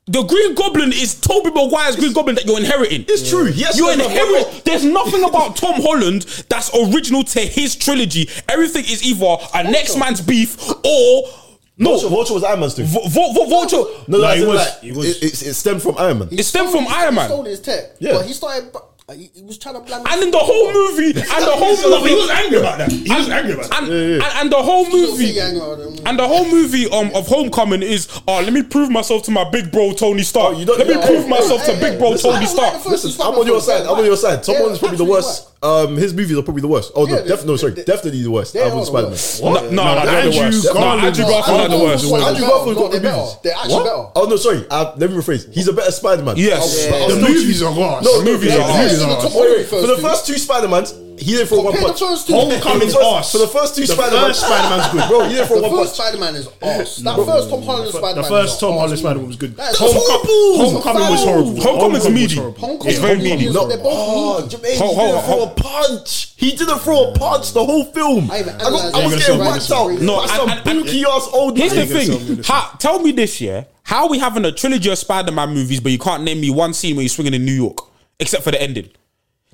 Speaker 1: the Green Goblin is Tobey Maguire's Green Goblin that you're inheriting.
Speaker 2: It's true. Yes,
Speaker 1: you're
Speaker 2: no, no, no,
Speaker 1: inherit.
Speaker 2: no.
Speaker 1: There's nothing about Tom Holland that's original to his trilogy. Everything is either a next man's beef or no.
Speaker 2: Vulture, Vulture was Iron Man's too.
Speaker 1: Vo- vo- vo- Vulture.
Speaker 2: No, no,
Speaker 4: No,
Speaker 2: as
Speaker 4: he
Speaker 2: in,
Speaker 4: was-
Speaker 2: like,
Speaker 4: he was-
Speaker 2: It, it, it stemmed from Iron Man.
Speaker 1: It's stemmed from
Speaker 5: He
Speaker 1: Iron Man.
Speaker 5: Stole his tech.
Speaker 2: Yeah.
Speaker 5: But he started. but He he was trying to blame.
Speaker 1: And in the whole movie, and the whole
Speaker 4: No, but
Speaker 1: movie,
Speaker 4: he was angry about that. He was
Speaker 1: And-
Speaker 4: angry about that.
Speaker 1: And, and, and the whole movie,
Speaker 5: Gang or them.
Speaker 1: and the whole movie um, of Homecoming is, oh, let me prove myself to my big bro Tony Stark.
Speaker 2: Oh, you don't-
Speaker 1: let me
Speaker 2: yeah,
Speaker 1: prove
Speaker 2: hey,
Speaker 1: myself
Speaker 5: hey,
Speaker 1: to
Speaker 5: hey,
Speaker 1: big bro
Speaker 5: listen, I
Speaker 1: Tony
Speaker 5: don't like
Speaker 1: Stark.
Speaker 5: the first
Speaker 2: Listen,
Speaker 5: Spider-Man
Speaker 2: I'm on your
Speaker 5: film,
Speaker 2: side.
Speaker 5: they're
Speaker 2: I'm on your
Speaker 5: whack.
Speaker 2: side. Tom
Speaker 5: Yeah,
Speaker 2: Holland's probably the
Speaker 5: actually
Speaker 2: worst. Um, his movies are probably the worst. Oh
Speaker 5: Yeah,
Speaker 2: no,
Speaker 5: they-
Speaker 2: def- no, sorry,
Speaker 5: they-
Speaker 2: definitely the worst.
Speaker 5: they
Speaker 2: Iron Man
Speaker 5: are the
Speaker 2: Spider-Man.
Speaker 5: worst.
Speaker 1: No, no, no, they're the
Speaker 4: Andrew
Speaker 1: worst. No,
Speaker 4: Garfield-
Speaker 1: Andrew
Speaker 5: No,
Speaker 1: Garfield's not the
Speaker 5: Andrew
Speaker 1: worst.
Speaker 2: Andrew
Speaker 5: Garfield- They're
Speaker 2: Garfield's
Speaker 5: better.
Speaker 2: got the
Speaker 5: They're
Speaker 2: movies.
Speaker 5: better. They're actually
Speaker 2: What? Oh
Speaker 5: better.
Speaker 2: no, sorry. Uh, let me rephrase. He's a better Spider-Man.
Speaker 1: Yes.
Speaker 2: But I was
Speaker 4: The
Speaker 2: still too-
Speaker 4: movies are worse.
Speaker 2: No,
Speaker 1: The movies
Speaker 2: yeah,
Speaker 1: are
Speaker 2: the
Speaker 1: hard.
Speaker 2: movies are
Speaker 5: Even
Speaker 2: hard.
Speaker 5: the Tom Holland
Speaker 2: Wait, wait, For the
Speaker 5: first two.
Speaker 2: first two Spider-Mans, he didn't throw one
Speaker 5: Compare the
Speaker 2: punch.
Speaker 5: first two.
Speaker 4: Homecoming's
Speaker 2: For the first-
Speaker 4: arse.
Speaker 2: For the first two
Speaker 4: The
Speaker 2: Spider-Man,
Speaker 4: first Spider-Man's good.
Speaker 2: Bro, he didn't throw
Speaker 5: The
Speaker 2: one
Speaker 5: first
Speaker 2: punch.
Speaker 5: Spider-Man is ass. That first Tom Holland Spider-Man.
Speaker 4: The first
Speaker 5: is
Speaker 4: Tom
Speaker 5: arse.
Speaker 4: Holland Spider-Man was good.
Speaker 5: That is
Speaker 4: Homecoming-
Speaker 5: horrible.
Speaker 4: Homecoming was horrible.
Speaker 1: Homecoming's meaty.
Speaker 4: was horrible.
Speaker 5: Hong Kong
Speaker 1: It's very
Speaker 5: Hong
Speaker 1: meaty.
Speaker 5: Kong,
Speaker 1: No.
Speaker 5: They're both
Speaker 2: Oh,
Speaker 5: meaty.
Speaker 2: Jermaine, he
Speaker 1: Hold- hold-
Speaker 2: didn't throw a
Speaker 1: hold.
Speaker 2: punch. He didn't throw a punch the whole film.
Speaker 5: I
Speaker 2: I,
Speaker 5: even
Speaker 2: got, I
Speaker 5: analysed
Speaker 2: was
Speaker 5: it.
Speaker 2: getting
Speaker 5: Right,
Speaker 2: whacked
Speaker 5: right,
Speaker 2: out
Speaker 5: right.
Speaker 1: No,
Speaker 2: by
Speaker 1: and-
Speaker 2: some
Speaker 1: and- and-
Speaker 2: bookie ass old
Speaker 1: Here's the
Speaker 2: man.
Speaker 4: gonna sell me
Speaker 1: thing.
Speaker 4: this
Speaker 1: Ha, tell me this, yeah. How we having a trilogy of Spider-Man movies, but you can't name me one scene where he's swinging in New York, except for the ending.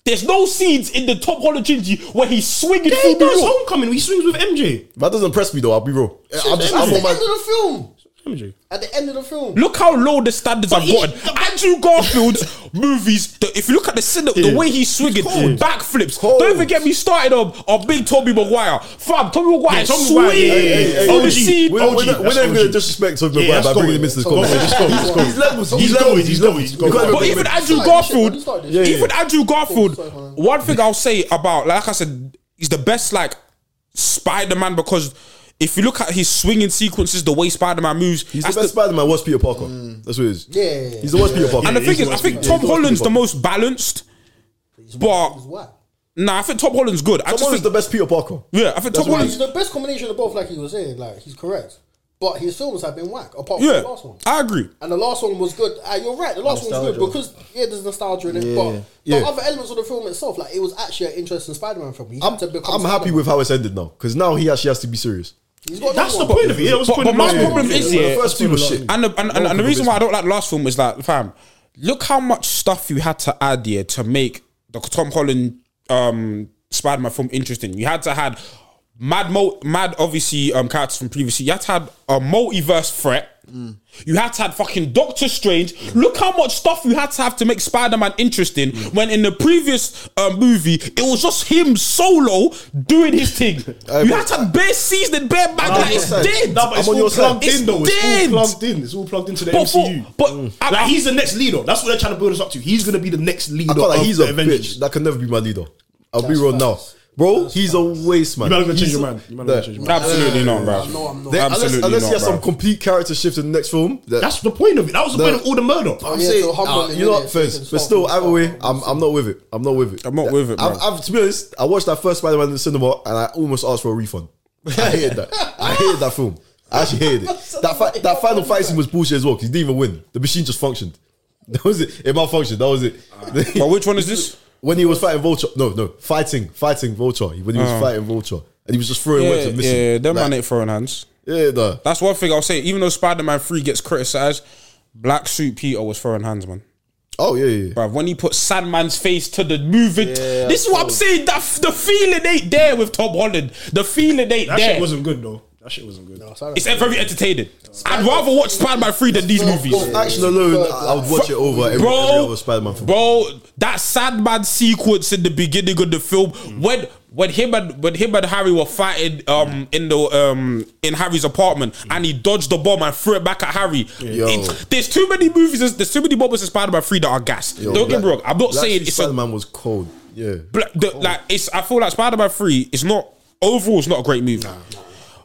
Speaker 1: There's no scenes in the Tom Holland trilogy where he's swinging
Speaker 4: Yeah,
Speaker 1: through
Speaker 4: he
Speaker 1: New
Speaker 4: does
Speaker 1: York.
Speaker 4: Homecoming. He swings with MJ.
Speaker 2: That doesn't impress me though. I'll be real. I'm just,
Speaker 5: At
Speaker 2: I'm on
Speaker 5: the end of
Speaker 2: my.
Speaker 5: the film.
Speaker 4: MJ.
Speaker 5: At the end of the film.
Speaker 1: Look how low the standards have
Speaker 4: he-
Speaker 1: gotten. Andrew Garfield's <laughs> movies, the, if you look at the cine, the way he's swinging,
Speaker 4: cold.
Speaker 1: backflips.
Speaker 2: cold.
Speaker 1: Don't even get me started on, on big Toby Maguire. Fam, Toby Maguire
Speaker 4: Yeah, Tobey
Speaker 1: swings
Speaker 4: Maguire, yeah, yeah, yeah, yeah.
Speaker 1: on the
Speaker 4: OG.
Speaker 1: scene.
Speaker 2: We're, we're
Speaker 4: OG,
Speaker 2: not, we're not
Speaker 4: that's
Speaker 2: even going to
Speaker 4: OG.
Speaker 2: disrespect Toby
Speaker 4: Yeah,
Speaker 2: Maguire by
Speaker 4: that's
Speaker 2: bringing
Speaker 4: going.
Speaker 2: him into this
Speaker 4: That's going. That's going. That's
Speaker 2: conversation. He's
Speaker 4: going.
Speaker 2: levels.
Speaker 4: He's
Speaker 2: He's
Speaker 4: going.
Speaker 2: levels.
Speaker 4: He's
Speaker 2: He's
Speaker 4: going.
Speaker 2: levels.
Speaker 4: He's going.
Speaker 1: But even Andrew
Speaker 5: Sorry, shit,
Speaker 1: Garfield,
Speaker 5: I'm sorry.
Speaker 2: yeah.
Speaker 1: even Andrew Garfield,
Speaker 5: Oh, Sorry, sorry, hold
Speaker 1: one thing I'll say about, like I said, he's the best, like, Spider Man because if you look at his swinging sequences, the way Spider Man moves,
Speaker 2: He's the
Speaker 1: that's
Speaker 2: best Spider-Man. Was Peter Parker? That's what it is.
Speaker 5: Yeah.
Speaker 2: He's the worst Peter Parker.
Speaker 1: Mm. and the thing
Speaker 4: he's
Speaker 1: is,
Speaker 4: the
Speaker 1: I
Speaker 4: best
Speaker 1: think
Speaker 2: Peter
Speaker 1: Tom
Speaker 2: Parker.
Speaker 1: Holland's the most balanced, but.
Speaker 5: It's whack.
Speaker 1: Nah, I think Tom Holland's good. I
Speaker 2: Tom
Speaker 1: just
Speaker 2: Holland's the
Speaker 1: think,
Speaker 2: best Peter Parker.
Speaker 1: yeah, I think Tom
Speaker 5: Well, he's
Speaker 1: Holland's.
Speaker 5: the best combination of both, like he was saying. Like he's correct, but his films have been whack apart from
Speaker 1: Yeah,
Speaker 5: the last one.
Speaker 1: I agree.
Speaker 5: And the last one was good. Ah, you're right. The last
Speaker 2: Nostalgia.
Speaker 5: one's good because yeah, there's nostalgia in it,
Speaker 2: Yeah.
Speaker 5: but
Speaker 2: Yeah.
Speaker 5: the other elements of the film itself, like it was actually an interesting Spider-Man film. He
Speaker 2: I'm,
Speaker 5: had to become
Speaker 2: I'm happy
Speaker 5: Spider-Man.
Speaker 2: with how it's ended now because now he actually has to be serious.
Speaker 5: He's got
Speaker 4: That's the
Speaker 5: another
Speaker 4: point of it. Yeah, that was the
Speaker 1: But,
Speaker 4: point
Speaker 1: but
Speaker 4: of
Speaker 1: my
Speaker 4: it.
Speaker 1: problem is, yeah,
Speaker 2: the first two was shit.
Speaker 1: and the, and, and, and the reason why I don't like the last film is like, fam, look how much stuff you had to add here to make the Tom Holland um, Spider Man film interesting. You had to had mad, mo- mad, obviously um, characters from previously. You had to had a multiverse threat. You had to have fucking Doctor Strange. Look how much stuff you had to have to make Spider Man interesting. When in the previous uh, movie, it was just him solo doing his thing.
Speaker 2: Aye,
Speaker 1: you
Speaker 2: but-
Speaker 1: had to have bare season, bare back.
Speaker 4: I'm
Speaker 1: Like,
Speaker 4: on
Speaker 1: it's
Speaker 4: your side.
Speaker 1: dead.
Speaker 4: No, but it's
Speaker 2: I'm on
Speaker 4: all
Speaker 2: your side.
Speaker 4: plugged
Speaker 1: It's
Speaker 4: in though.
Speaker 1: dead.
Speaker 4: It's all plugged in. It's all plugged into the
Speaker 1: But, for-
Speaker 4: MCU.
Speaker 1: but I-
Speaker 4: Mm. like
Speaker 1: I-
Speaker 4: he's the next leader. That's what they're trying to build us up to. He's gonna be the next leader
Speaker 2: I feel like
Speaker 4: of
Speaker 2: he's
Speaker 4: the
Speaker 2: a
Speaker 4: Avengers.
Speaker 2: bitch. That can never be my leader. I'll be real now. Bro, he's a waste, man.
Speaker 4: You better go change
Speaker 2: He's
Speaker 4: your
Speaker 2: a-
Speaker 4: mind. You better go
Speaker 2: Nah.
Speaker 4: change your mind.
Speaker 1: absolutely not, bro.
Speaker 5: No, I'm not.
Speaker 2: They- unless,
Speaker 1: Absolutely
Speaker 2: unless he
Speaker 1: not,
Speaker 2: has some
Speaker 1: bro.
Speaker 2: complete character shift in the next film. that-
Speaker 4: That's the point of it. That was the point of all the murder.
Speaker 2: I'm
Speaker 5: yeah,
Speaker 2: saying,
Speaker 5: so humble
Speaker 2: uh,
Speaker 5: and
Speaker 2: you know what,
Speaker 5: humble,
Speaker 2: Fizz,
Speaker 5: so
Speaker 2: but
Speaker 5: soft
Speaker 2: still,
Speaker 5: and
Speaker 2: either
Speaker 5: soft.
Speaker 2: way, I'm, I'm not with it. I'm not with it.
Speaker 1: I'm not with it,
Speaker 2: I've,
Speaker 1: bro.
Speaker 2: I've, to be honest, I watched that first Spider-Man in the cinema and I almost asked for a refund. I hated that. I hated that film. I actually hated
Speaker 5: <laughs>
Speaker 2: it. That fi- that final fight scene was bullshit as well. 'cause He didn't even win. The machine just functioned. <laughs> That was it. It malfunctioned. That was it.
Speaker 1: But which one is this?
Speaker 2: <laughs> when he was fighting Vulture, no, no, fighting, fighting Vulture. When he was fighting Vulture, and he was just throwing
Speaker 1: Oh. Yeah,
Speaker 2: weapons and missing.
Speaker 1: yeah, them
Speaker 2: Like,
Speaker 1: man ain't throwing hands.
Speaker 2: Yeah, nah.
Speaker 1: That's one thing I'll say. Even though Spider Man Three gets criticized, Black Suit Peter was throwing hands, man.
Speaker 2: Oh yeah, yeah. yeah.
Speaker 1: Bruv, when he put Sandman's face to the moving, this is what I'm saying. That f- the feeling ain't there with Tom Holland. The feeling ain't
Speaker 4: That
Speaker 1: there.
Speaker 4: shit wasn't good though. That shit wasn't good.
Speaker 1: it's very entertaining. I'd rather watch Spider Man Three than these movies.
Speaker 2: Action alone, I I would watch it over every, every
Speaker 1: bro,
Speaker 2: other Spider-Man film.
Speaker 1: bro, that Sandman sequence in the beginning of the film when when him and when him and Harry were fighting um in the um in Harry's apartment and he dodged the bomb and threw it back at Harry.
Speaker 2: Yo.
Speaker 1: It's- there's too many movies. There's, there's too many moments in Spider-Man Three that are gas.
Speaker 2: Yo,
Speaker 1: Don't get me
Speaker 2: Black-
Speaker 1: wrong. I'm not
Speaker 2: Black
Speaker 1: saying
Speaker 2: Suit
Speaker 1: it's a
Speaker 2: Spider-Man Oh. was cold. Yeah.
Speaker 1: Bla- the, like it's I feel like Spider Man Three is not overall it's not a great movie,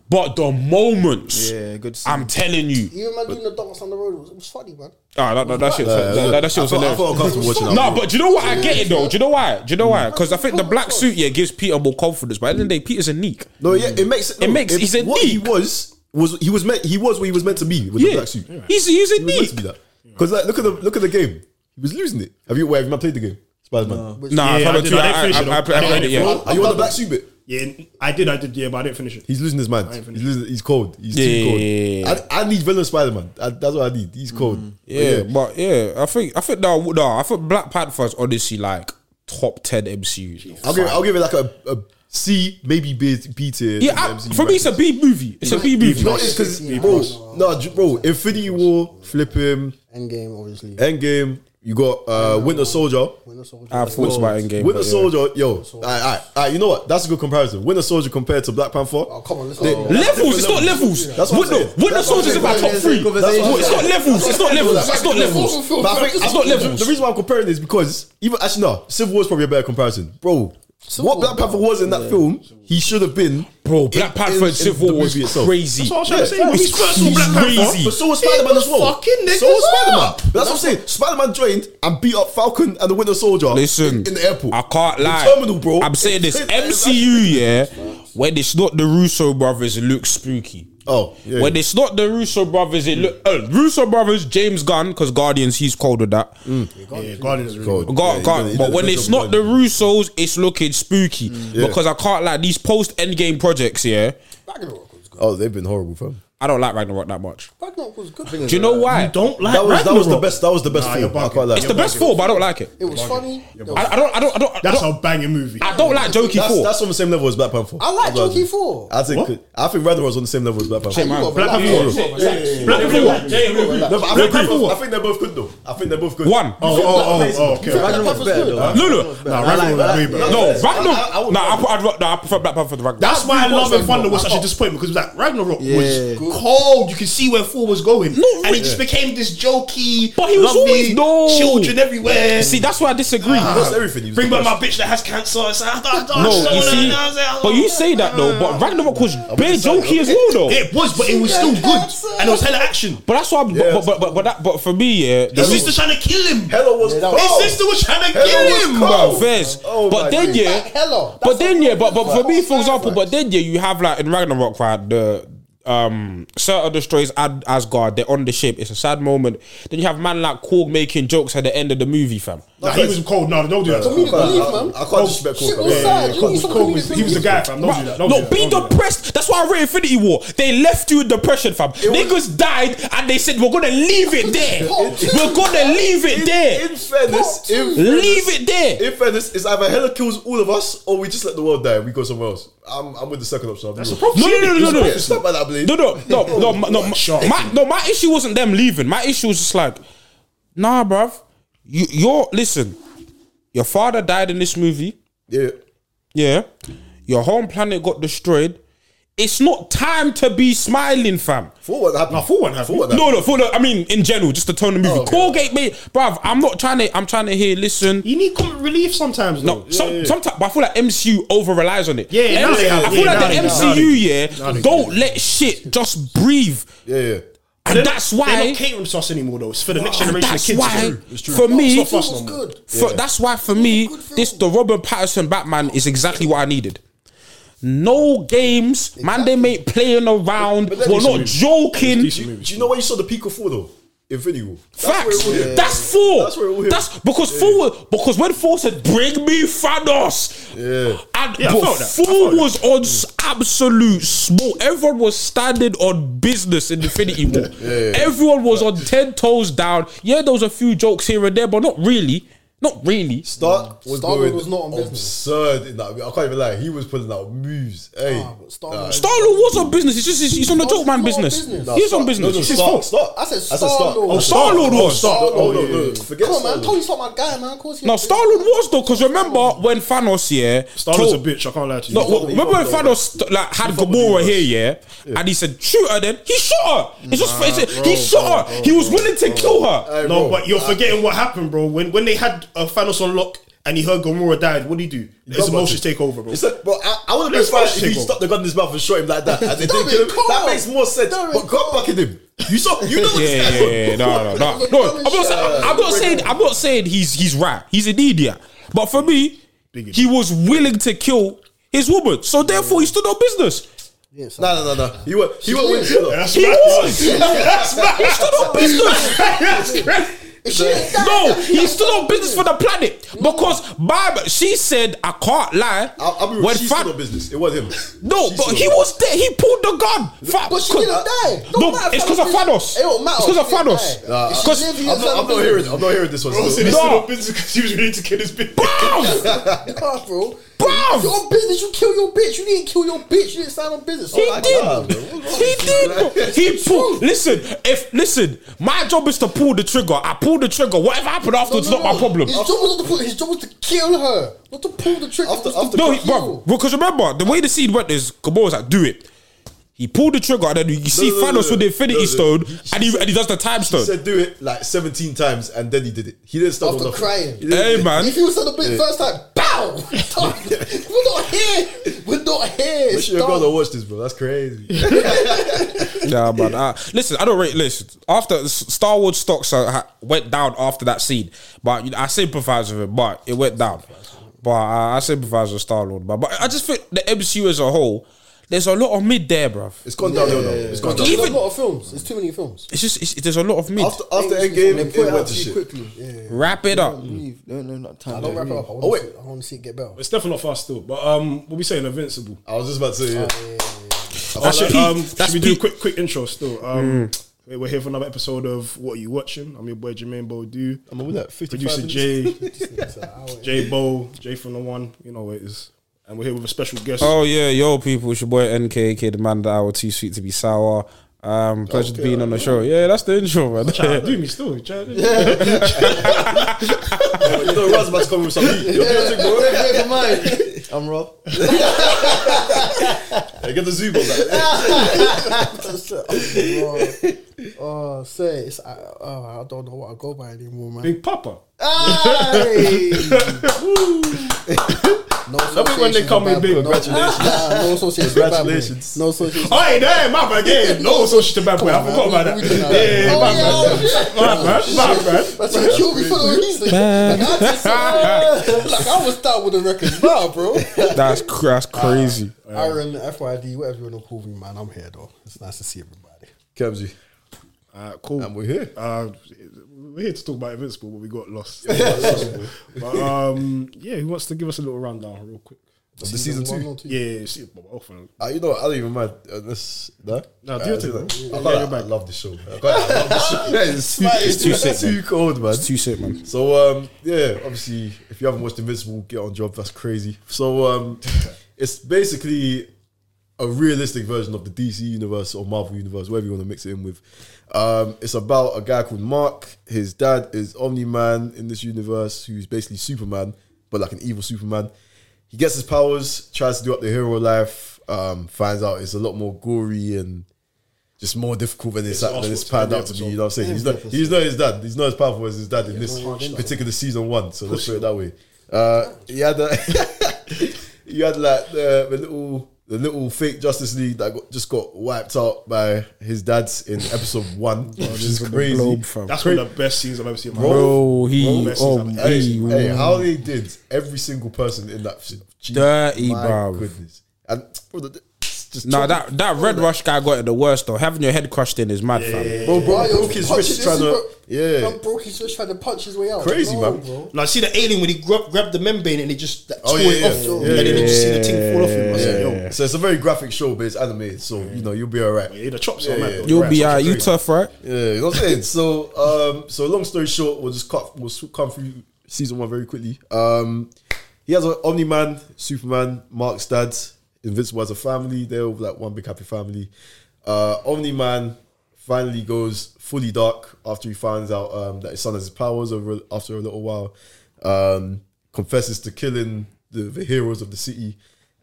Speaker 1: but the moments,
Speaker 6: Yeah, good scene.
Speaker 1: I'm telling you,
Speaker 5: Even man doing the dogs on the road was, was funny, man.
Speaker 1: ah, that, that, that shit, that, that, that shit Oh, was
Speaker 2: I felt, I
Speaker 1: hilarious.
Speaker 2: felt uncomfortable watching that.
Speaker 1: No,
Speaker 2: movie.
Speaker 1: but do you know what? I get it though. Do you know why? Do you know why? Because I think the black suit yeah gives Peter more confidence. But at the end of the day, Peter's a neek.
Speaker 2: no, yeah, it makes no,
Speaker 1: It makes-
Speaker 2: if
Speaker 1: he's a
Speaker 2: what he
Speaker 1: neep.
Speaker 2: was was he was meant he was what he was meant to be with the
Speaker 1: Yeah,
Speaker 2: black suit. He
Speaker 1: he's he's a
Speaker 2: was meant to be
Speaker 1: neek.
Speaker 2: that because like look at the look at the game. He was losing it. Have you? Wait, have you not played the game? Spider-Man.
Speaker 1: Nah,
Speaker 4: Yeah,
Speaker 1: I've
Speaker 4: I
Speaker 1: had it
Speaker 4: did-
Speaker 1: too.
Speaker 4: I did
Speaker 1: I-
Speaker 4: finish it,
Speaker 1: I- I- I
Speaker 4: though. I
Speaker 1: played it.
Speaker 4: did
Speaker 1: Yeah,
Speaker 4: finish
Speaker 2: Are you on the black suit bit?
Speaker 4: Yeah, I did, I did, yeah, but I didn't finish it.
Speaker 2: He's losing his mind. He's, losing, he's cold. He's
Speaker 1: Yeah,
Speaker 2: too cold.
Speaker 1: yeah, Mm.
Speaker 2: I, I need villain Spider-Man. I, that's what I need. He's cold.
Speaker 1: yeah, but yeah, I think I think no, no, I think Black Panther's honestly like top ten MCU.
Speaker 2: I'll give, I'll give it like a, a C, maybe B, B tier.
Speaker 1: Yeah,
Speaker 2: in
Speaker 1: I,
Speaker 2: MCU
Speaker 1: for me it's a
Speaker 2: bracket.
Speaker 1: B movie. It's a B movie.
Speaker 2: Not because bro, no, j- bro. Infinity War, flip him.
Speaker 5: Endgame, obviously.
Speaker 2: Eh. Endgame, you got uh, Winter Soldier.
Speaker 5: Winter Soldier.
Speaker 1: I thought about Endgame.
Speaker 2: Winter
Speaker 1: but yeah.
Speaker 2: Soldier, yo, all right, all right, all right, you know what? That's a good comparison. Winter Soldier compared to Black Panther.
Speaker 5: Oh, come on, let's
Speaker 2: They-
Speaker 5: go.
Speaker 1: Levels, it's not levels.
Speaker 2: That's what I'm
Speaker 1: Winter,
Speaker 2: saying.
Speaker 1: Winter
Speaker 2: That's what I'm
Speaker 1: Soldier's in my
Speaker 2: saying.
Speaker 1: top three.
Speaker 2: That's what I'm
Speaker 1: It's not
Speaker 2: saying.
Speaker 1: levels, it's not levels, it's not levels.
Speaker 2: But I think
Speaker 1: It's not levels.
Speaker 2: The reason why I'm comparing is because even actually no, Civil War is probably a better comparison, bro. what Black Panther was in that film, he should have been,
Speaker 1: Bro, Black Panther and Civil War was crazy.
Speaker 4: That's what I was trying to say. When
Speaker 1: It's
Speaker 4: we first saw Black
Speaker 1: crazy.
Speaker 4: Panther,
Speaker 2: But so was Spider Man as well.
Speaker 4: fucking niggas
Speaker 2: so was Spider
Speaker 4: up.
Speaker 2: Man. That's what I'm saying. Spider Man joined and beat up Falcon and the Winter Soldier.
Speaker 1: Listen,
Speaker 2: in, in the airport.
Speaker 1: I can't lie.
Speaker 2: The terminal, bro.
Speaker 1: I'm saying
Speaker 2: <laughs>
Speaker 1: this
Speaker 2: It- it-
Speaker 1: MCU, yeah. When it's not the Russo brothers, it looks spooky.
Speaker 2: Oh, yeah.
Speaker 1: When it's not the Russo brothers, it look uh, Russo brothers, James Gunn, because Guardians, he's cold with that.
Speaker 4: yeah, Guardians are
Speaker 2: God,
Speaker 4: really
Speaker 1: Got,
Speaker 4: good.
Speaker 2: Mm. yeah, he
Speaker 1: got-
Speaker 2: done- he
Speaker 1: but
Speaker 2: done
Speaker 1: when
Speaker 2: the
Speaker 1: it's
Speaker 2: best
Speaker 1: not
Speaker 2: job
Speaker 1: the
Speaker 2: done.
Speaker 1: Russos, it's looking spooky
Speaker 2: Yeah.
Speaker 1: because I can't like these post Endgame projects. Yeah,
Speaker 5: Ragnarok was good.
Speaker 2: oh, they've been horrible, fam.
Speaker 1: I don't like Ragnarok that much.
Speaker 5: Ragnarok was good.
Speaker 1: Do you know why?
Speaker 4: You don't like
Speaker 2: That was that was the
Speaker 4: Ragnarok.
Speaker 2: best. That was the best
Speaker 4: Nah,
Speaker 2: film. I
Speaker 4: you're bugging.
Speaker 2: can't lie.
Speaker 1: It's the best four, but I don't like it.
Speaker 5: It was funny. It was-
Speaker 1: I, I don't. I don't. I don't. I
Speaker 4: That's
Speaker 1: don't,
Speaker 4: a banging movie.
Speaker 1: I don't like Jokey
Speaker 2: That's,
Speaker 1: four.
Speaker 2: that's on the same level as Black Panther.
Speaker 5: I like
Speaker 2: That's what
Speaker 5: Jokey
Speaker 2: think.
Speaker 5: Four.
Speaker 2: I think
Speaker 4: What?
Speaker 2: I think Ragnarok was on the same level as Black Panther.
Speaker 1: Shit, man.
Speaker 5: Black
Speaker 2: Yeah,
Speaker 5: Panther.
Speaker 2: yeah, yeah, yeah, yeah.
Speaker 4: Black Panther.
Speaker 2: No, but I
Speaker 4: Black
Speaker 2: think
Speaker 4: Panther
Speaker 2: they're both-
Speaker 4: what?
Speaker 2: I think they're both good though. I think they're both good.
Speaker 1: One.
Speaker 4: Oh, oh, oh, oh, okay. okay.
Speaker 6: Ragnarok was better, though.
Speaker 1: No, no,
Speaker 4: Nah, Ragnarok was way better.
Speaker 1: no.
Speaker 2: I- I- I
Speaker 1: Ragnarok.
Speaker 2: would-
Speaker 1: Nah, I, put- I'd, ra- nah, I prefer Black Panther to Ragnarok.
Speaker 4: That's why Love and Thunder
Speaker 5: Ragnarok.
Speaker 4: was such a disappointment because like Ragnarok was cold. You could see where four was going, and it just became this jokey.
Speaker 1: But he was
Speaker 4: lovely,
Speaker 1: always- no.
Speaker 4: children everywhere.
Speaker 1: see, that's why I disagree.
Speaker 2: That's
Speaker 5: Ah.
Speaker 2: everything. he was
Speaker 4: Bring
Speaker 2: the
Speaker 4: back my
Speaker 2: best.
Speaker 4: bitch that has cancer. It's like, I, I, I,
Speaker 1: no,
Speaker 4: I,
Speaker 1: you see,
Speaker 4: I, I, I,
Speaker 1: but you say that though. But Ragnarok was bare
Speaker 2: sorry.
Speaker 1: jokey as well, though.
Speaker 4: It was, but it was still good, and it was hella action.
Speaker 1: But that's why. I'm,
Speaker 2: Yeah.
Speaker 1: but, but but but that. But for me, yeah. the
Speaker 4: His
Speaker 1: reason-
Speaker 4: sister trying to kill him.
Speaker 2: Hello was
Speaker 5: that
Speaker 2: cold.
Speaker 5: was-
Speaker 4: His sister was trying to
Speaker 2: Hella
Speaker 4: kill
Speaker 2: was
Speaker 4: him.
Speaker 2: cold.
Speaker 1: bro, Fez.
Speaker 2: Oh my
Speaker 1: but then
Speaker 2: days.
Speaker 1: yeah,
Speaker 5: Back hella.
Speaker 1: but
Speaker 5: That's
Speaker 1: then
Speaker 5: what
Speaker 1: yeah, but but for
Speaker 5: I'm
Speaker 1: me, for
Speaker 5: saying,
Speaker 1: example,
Speaker 5: like-
Speaker 1: but then yeah, you have like in Ragnarok, right? The um, Surtur destroys Ad- Asgard. They're on the ship. It's a sad moment. Then you have man like Korg making jokes at the end of the movie, fam.
Speaker 4: Nah, he was cold. No, don't do that.
Speaker 5: For me, the
Speaker 2: But
Speaker 5: belief,
Speaker 2: I-
Speaker 5: man.
Speaker 2: I can't disrespect
Speaker 5: Shit
Speaker 2: Cole.
Speaker 5: was
Speaker 2: Yeah,
Speaker 5: sad.
Speaker 2: yeah,
Speaker 5: You
Speaker 2: Cole
Speaker 5: need
Speaker 2: was-
Speaker 5: some
Speaker 4: Cole was,
Speaker 5: comedian
Speaker 4: he was the
Speaker 5: belief.
Speaker 4: guy, fam. Don't do that. Don't do
Speaker 1: no,
Speaker 4: that.
Speaker 1: be
Speaker 4: Don't do that.
Speaker 1: depressed. That's why I wrote Infinity War. They left you in depression, fam. Niggas died and they said, we're going to leave it there. we're going to leave it there.
Speaker 2: In fairness, in fairness-
Speaker 1: Leave it there.
Speaker 2: In fairness, it's either hella kills all of us or we just let the world die and we go somewhere else. I'm, I'm with the second option. That's a
Speaker 1: No, no, no, no, no, no.
Speaker 2: It's not about that, Blade.
Speaker 1: No, no, no, no, my- no. My, my- no, my issue wasn't them leaving. My issue was just like, nah, bruv. You, you're listen. Your father died in this movie.
Speaker 2: Yeah.
Speaker 1: Yeah, your home planet got destroyed. It's not time to be smiling, fam.
Speaker 2: For what happened?
Speaker 4: Nah, for what happened.
Speaker 2: For what
Speaker 1: No, no, for the, I mean, in general, just the tone of the movie.
Speaker 4: Oh,
Speaker 2: okay.
Speaker 1: Colgate, mate, bruv. I'm not trying to. I'm trying to hear. Listen.
Speaker 4: You need comic relief sometimes.
Speaker 1: No,
Speaker 4: though. Yeah,
Speaker 1: some,
Speaker 4: yeah.
Speaker 1: sometimes, but I feel like MCU over relies on it.
Speaker 4: Yeah, yeah, now they have.
Speaker 1: I feel
Speaker 4: Yeah,
Speaker 1: like
Speaker 4: now
Speaker 1: the
Speaker 4: they- now
Speaker 1: MCU,
Speaker 4: they-
Speaker 1: yeah, don't let shit just breathe.
Speaker 2: Yeah, yeah.
Speaker 1: And
Speaker 4: They're not-
Speaker 1: that's
Speaker 4: they're
Speaker 1: why.
Speaker 4: not catering to us anymore, though. It's for the next generation
Speaker 1: that's
Speaker 4: of kids.
Speaker 1: why,
Speaker 4: It's true. It's true.
Speaker 1: for me-
Speaker 4: it's not for us
Speaker 5: It
Speaker 4: no
Speaker 5: was
Speaker 4: more.
Speaker 5: good.
Speaker 1: For, That's why for me, this the Robert Patterson Batman is exactly what I needed. No games, man. They make playing around.
Speaker 2: that's
Speaker 1: We're not
Speaker 2: decent
Speaker 1: joking.
Speaker 2: Do you, do you know where you saw the peak of four though? Infinity War.
Speaker 1: Facts.
Speaker 2: where it all-
Speaker 1: That's four.
Speaker 2: That's where it all hit.
Speaker 1: That's because four. Because when four said, "Bring me Thanos,"
Speaker 2: Yeah.
Speaker 1: and
Speaker 4: Yeah, I
Speaker 1: but
Speaker 4: felt that.
Speaker 1: four
Speaker 4: I felt that.
Speaker 1: was on s- absolute smoke. Everyone was standing on business in Infinity War. Everyone was on ten toes down. Yeah, there was a few jokes here and there, but not really. Not really.
Speaker 2: Stark was
Speaker 5: Stark
Speaker 2: going
Speaker 5: was not on business.
Speaker 2: absurd in that. I, mean, I can't even lie. He was pulling out moves. Hey,
Speaker 5: Ah, but Stark-
Speaker 2: Nah.
Speaker 1: Star Lord was on business. He's just he's, he's on the
Speaker 5: Star's
Speaker 1: joke man
Speaker 5: not on
Speaker 1: business.
Speaker 5: business.
Speaker 2: Nah,
Speaker 1: He's
Speaker 2: Stark-
Speaker 1: on business.
Speaker 2: No, no,
Speaker 5: It's his
Speaker 2: Stark,
Speaker 5: fault.
Speaker 2: Stark.
Speaker 5: I said
Speaker 2: Stark.
Speaker 5: Star-Lord.
Speaker 2: Oh,
Speaker 1: Star Lord was.
Speaker 2: Oh, no, no. Forget
Speaker 5: Come on, man.
Speaker 2: Star-Lord.
Speaker 5: Tony's not my guy, man. Of course he
Speaker 1: Now
Speaker 5: is.
Speaker 1: Star Lord was though, because remember when Thanos yeah,
Speaker 4: Starlord's a
Speaker 1: told-
Speaker 4: bitch. I can't lie to you.
Speaker 1: No, well, remember when
Speaker 2: fuck with
Speaker 1: Thanos like had
Speaker 2: fuck with the
Speaker 1: Gamora
Speaker 2: universe.
Speaker 1: here, yeah? and he said shoot her. Then he shot her. It's just it's, he shot her. he was willing to kill her.
Speaker 2: Hey,
Speaker 4: No,
Speaker 2: bro. Uh,
Speaker 4: but you're forgetting what happened, bro. When when they had uh, Thanos on lock and he heard Gamora died, what did he do? His
Speaker 2: Gun
Speaker 4: emotions
Speaker 2: button.
Speaker 4: take over, bro.
Speaker 2: It's like, bro, I, I would have
Speaker 4: Let's
Speaker 2: been fine
Speaker 4: watch
Speaker 2: if he
Speaker 4: Tickle.
Speaker 2: stuck the gun in his mouth and shot him like that. And they didn't
Speaker 5: That'd
Speaker 2: kill him.
Speaker 5: be cool.
Speaker 2: That makes more sense.
Speaker 5: That'd be
Speaker 2: But gun back in him. You saw, you know what
Speaker 1: Yeah,
Speaker 2: this
Speaker 1: yeah,
Speaker 2: guy
Speaker 1: yeah, yeah. no, no, no, no. I'm not, saying, I'm not saying I'm not saying he's he's right. He's an idiot. But for me, he was willing to kill his woman, so therefore he stood on business.
Speaker 2: No, no, no, no. He went, he went with Taylor.
Speaker 4: That's
Speaker 1: He
Speaker 4: mad.
Speaker 1: was.
Speaker 4: That's mad.
Speaker 1: <laughs> He stood on
Speaker 2: <laughs>
Speaker 1: business.
Speaker 5: <laughs>
Speaker 4: That's crazy.
Speaker 1: No, he stood on business for the planet because Bible. She said, "I can't lie."
Speaker 2: I'll, I'll be real.
Speaker 1: When
Speaker 2: She's
Speaker 1: Than-
Speaker 2: still on business. It was him.
Speaker 1: No,
Speaker 2: She's
Speaker 1: but
Speaker 2: still
Speaker 1: he
Speaker 2: on
Speaker 1: was there. He pulled the gun. Fa-
Speaker 5: But she didn't die. Don't
Speaker 1: No,
Speaker 5: matter
Speaker 1: it's
Speaker 5: if
Speaker 1: because of
Speaker 5: Thanos
Speaker 1: Thanos.
Speaker 5: is- It don't matter.
Speaker 1: It's because of
Speaker 5: She didn't
Speaker 1: Thanos.
Speaker 5: die.
Speaker 2: Uh,
Speaker 5: If she
Speaker 1: 'Cause-
Speaker 5: lived,
Speaker 2: business.
Speaker 5: he <laughs>
Speaker 2: I'm
Speaker 5: was
Speaker 2: not, I'm
Speaker 5: on
Speaker 2: not hearing. I'm not hearing this one.
Speaker 4: Bro said he
Speaker 1: No.
Speaker 2: still.
Speaker 4: stood on business because he was ready to kill his bitch.
Speaker 1: Bam!
Speaker 5: business. <laughs> Nah, bro.
Speaker 1: Bruv.
Speaker 5: You're on business. You kill your bitch. You didn't kill your bitch. You didn't stand on business.
Speaker 1: He
Speaker 5: Oh,
Speaker 1: did.
Speaker 2: God, bro.
Speaker 1: he did. bro. He pulled. Listen, if listen, my job is to pull the trigger. I pull the trigger. Whatever happened afterwards,
Speaker 5: no,
Speaker 1: not my
Speaker 5: no.
Speaker 1: problem.
Speaker 5: His job was not to pull. His job was to kill her, not to pull the trigger.
Speaker 2: After-
Speaker 5: It was
Speaker 2: after-
Speaker 5: to
Speaker 1: No,
Speaker 5: kill.
Speaker 1: he, bro, because remember the way the scene went is Gamora was like, "Do it." He pulled the trigger, and then you see
Speaker 2: no, no,
Speaker 1: Thanos
Speaker 2: no.
Speaker 1: with the Infinity
Speaker 2: No, no.
Speaker 1: Stone,
Speaker 2: He-
Speaker 1: and he and he does the time
Speaker 2: He
Speaker 1: stone.
Speaker 2: said do it like 17 times and then he did it. He didn't stop
Speaker 5: After
Speaker 2: on nothing.
Speaker 5: crying.
Speaker 2: He didn't-
Speaker 1: Hey, man.
Speaker 5: If he was on the bit first time, bow. <laughs> We're not here. We're not here.
Speaker 2: You
Speaker 5: It's
Speaker 2: should have
Speaker 5: done.
Speaker 2: gone and watched this, bro. That's crazy.
Speaker 1: Yeah, man. Uh, listen, I don't rate. Listen, after S- Star Wars stocks uh, ha- went down after that scene, but you know, I sympathize with it. But it went down. But uh, I sympathize with Star Lord. But, but I just think the MCU as a whole, there's a lot of mid there, bruv.
Speaker 2: It's gone downhill now. It's gone
Speaker 5: There's
Speaker 2: downhill.
Speaker 5: a lot of films. There's too many films.
Speaker 1: It's just it's, there's a lot of mid.
Speaker 2: After, after
Speaker 5: They
Speaker 2: Endgame, it
Speaker 5: they put it
Speaker 2: went
Speaker 5: out
Speaker 2: to
Speaker 5: too
Speaker 2: shit.
Speaker 5: quickly. Yeah, yeah, yeah.
Speaker 1: Wrap it up.
Speaker 3: Leave. No, no, not time.
Speaker 5: Don't wrap it up. I wanna
Speaker 2: Oh, wait.
Speaker 5: see- I want to see it get better.
Speaker 4: It's definitely not for us still. But um, what we saying, Invincible.
Speaker 2: I was just about to say, yeah.
Speaker 4: That's
Speaker 1: peak.
Speaker 4: Um,
Speaker 1: That's
Speaker 4: should we do a
Speaker 1: peak.
Speaker 4: quick quick intro still? Um, hey, We're here for another episode of What Are You Watching? I'm your boy Jermaine Bodu.
Speaker 2: I'm with that 55
Speaker 4: Producer
Speaker 2: minutes.
Speaker 4: Jay, Jay Bo, Jay from the one. You know what it is. And we're here with a special guest.
Speaker 1: Oh yeah, yo people, it's your boy NK, the man that I was too sweet to be sour. Um, pleasure being on the show. Yeah, that's the intro,
Speaker 2: <laughs>
Speaker 1: man.
Speaker 4: Try to do me still. Try to-
Speaker 2: You know, Raz about to come with some heat. You're guilty, bro.
Speaker 4: <laughs>
Speaker 5: Never <laughs> mind.
Speaker 3: I'm Rob.
Speaker 2: Hey, Get the zoo on that.
Speaker 5: Oh, uh, say it's. I, oh, I don't know what I go by anymore, man.
Speaker 4: Big Papa.
Speaker 5: Aye. no
Speaker 4: Love it when they
Speaker 5: association
Speaker 4: call
Speaker 5: with
Speaker 4: me
Speaker 5: bad
Speaker 4: big.
Speaker 5: boy. No-
Speaker 2: Congratulations.
Speaker 5: Nah, no association. with bad boy.
Speaker 2: Congratulations.
Speaker 5: No association.
Speaker 4: Oh, hey, damn, my bad. <laughs> Yeah, no associate to bad boy. I forgot about that.
Speaker 5: Oh, We- we did that.
Speaker 4: Yeah,
Speaker 5: Oh,
Speaker 4: my
Speaker 5: yeah, oh,
Speaker 4: bad. My bad. My bad.
Speaker 5: That's what killed me for no reason. Like I,
Speaker 2: <laughs>
Speaker 5: just, like I was down with the records now, <laughs> bro.
Speaker 1: That's cr- that's crazy.
Speaker 5: Aaron, FYD, whatever you want to call me, man. I'm here though. It's nice to see everybody.
Speaker 2: Kebsy.
Speaker 4: Uh, cool.
Speaker 2: And we're here.
Speaker 4: Uh, we're here to talk about Invincible, but we got lost. <laughs> but um, yeah, who wants to give us a little rundown real quick?
Speaker 2: The season two.
Speaker 4: Yeah, yeah, see, Bob Elfman.
Speaker 2: Uh, you know, what, I don't even mind. Uh, this, no?
Speaker 4: No, do
Speaker 2: Uh,
Speaker 4: your
Speaker 2: is
Speaker 4: thing,
Speaker 2: it-
Speaker 4: bro.
Speaker 2: I, can't- I love this show. man. I can't- I love this show. Yeah, it's, too,
Speaker 1: it's too sick,
Speaker 2: too cold, man.
Speaker 1: Too sick, man.
Speaker 2: So um, yeah, obviously, if you haven't watched Invincible, get on job. That's crazy. So um, it's basically a realistic version of the DC universe or Marvel universe, whatever you want to mix it in with. Um, it's about a guy called Mark. His dad is Omni Man in this universe, who's basically Superman, but like an evil Superman. He gets his powers, tries to do up the hero life. Um, finds out it's a lot more gory and just more difficult than it's,
Speaker 4: awful.
Speaker 2: than it's panned out to be. You know what I'm saying? He's not, he's not his dad. He's not as powerful as his dad in this particular season one. So let's put it <laughs> that way. Uh, he had a, <laughs> he had like the, the little the little fake Justice League that got, just got wiped out by his dad's in episode <laughs> one, which is crazy.
Speaker 1: Globe, fam.
Speaker 4: That's one of the best scenes I've ever seen in my life.
Speaker 1: Bro, he,
Speaker 4: Bro,
Speaker 1: oh,
Speaker 4: Messi's
Speaker 2: Hey,
Speaker 1: he
Speaker 2: hey, how they did every single person in that shit. Jesus,
Speaker 1: Dirty,
Speaker 2: my
Speaker 1: bruv.
Speaker 2: goodness. And bro, the- just
Speaker 1: Nah,
Speaker 2: talking-
Speaker 1: that, that Red Rush guy got it the worst though. Having your head crushed in is mad, fam.
Speaker 2: bro, bro,
Speaker 5: Why
Speaker 2: broke his wrist trying to yeah,
Speaker 5: Man broke his wrist trying to punch his way out.
Speaker 2: crazy
Speaker 5: No,
Speaker 2: man.
Speaker 5: bro.
Speaker 4: Now, see the alien when he gra- grabbed the membrane and he just like,
Speaker 2: Oh,
Speaker 4: tore
Speaker 2: yeah,
Speaker 4: it
Speaker 2: yeah.
Speaker 4: off,
Speaker 2: Yeah,
Speaker 4: and then
Speaker 2: yeah,
Speaker 4: you just see the thing fall off him. I said, yo,
Speaker 2: Yeah. So it's a very graphic show, but it's animated, so you know you'll be alright.
Speaker 4: yeah, the chops are
Speaker 2: Yeah,
Speaker 4: mad.
Speaker 2: yeah.
Speaker 4: though.
Speaker 1: You'll
Speaker 4: Right,
Speaker 1: be
Speaker 4: chops are
Speaker 1: alright. You
Speaker 4: crazy.
Speaker 1: tough, right?
Speaker 2: Yeah, you know what I'm saying. so, um, so long story short, we'll just cut. We'll sw- come through season one very quickly. Um, he has an Omni Man, Superman, Mark's dad, Invincible as a family. They're all like one big happy family. Uh, Omni Man finally goes fully dark after he finds out um, that his son has his powers. Over after a little while, um, confesses to killing the, the heroes of the city.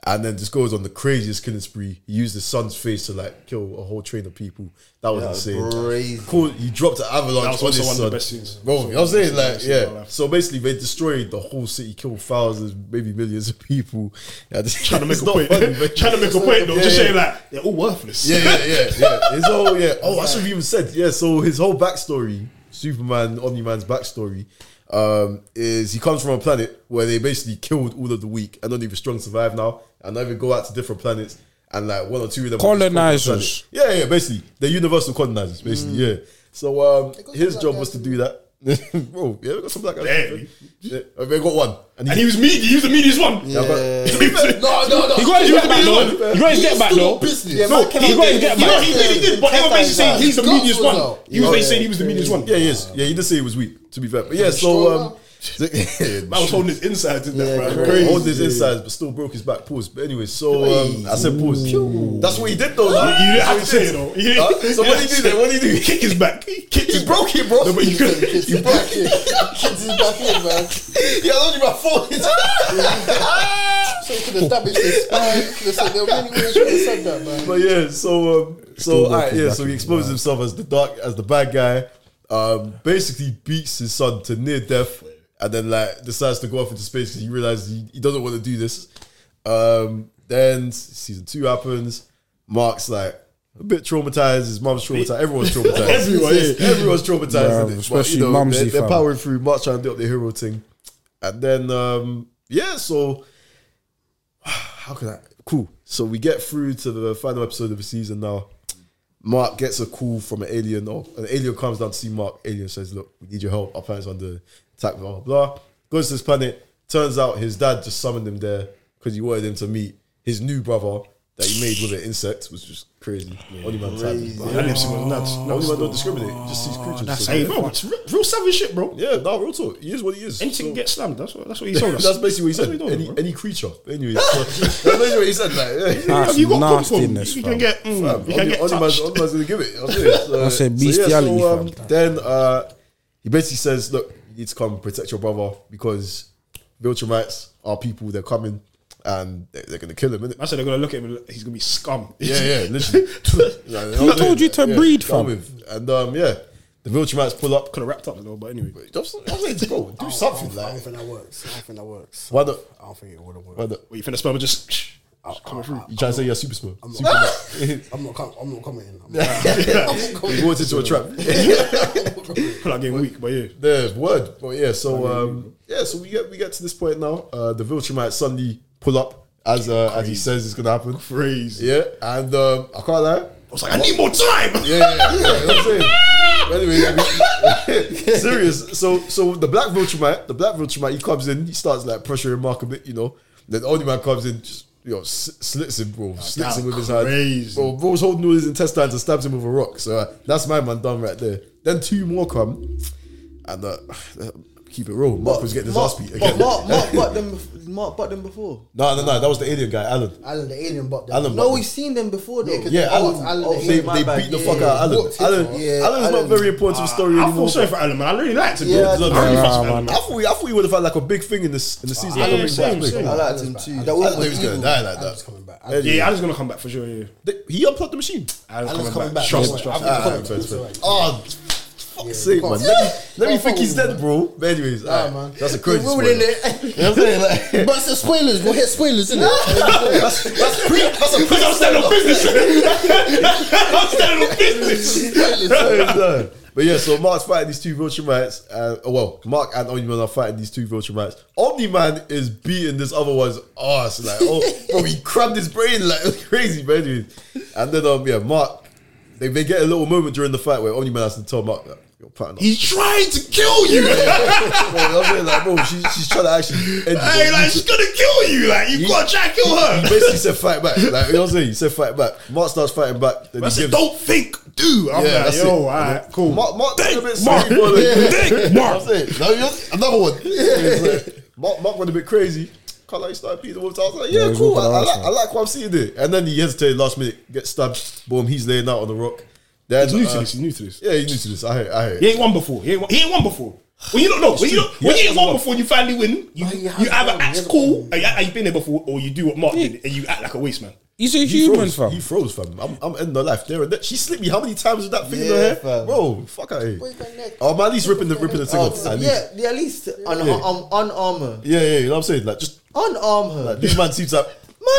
Speaker 2: And then just goes on the craziest killing spree. He used his son's face to like kill a whole train of people. That was insane.
Speaker 5: Crazy.
Speaker 2: Cool, you dropped an avalanche.
Speaker 4: That was
Speaker 2: on
Speaker 4: also
Speaker 2: his
Speaker 4: one of the
Speaker 2: son.
Speaker 4: best scenes.
Speaker 2: Bro, you know what I'm saying? Like,
Speaker 4: best scenes in my
Speaker 2: yeah.
Speaker 4: life.
Speaker 2: So basically, they destroyed the whole city, killed thousands, maybe millions of people. Yeah, just <laughs>
Speaker 4: Trying to make a point. <laughs> Trying to make a point though. Just saying like they're all worthless.
Speaker 2: Yeah, yeah, yeah, yeah. His whole, yeah. Oh, I should have even said, yeah. So his whole backstory, Superman, Omni Man's backstory, um, is he comes from a planet where they basically killed all of the weak and only the strong survive now, and now they go out to different planets. And like one or two of them are just from the
Speaker 1: Colonizers.
Speaker 2: planet. Yeah, yeah, basically. They're universal colonizers, basically, yeah. So um,
Speaker 5: got
Speaker 2: his
Speaker 5: some
Speaker 2: job
Speaker 5: black
Speaker 2: was to
Speaker 5: guys
Speaker 2: do that. <laughs> Bro, yeah, we got some black guys.
Speaker 4: Damn.
Speaker 2: Yeah, we got one. And he,
Speaker 4: <laughs> And he was meaty. He was the meatiest one.
Speaker 2: yeah, but- <laughs>
Speaker 5: No, no, no.
Speaker 1: He got his
Speaker 4: You
Speaker 1: get
Speaker 4: got
Speaker 1: back
Speaker 4: me
Speaker 1: though.
Speaker 4: on.
Speaker 1: You got his
Speaker 5: He's
Speaker 1: get back
Speaker 5: still
Speaker 1: though.
Speaker 5: on business. Yeah,
Speaker 1: No,
Speaker 5: man cannot
Speaker 1: he got his
Speaker 5: get-
Speaker 1: get
Speaker 5: he
Speaker 4: You know,
Speaker 1: back.
Speaker 4: he really did, but
Speaker 5: Ten
Speaker 4: everybody's
Speaker 5: times
Speaker 4: saying
Speaker 5: out.
Speaker 4: he's the
Speaker 5: His guts
Speaker 4: meatiest
Speaker 5: was
Speaker 4: one.
Speaker 5: out.
Speaker 4: He was
Speaker 2: Oh,
Speaker 4: basically
Speaker 2: yeah.
Speaker 4: saying he was the meatiest one.
Speaker 2: Yeah, he is. Yeah, he did say he was weak, to be fair. But yeah,
Speaker 5: Stronger.
Speaker 4: <laughs>
Speaker 2: so. Um, <laughs>
Speaker 4: Man was holding his insides in that, bro.
Speaker 2: Crazy.
Speaker 4: Crazy.
Speaker 2: All his insides, but still broke his back. Pause. But anyway, so um, I said pause. That's what he did though.
Speaker 4: You didn't have to
Speaker 2: That's what
Speaker 4: say
Speaker 2: he
Speaker 4: it
Speaker 2: did.
Speaker 4: though.
Speaker 2: Huh? So what did he do then? What did he
Speaker 4: <laughs>
Speaker 2: do?
Speaker 4: Kick his back. He kicked
Speaker 2: He
Speaker 4: his back.
Speaker 2: broke it, bro. <laughs>
Speaker 4: No, but you could.
Speaker 5: Kids is back in. Kids is back in, man.
Speaker 2: Yeah, I told you about four.
Speaker 5: So you could have damaged his spine. You could have said there were many ways you could have said that, man.
Speaker 2: But yeah, so um, so all right,
Speaker 1: broke his
Speaker 2: yeah,
Speaker 1: back
Speaker 2: so he
Speaker 1: in,
Speaker 2: exposes himself as the dark, as the bad guy. Um, basically beats his son to near death, and then like decides to go off into space because he realizes he, he doesn't want to do this. Um, then season two happens. Mark's like a bit traumatized. His mom's traumatized. Everyone's traumatized.
Speaker 4: <laughs> Everyone, yeah.
Speaker 2: Everyone's traumatized.
Speaker 1: Bruv,
Speaker 2: isn't it?
Speaker 1: especially
Speaker 2: but, you know,
Speaker 1: mumsy,
Speaker 2: They're, they're
Speaker 1: fam.
Speaker 2: powering through. Mark's trying to do up the hero thing, and then um, yeah, so how could I? Cool. So we get through to the final episode of the season now. Mark gets a call from an alien. Or an alien comes down to see Mark. Alien says, "Look, we need your help. Our planet's under attack." Blah blah. blah. Goes to this planet. Turns out his dad just summoned him there because he wanted him to meet his new brother that he made with an insect, which was crazy. Only man time.
Speaker 4: I didn't see what nuts.
Speaker 2: Only man don't discriminate. He Just sees
Speaker 4: Oh,
Speaker 2: creatures. So-
Speaker 4: Hey, bro, it's real, real savage shit, bro.
Speaker 2: yeah, no, real talk. He is what he is.
Speaker 4: Anything
Speaker 2: So- <laughs>
Speaker 4: can get slammed. That's what. That's what he told us.
Speaker 2: that's basically what he said.
Speaker 4: That's what he told us,
Speaker 2: any,
Speaker 4: bro.
Speaker 2: any creature. Anyway, so- <laughs> that's basically what he said. Like, yeah.
Speaker 1: That's
Speaker 4: you got
Speaker 1: nastiness,
Speaker 4: nastiness. You
Speaker 1: fam.
Speaker 4: can get.
Speaker 2: Fam,
Speaker 4: mm, You
Speaker 2: only-
Speaker 4: can get
Speaker 2: only man's,
Speaker 4: touched.
Speaker 2: only man's gonna give it. I'll do it.
Speaker 1: <laughs>
Speaker 2: So,
Speaker 1: That's a
Speaker 2: so
Speaker 1: bestiality,
Speaker 2: yeah, so, um,
Speaker 1: fam.
Speaker 2: then uh, he basically says, "Look, you need to come protect your brother because Viltrumites are people. They're coming and they're, they're gonna kill him." Innit?
Speaker 4: I said they're gonna look at him. He's gonna be scum.
Speaker 2: Yeah, yeah,
Speaker 4: <laughs>
Speaker 2: literally. <laughs>
Speaker 1: Who told you to breed, fam?
Speaker 2: from? And um, yeah, the Viltrumites pull up.
Speaker 4: Could have wrapped up a little, but anyway.
Speaker 2: Just, I'm saying, bro,
Speaker 4: Oh,
Speaker 2: do something
Speaker 5: I don't
Speaker 2: like.
Speaker 5: think that works. I don't think that works.
Speaker 2: Why not?
Speaker 5: I don't think it would have worked.
Speaker 2: Why not?
Speaker 4: What you think the sperm are just
Speaker 2: Ah,
Speaker 4: just coming through?
Speaker 2: You trying to say you're super smart?
Speaker 4: <laughs>
Speaker 5: I'm not. Com- I'm not <laughs> commenting. I'm not, I'm
Speaker 2: <laughs>
Speaker 5: not
Speaker 2: You
Speaker 5: commenting.
Speaker 2: walked into a trap.
Speaker 4: <laughs> Pull out game week, but yeah.
Speaker 2: The word, but yeah. So um, yeah, so we get we get to this point now. Uh, the Viltrum might suddenly pull up as uh, as he says it's gonna happen.
Speaker 4: Crazy.
Speaker 2: Yeah, and um, I can't lie.
Speaker 4: I was like, I need more time.
Speaker 2: Yeah, yeah, yeah. you know what I'm saying? anyway, <laughs> serious. So, so the black vulture man, the black vulture man, he comes in, he starts like pressuring Mark a bit, you know. Then the only man comes in, just, you know, s- slits him, bro, slits him with his hand.
Speaker 4: crazy.
Speaker 2: Bro, bro's holding all his intestines and stabs him with a rock. So uh, that's my man done right there. Then two more come, and uh, <sighs> keep it real. Mark was getting his ass beat again.
Speaker 5: Mark,
Speaker 2: <laughs>
Speaker 5: Mark, bought them, bef- Mark bought them before.
Speaker 2: No, no, no, that was the alien guy,
Speaker 5: <laughs>
Speaker 2: Alan.
Speaker 3: Alan the alien bought them.
Speaker 2: Alan
Speaker 5: No,
Speaker 2: Button.
Speaker 5: we've seen them before. though.
Speaker 2: Yeah, Alan. Oh,
Speaker 5: the
Speaker 2: they
Speaker 5: Alien, my
Speaker 2: they
Speaker 5: bad.
Speaker 2: beat the
Speaker 5: Yeah,
Speaker 2: fuck
Speaker 5: yeah,
Speaker 2: out of Alan.
Speaker 5: yeah.
Speaker 2: Alan,
Speaker 5: Yeah,
Speaker 2: Alan's not
Speaker 5: Alan- Ah,
Speaker 2: very important to the story
Speaker 4: I feel
Speaker 2: anymore.
Speaker 4: sorry for Alan, man. I really liked him. bro.
Speaker 5: Yeah,
Speaker 4: I
Speaker 1: yeah,
Speaker 4: really fucked with Alan,
Speaker 1: man.
Speaker 2: I
Speaker 4: man.
Speaker 2: thought, we, I thought he would have had like a big thing in this in the season.
Speaker 4: yeah,
Speaker 2: like a big
Speaker 4: same,
Speaker 2: flashback.
Speaker 4: same.
Speaker 5: I liked him too.
Speaker 2: I didn't know he was gonna die like that.
Speaker 3: Alan's coming back.
Speaker 4: Yeah, Alan's gonna come back for sure. Yeah,
Speaker 2: They- He unplugged the machine.
Speaker 4: Alan's,
Speaker 3: Alan's
Speaker 4: coming
Speaker 3: coming
Speaker 4: back.
Speaker 3: back.
Speaker 4: Trust
Speaker 3: Yeah.
Speaker 4: me, trust me.
Speaker 2: Ah,
Speaker 3: Alan-
Speaker 2: fair, fair.
Speaker 3: Alan-
Speaker 2: Oh, fuck's sake, man. Let me, let me think he's dead, bro. But anyways, alright.
Speaker 3: man.
Speaker 2: that's a crazy
Speaker 3: We're
Speaker 2: spoiler.
Speaker 3: ruining
Speaker 2: You know what I'm saying? Like,
Speaker 3: <laughs> But it's the spoilers. We'll hit spoilers, innit?
Speaker 2: that's, that's, pre,
Speaker 4: <laughs>
Speaker 2: that's a pre-
Speaker 4: I'm standing on business.
Speaker 2: <laughs>
Speaker 4: I'm <laughs> standing on business.
Speaker 2: No. But yeah, so Mark's fighting these two wheelchair mats. Uh, oh, well, Mark and Omni Man are fighting these two wheelchair mats. Omni Man is beating this other one's ass. Like, oh, bro, he crammed his brain like <laughs> it was crazy, man. dude. And then, um, yeah, Mark, they, they get a little moment during the fight where Omni Man has to tell Mark, like, you're patting up.
Speaker 4: <laughs> He's trying to kill you.
Speaker 2: <laughs> Bro, I'm really like, bro, she, she's trying to actually end it.
Speaker 4: Hey, like she's gonna kill you. Like you gotta try and kill her.
Speaker 2: He basically said fight back. Like, you know what I'm saying? He said fight back. Mark starts fighting back. Then
Speaker 4: I
Speaker 2: he
Speaker 4: said,
Speaker 2: gives,
Speaker 4: don't think, do. I'm
Speaker 2: Yeah,
Speaker 4: like,
Speaker 2: that's
Speaker 4: yo,
Speaker 2: it.
Speaker 4: alright, cool.
Speaker 2: Mark, Mark, took a bit
Speaker 4: Mark.
Speaker 2: sweet, bro, like- You
Speaker 4: Think,
Speaker 2: know
Speaker 4: Mark.
Speaker 2: what I'm saying? No, you're, another one. It's like, Mark, Mark went a bit crazy. Can't like started beating the wolves. I was like, yeah,
Speaker 1: he's
Speaker 2: cool.
Speaker 1: walking
Speaker 2: I, I,
Speaker 1: around,
Speaker 2: like,
Speaker 1: man.
Speaker 2: I like what I'm seeing there. And then he hesitated last minute, gets stabbed. Boom, he's laying out on the rock. Then,
Speaker 4: He's new
Speaker 2: uh,
Speaker 4: to this. He's new to this.
Speaker 2: Yeah, he's new to this. I hear, I hear.
Speaker 4: He ain't won before. He ain't won, he ain't won before. When you don't know, when you, don't, when
Speaker 2: He
Speaker 4: you
Speaker 2: has
Speaker 4: ain't won
Speaker 2: won.
Speaker 4: before, and you finally win. You,
Speaker 3: he has
Speaker 4: you either
Speaker 3: won. He
Speaker 4: act
Speaker 3: has
Speaker 4: cool, and you, and you've been there before, or you do what Mark did, and you act like a waste man.
Speaker 1: He's a
Speaker 2: He
Speaker 1: human,
Speaker 2: froze, He
Speaker 1: fam.
Speaker 2: froze, fam. I'm, I'm ending her life there. And there. She slipped me how many times with that thing in
Speaker 5: Yeah,
Speaker 2: her hair?
Speaker 5: fam.
Speaker 2: Bro, fuck out here.
Speaker 3: Where's my neck?
Speaker 2: Oh, man, at least ripping the, ripping the thing off.
Speaker 5: Oh,
Speaker 2: At least.
Speaker 5: yeah, yeah, at least un- um, unarm her.
Speaker 2: Yeah, yeah, you know what I'm saying? Like, just,
Speaker 5: Unarm her.
Speaker 2: like, this man seems like,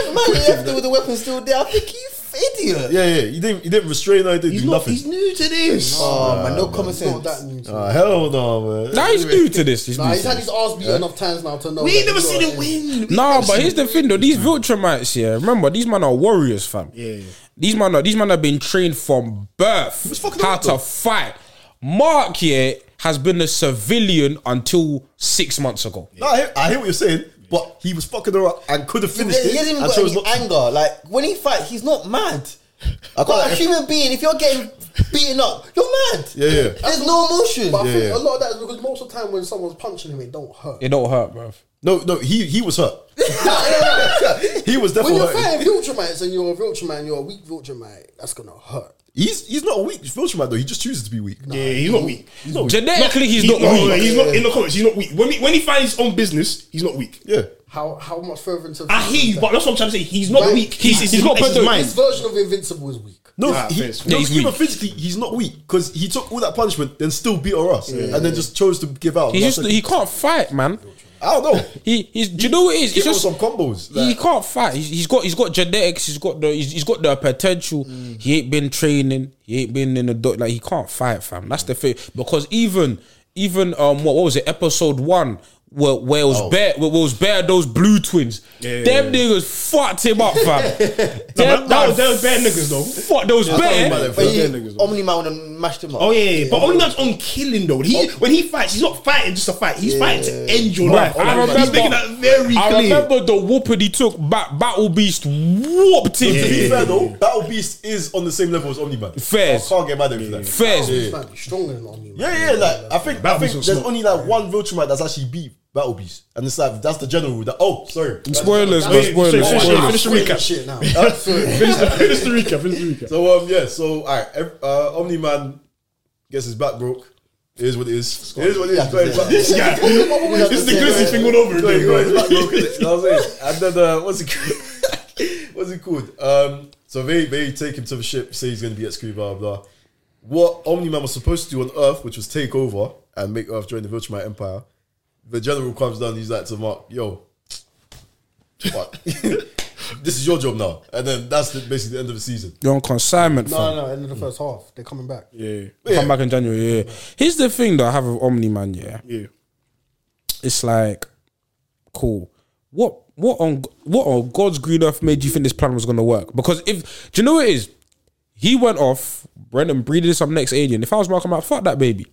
Speaker 5: Man, man left her with the weapon still there. I think you idiot.
Speaker 2: yeah, yeah, he didn't, he didn't restrain her, he didn't
Speaker 4: He's
Speaker 2: do
Speaker 4: not. He's
Speaker 2: nothing.
Speaker 4: new to this.
Speaker 5: Oh, man, no common
Speaker 3: Not
Speaker 5: sense.
Speaker 3: that new to me.
Speaker 2: Ah, hell no, man.
Speaker 1: Now he's new to this. He's
Speaker 3: Nah,
Speaker 1: new
Speaker 3: he's
Speaker 1: to
Speaker 3: had
Speaker 1: this.
Speaker 3: his ass beat enough times now to know.
Speaker 4: we
Speaker 3: that
Speaker 4: ain't never
Speaker 3: he's
Speaker 4: seen
Speaker 3: not
Speaker 4: him
Speaker 3: in.
Speaker 4: win.
Speaker 1: Nah, but here's the thing though. These Viltrumites, yeah. Remember, these men are warriors, fam.
Speaker 4: Yeah.
Speaker 1: These men are these men have been trained from birth
Speaker 2: fucking
Speaker 1: how
Speaker 2: up,
Speaker 1: to
Speaker 2: though?
Speaker 1: fight. Mark here has been a civilian until six months ago.
Speaker 2: No, I hear, I hear what you're saying, but he was fucking her up and could have
Speaker 5: He
Speaker 2: finished it.
Speaker 5: hasn't even
Speaker 2: and
Speaker 5: got
Speaker 2: chose
Speaker 5: any
Speaker 2: not to.
Speaker 5: anger. Like when he fights, he's not mad. But a human being, if you're getting beaten up, you're mad.
Speaker 2: Yeah, yeah.
Speaker 5: There's no emotion.
Speaker 3: But I think
Speaker 2: yeah.
Speaker 3: a lot of that is because most of the time when someone's punching him, it don't hurt.
Speaker 1: It don't hurt, bruv.
Speaker 2: No, no, he he was hurt. <laughs> he was
Speaker 3: When
Speaker 2: definitely
Speaker 3: you're
Speaker 2: hurt.
Speaker 3: fighting Viltrum mites and you're a Viltrum man, you're a weak Viltrum mite, that's gonna hurt.
Speaker 2: He's he's not a weak filterman though. He just chooses to be weak.
Speaker 4: Yeah, he's not weak. He's not weak.
Speaker 1: Genetically, he's not
Speaker 4: no,
Speaker 1: weak.
Speaker 4: no, He's not in the comments. He's not weak. When, he- when he finds his own business, he's not weak.
Speaker 2: Yeah,
Speaker 3: How how much further into
Speaker 4: I hear you, but that's what I'm trying to say. He's not
Speaker 3: Right.
Speaker 4: weak. He's,
Speaker 1: He's got
Speaker 4: it's his
Speaker 1: better-
Speaker 4: mind.
Speaker 3: This version of Invincible is weak.
Speaker 2: no,
Speaker 4: Ah,
Speaker 2: he,
Speaker 4: fair, fair.
Speaker 2: no,
Speaker 1: Yeah, he's
Speaker 2: even
Speaker 1: weak.
Speaker 2: physically he's not weak because he took all that punishment, then still beat her ass, and then just chose to give out.
Speaker 1: He's
Speaker 2: That's
Speaker 1: just
Speaker 2: it.
Speaker 1: he can't fight, man.
Speaker 2: I don't know.
Speaker 1: He he's do you know what it is?
Speaker 2: He's
Speaker 1: It's just
Speaker 2: just some combos.
Speaker 1: he
Speaker 2: Like,
Speaker 1: can't fight. He's, he's got he's got genetics. He's got the he's, he's got the potential.
Speaker 4: Mm.
Speaker 1: He ain't been training. He ain't been in the doc. Like he can't fight, fam. That's the thing. Because even even um what, what was it episode one where where it was bear where it was bear those blue twins.
Speaker 4: Oh. Yeah.
Speaker 1: Them niggas fucked him up, fam.
Speaker 4: <laughs> No,
Speaker 1: Them-
Speaker 4: but that was- that was bear niggas, though.
Speaker 1: Fuck those
Speaker 2: about
Speaker 1: bear.
Speaker 2: them.
Speaker 5: But he,
Speaker 4: Those niggas, though.
Speaker 5: Omni Man would have mashed him up.
Speaker 4: Oh yeah, yeah, but only man's on killing though. He when he fights, he's not fighting just to fight. He's fighting to end your life.
Speaker 1: I
Speaker 4: Like, he's
Speaker 1: remember-
Speaker 4: making that very
Speaker 1: I
Speaker 4: clear.
Speaker 1: remember the whooping he took. Ba- Battle Beast whooped him.
Speaker 2: to be fair though, Battle Beast is on the same level as Omniman.
Speaker 1: Fair.
Speaker 2: I can't get mad at him for that.
Speaker 1: Fairs.
Speaker 3: He's like stronger than Omni. man.
Speaker 2: Yeah, yeah, like I think
Speaker 4: Battle
Speaker 2: I think
Speaker 4: Beast was
Speaker 2: there's
Speaker 4: smart.
Speaker 2: only like one Viltrumite that's actually beat Battle Beast, and it's like that's the general rule. That oh, sorry. <laughs> Uh,
Speaker 1: Spoilers, man.
Speaker 4: Wait,
Speaker 1: Spoilers.
Speaker 4: Oh, finish,
Speaker 1: spoilers.
Speaker 4: finish, the recap. <laughs>
Speaker 3: Shit now.
Speaker 4: Finish the, finish the recap. Finish the recap.
Speaker 2: So um, yeah. So all right, ev- uh, Omni Man gets his back broke. It is what it is. It is what it is. Got his back-
Speaker 4: yeah, this is the glizzy thing all over
Speaker 2: got his-
Speaker 4: again.
Speaker 2: got his
Speaker 4: bro.
Speaker 2: back broke, innit? You know <laughs> what I'm saying? And then uh, what's it called? <laughs> what's it called? Um, so they they take him to the ship. Say he's going to be at Scooby. Blah blah. What Omni Man was supposed to do on Earth, which was take over and make Earth join the Viltrumite Empire, the general comes down. He's like to Mark, yo, what? <laughs> this is your job now. And then that's the, basically the end of the season.
Speaker 1: You're on consignment, fam.
Speaker 3: No, no, end of the first half. They're coming back.
Speaker 4: Mm. Yeah,
Speaker 1: Come back in January. Yeah. Here's the thing that I have with Omni Man. Yeah,
Speaker 4: yeah.
Speaker 1: it's like, cool. What what on what on God's green earth made you think this plan was gonna work? Because if do you know what it is? He went off. Brendan breeded some next alien. If I was Malcolm, I'd fuck that baby.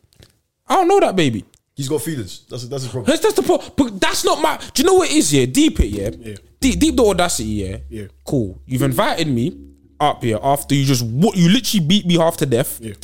Speaker 1: I don't know that baby.
Speaker 2: He's got feelings. That's that's his problem.
Speaker 1: That's, that's the pro- but that's not my. Do you know what it is? Yeah, deep it. Yeah,
Speaker 4: Yeah.
Speaker 1: Deep, deep the audacity. Yeah,
Speaker 4: Yeah.
Speaker 1: Cool. You've invited me up here after you just what you literally beat me half to death.
Speaker 4: Yeah.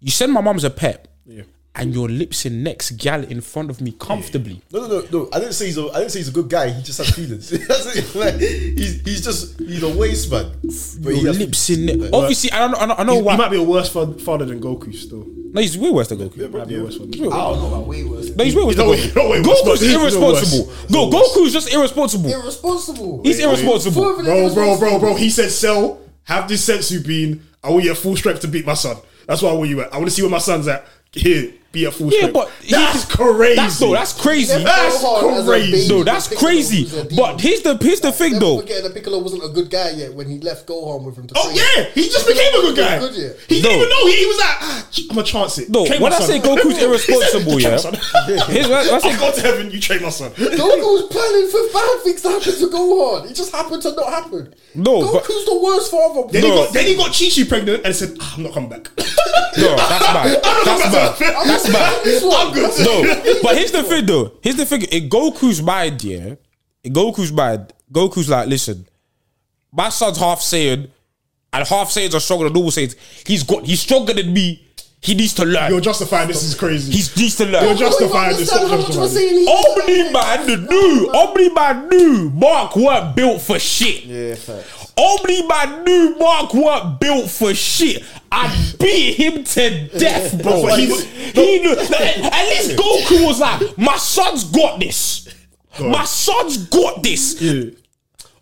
Speaker 1: You send my mum's a pep,
Speaker 4: Yeah.
Speaker 1: and your lips in next gal in front of me comfortably.
Speaker 2: No, no, no, no. I didn't say he's a. I didn't say he's a good guy. He just has feelings. <laughs> That's it. Like, he's he's just he's a waste man. But he
Speaker 1: Your
Speaker 2: has
Speaker 1: lips in. Ne- Obviously, I don't. know- I know, I know
Speaker 4: He
Speaker 1: why.
Speaker 4: might be a worse fa- father than Goku still.
Speaker 1: no, he's way worse than Goku.
Speaker 4: He might be a worse father.
Speaker 5: I don't know about way worse.
Speaker 1: No, he's way worse than
Speaker 4: no, he's
Speaker 1: Goku.
Speaker 4: not way worse.
Speaker 1: Goku's
Speaker 4: No, he's not
Speaker 1: irresponsible.
Speaker 4: worse.
Speaker 1: No, Goku's just irresponsible.
Speaker 5: Irresponsible.
Speaker 1: He's irresponsible.
Speaker 5: Four of them
Speaker 4: Bro, bro, bro,
Speaker 5: irresponsible.
Speaker 4: bro. He said, "Sell, have this sensu bean. I want you at full strength to beat my son. That's what I want you at. I want to see where my son's at. Here, be at full
Speaker 1: Yeah,
Speaker 4: strength.
Speaker 1: but
Speaker 4: that's
Speaker 1: he-
Speaker 4: crazy.
Speaker 1: That's no, that's crazy.
Speaker 5: Never
Speaker 4: That's
Speaker 5: hard as a
Speaker 4: crazy.
Speaker 5: baby
Speaker 1: No,
Speaker 5: to
Speaker 1: that's
Speaker 5: Piccolo
Speaker 1: crazy.
Speaker 5: was a demon.
Speaker 1: But here's the here's the thing
Speaker 5: Never
Speaker 1: though.
Speaker 5: forgetting that Piccolo wasn't a good guy yet when he left Go Home with him to
Speaker 4: Oh
Speaker 5: train.
Speaker 4: yeah, he just became a good guy.
Speaker 5: Good, yeah.
Speaker 4: He
Speaker 1: No.
Speaker 4: didn't even know. He, he was like, ah, I'm gonna chance it.
Speaker 1: No,
Speaker 4: Train
Speaker 1: when
Speaker 4: my
Speaker 1: I
Speaker 4: son.
Speaker 1: say Goku's irresponsible,
Speaker 4: <laughs> He said,
Speaker 1: yeah.
Speaker 4: "Train my son." <laughs>
Speaker 1: Here's what- what I
Speaker 4: I'll
Speaker 1: say-
Speaker 4: <laughs> go to heaven. You train my son. <laughs>
Speaker 5: Goku was planning for bad things to happen to Gohan. It just happened to not happen.
Speaker 1: No, but-
Speaker 5: Goku's the worst father.
Speaker 4: Then, he
Speaker 1: No.
Speaker 4: got, then he got Chi Chi pregnant and said, ah, I'm not coming back. <laughs>
Speaker 1: No, that's bad.
Speaker 4: I'm not
Speaker 1: That's
Speaker 4: coming
Speaker 1: bad.
Speaker 4: back.
Speaker 5: That's bad.
Speaker 4: I'm good. <laughs>
Speaker 1: No, but here's the thing though. Here's the thing. In Goku's mind, yeah. In Goku's mind, Goku's like, listen, my son's half Saiyan, and half Saiyans are stronger than normal Saiyans. He's got he's stronger than me. He needs to learn.
Speaker 4: You're justified. This is crazy.
Speaker 1: He needs to
Speaker 4: You're
Speaker 1: learn.
Speaker 4: justified. This
Speaker 5: understand
Speaker 4: is
Speaker 5: how much we're
Speaker 4: justified.
Speaker 5: saying he
Speaker 1: Omni man knew. Omni man knew. Mark weren't built for shit.
Speaker 3: Yeah, facts.
Speaker 1: Omni man knew Mark weren't built for shit. I beat him to death, bro.
Speaker 4: But
Speaker 1: he,
Speaker 4: he's-
Speaker 1: he knew. At least Goku was like, my son's got this. My son's got this.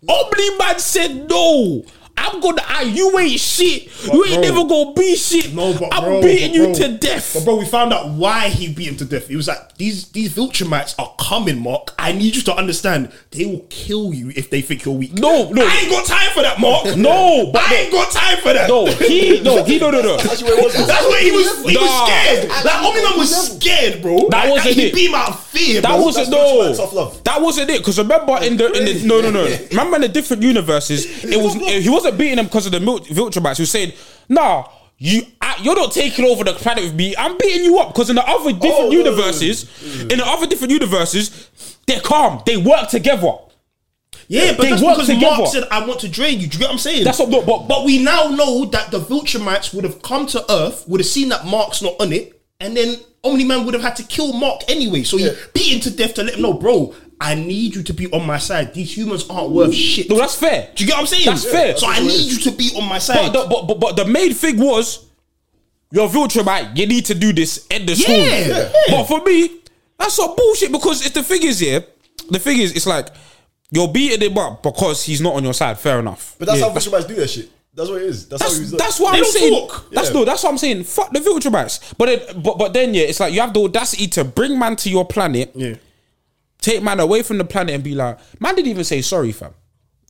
Speaker 1: Omni man said no. I'm gonna. I, you ain't shit. you ain't
Speaker 4: bro.
Speaker 1: never gonna be shit.
Speaker 4: No, but
Speaker 1: I'm
Speaker 4: bro,
Speaker 1: beating
Speaker 4: but
Speaker 1: you
Speaker 4: bro.
Speaker 1: to death.
Speaker 4: But bro, we found out why he beat him to death. He was like, these these Viltrumites are coming, Mark. I need you to understand. They will kill you if they think you're weak.
Speaker 1: No, no.
Speaker 4: I ain't got time for that, Mark.
Speaker 1: No, but
Speaker 4: I ain't got time for that.
Speaker 1: No, he no, he no no no. That
Speaker 2: Actually, wait, what's
Speaker 4: That's what he was. He
Speaker 1: Nah.
Speaker 4: was scared. Like
Speaker 5: Nah.
Speaker 4: Omniman was scared, bro.
Speaker 1: That
Speaker 4: Like,
Speaker 1: wasn't
Speaker 4: he
Speaker 1: it.
Speaker 4: beat him out of fear. That was
Speaker 1: wasn't
Speaker 2: that's
Speaker 1: no.
Speaker 2: much tough love.
Speaker 1: That wasn't it. Because remember in the in the no no
Speaker 2: <laughs>
Speaker 1: no. Remember in the different universes, it was he wasn't beating them because of the Mil- Viltrumites. He was saying, Nah, you I, you're not taking over the planet with me. I'm beating you up because in the other different
Speaker 2: Oh, no, no, no.
Speaker 1: universes, in the other different universes, they're calm. They work together.
Speaker 4: yeah, but
Speaker 1: They
Speaker 4: that's
Speaker 1: work
Speaker 4: because
Speaker 1: together.
Speaker 4: Mark said, "I want to drain you." Do you get what I'm saying?
Speaker 1: That's what- no, but-
Speaker 4: but we now know that the Viltrumites would have come to Earth, would have seen that Mark's not on it, and then Omni Man would have had to kill Mark anyway. So he beat him to death to let him know, bro. I need you to be on my side. These humans aren't worth shit.
Speaker 1: No, that's fair.
Speaker 4: Do you get what I'm saying?
Speaker 1: That's fair.
Speaker 4: So I need you to be on my
Speaker 1: But
Speaker 4: side.
Speaker 1: the, but, but but the main thing was, you're Viltrumite. You need to do this. End the school.
Speaker 4: Yeah.
Speaker 1: But for me, that's not bullshit because it's the thing is yeah. The thing is, it's like you're beating him up because he's not on your side. Fair enough.
Speaker 2: But that's
Speaker 1: Yeah.
Speaker 2: how Fishermans do that shit. That's what it is. That's, how
Speaker 1: That's,
Speaker 2: he's.
Speaker 1: that's what
Speaker 4: They
Speaker 1: I'm
Speaker 4: don't
Speaker 1: saying.
Speaker 4: talk.
Speaker 1: That's
Speaker 2: Yeah.
Speaker 1: no. That's what I'm saying. Fuck the Viltrumites. But then, but but then yeah, it's like you have the audacity to bring man to your planet,
Speaker 4: yeah.
Speaker 1: take man away from the planet, and be like, man didn't even say sorry, fam.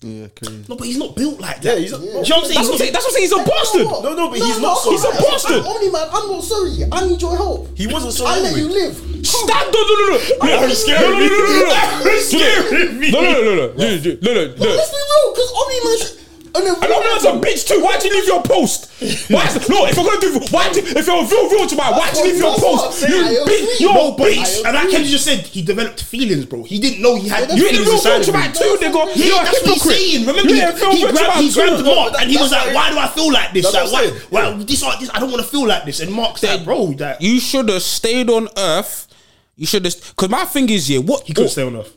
Speaker 3: Yeah, crazy.
Speaker 4: No, but he's not built like that.
Speaker 2: Yeah, he's not-
Speaker 4: Do you know what I'm saying?
Speaker 1: That's what I'm
Speaker 4: He's
Speaker 1: saying. That's what I'm saying. He's a bastard.
Speaker 2: No, no, but he's not
Speaker 1: He's a
Speaker 2: sorry.
Speaker 1: bastard.
Speaker 5: I'm Omni Man, I'm not sorry. I need your help.
Speaker 2: He wasn't sorry
Speaker 5: I let
Speaker 2: anyway.
Speaker 5: you live.
Speaker 1: Stand. No, no, no, no.
Speaker 4: You're scaring me.
Speaker 1: No, no, no, no, no.
Speaker 4: You're scaring me.
Speaker 1: No, no, no, no, no, Dude, dude, no, no,
Speaker 5: But
Speaker 1: no.
Speaker 5: let's be real, because Omni Man. Sh- and then
Speaker 1: I don't know that's a bitch too. Why'd you leave your post? Why? Is, no, if you're gonna do, why'd you, if you're real, real to my, why'd you leave your
Speaker 5: That's what I'm
Speaker 1: post?
Speaker 5: saying. I
Speaker 1: You
Speaker 5: agree.
Speaker 1: bitch, you're a
Speaker 5: No, but
Speaker 1: bitch.
Speaker 5: I
Speaker 4: And that kid just said he developed feelings, bro. He didn't know he had
Speaker 5: Yeah,
Speaker 1: You ain't a
Speaker 4: feelings
Speaker 1: real
Speaker 4: inside of him.
Speaker 1: Viltrumite too, nigga.
Speaker 4: Yeah,
Speaker 1: You're a
Speaker 4: that's what he's saying.
Speaker 1: hypocrite.
Speaker 4: Remember,
Speaker 1: Yeah,
Speaker 4: he,
Speaker 1: Phil
Speaker 4: he grabbed, he
Speaker 1: Viltrumite
Speaker 4: grabbed
Speaker 1: too.
Speaker 4: Mark
Speaker 2: that-
Speaker 4: and he was
Speaker 2: that's
Speaker 4: like,
Speaker 2: what
Speaker 4: "Why do I feel like this?
Speaker 2: That's
Speaker 4: Like,
Speaker 2: what
Speaker 4: why?
Speaker 2: I'm saying.
Speaker 4: Why this? uh, This? I don't want to feel like this." And Mark's like, "Bro, that
Speaker 1: You should have stayed on Earth. You should have, because my thing is, yeah, what?
Speaker 4: he couldn't stay on Earth.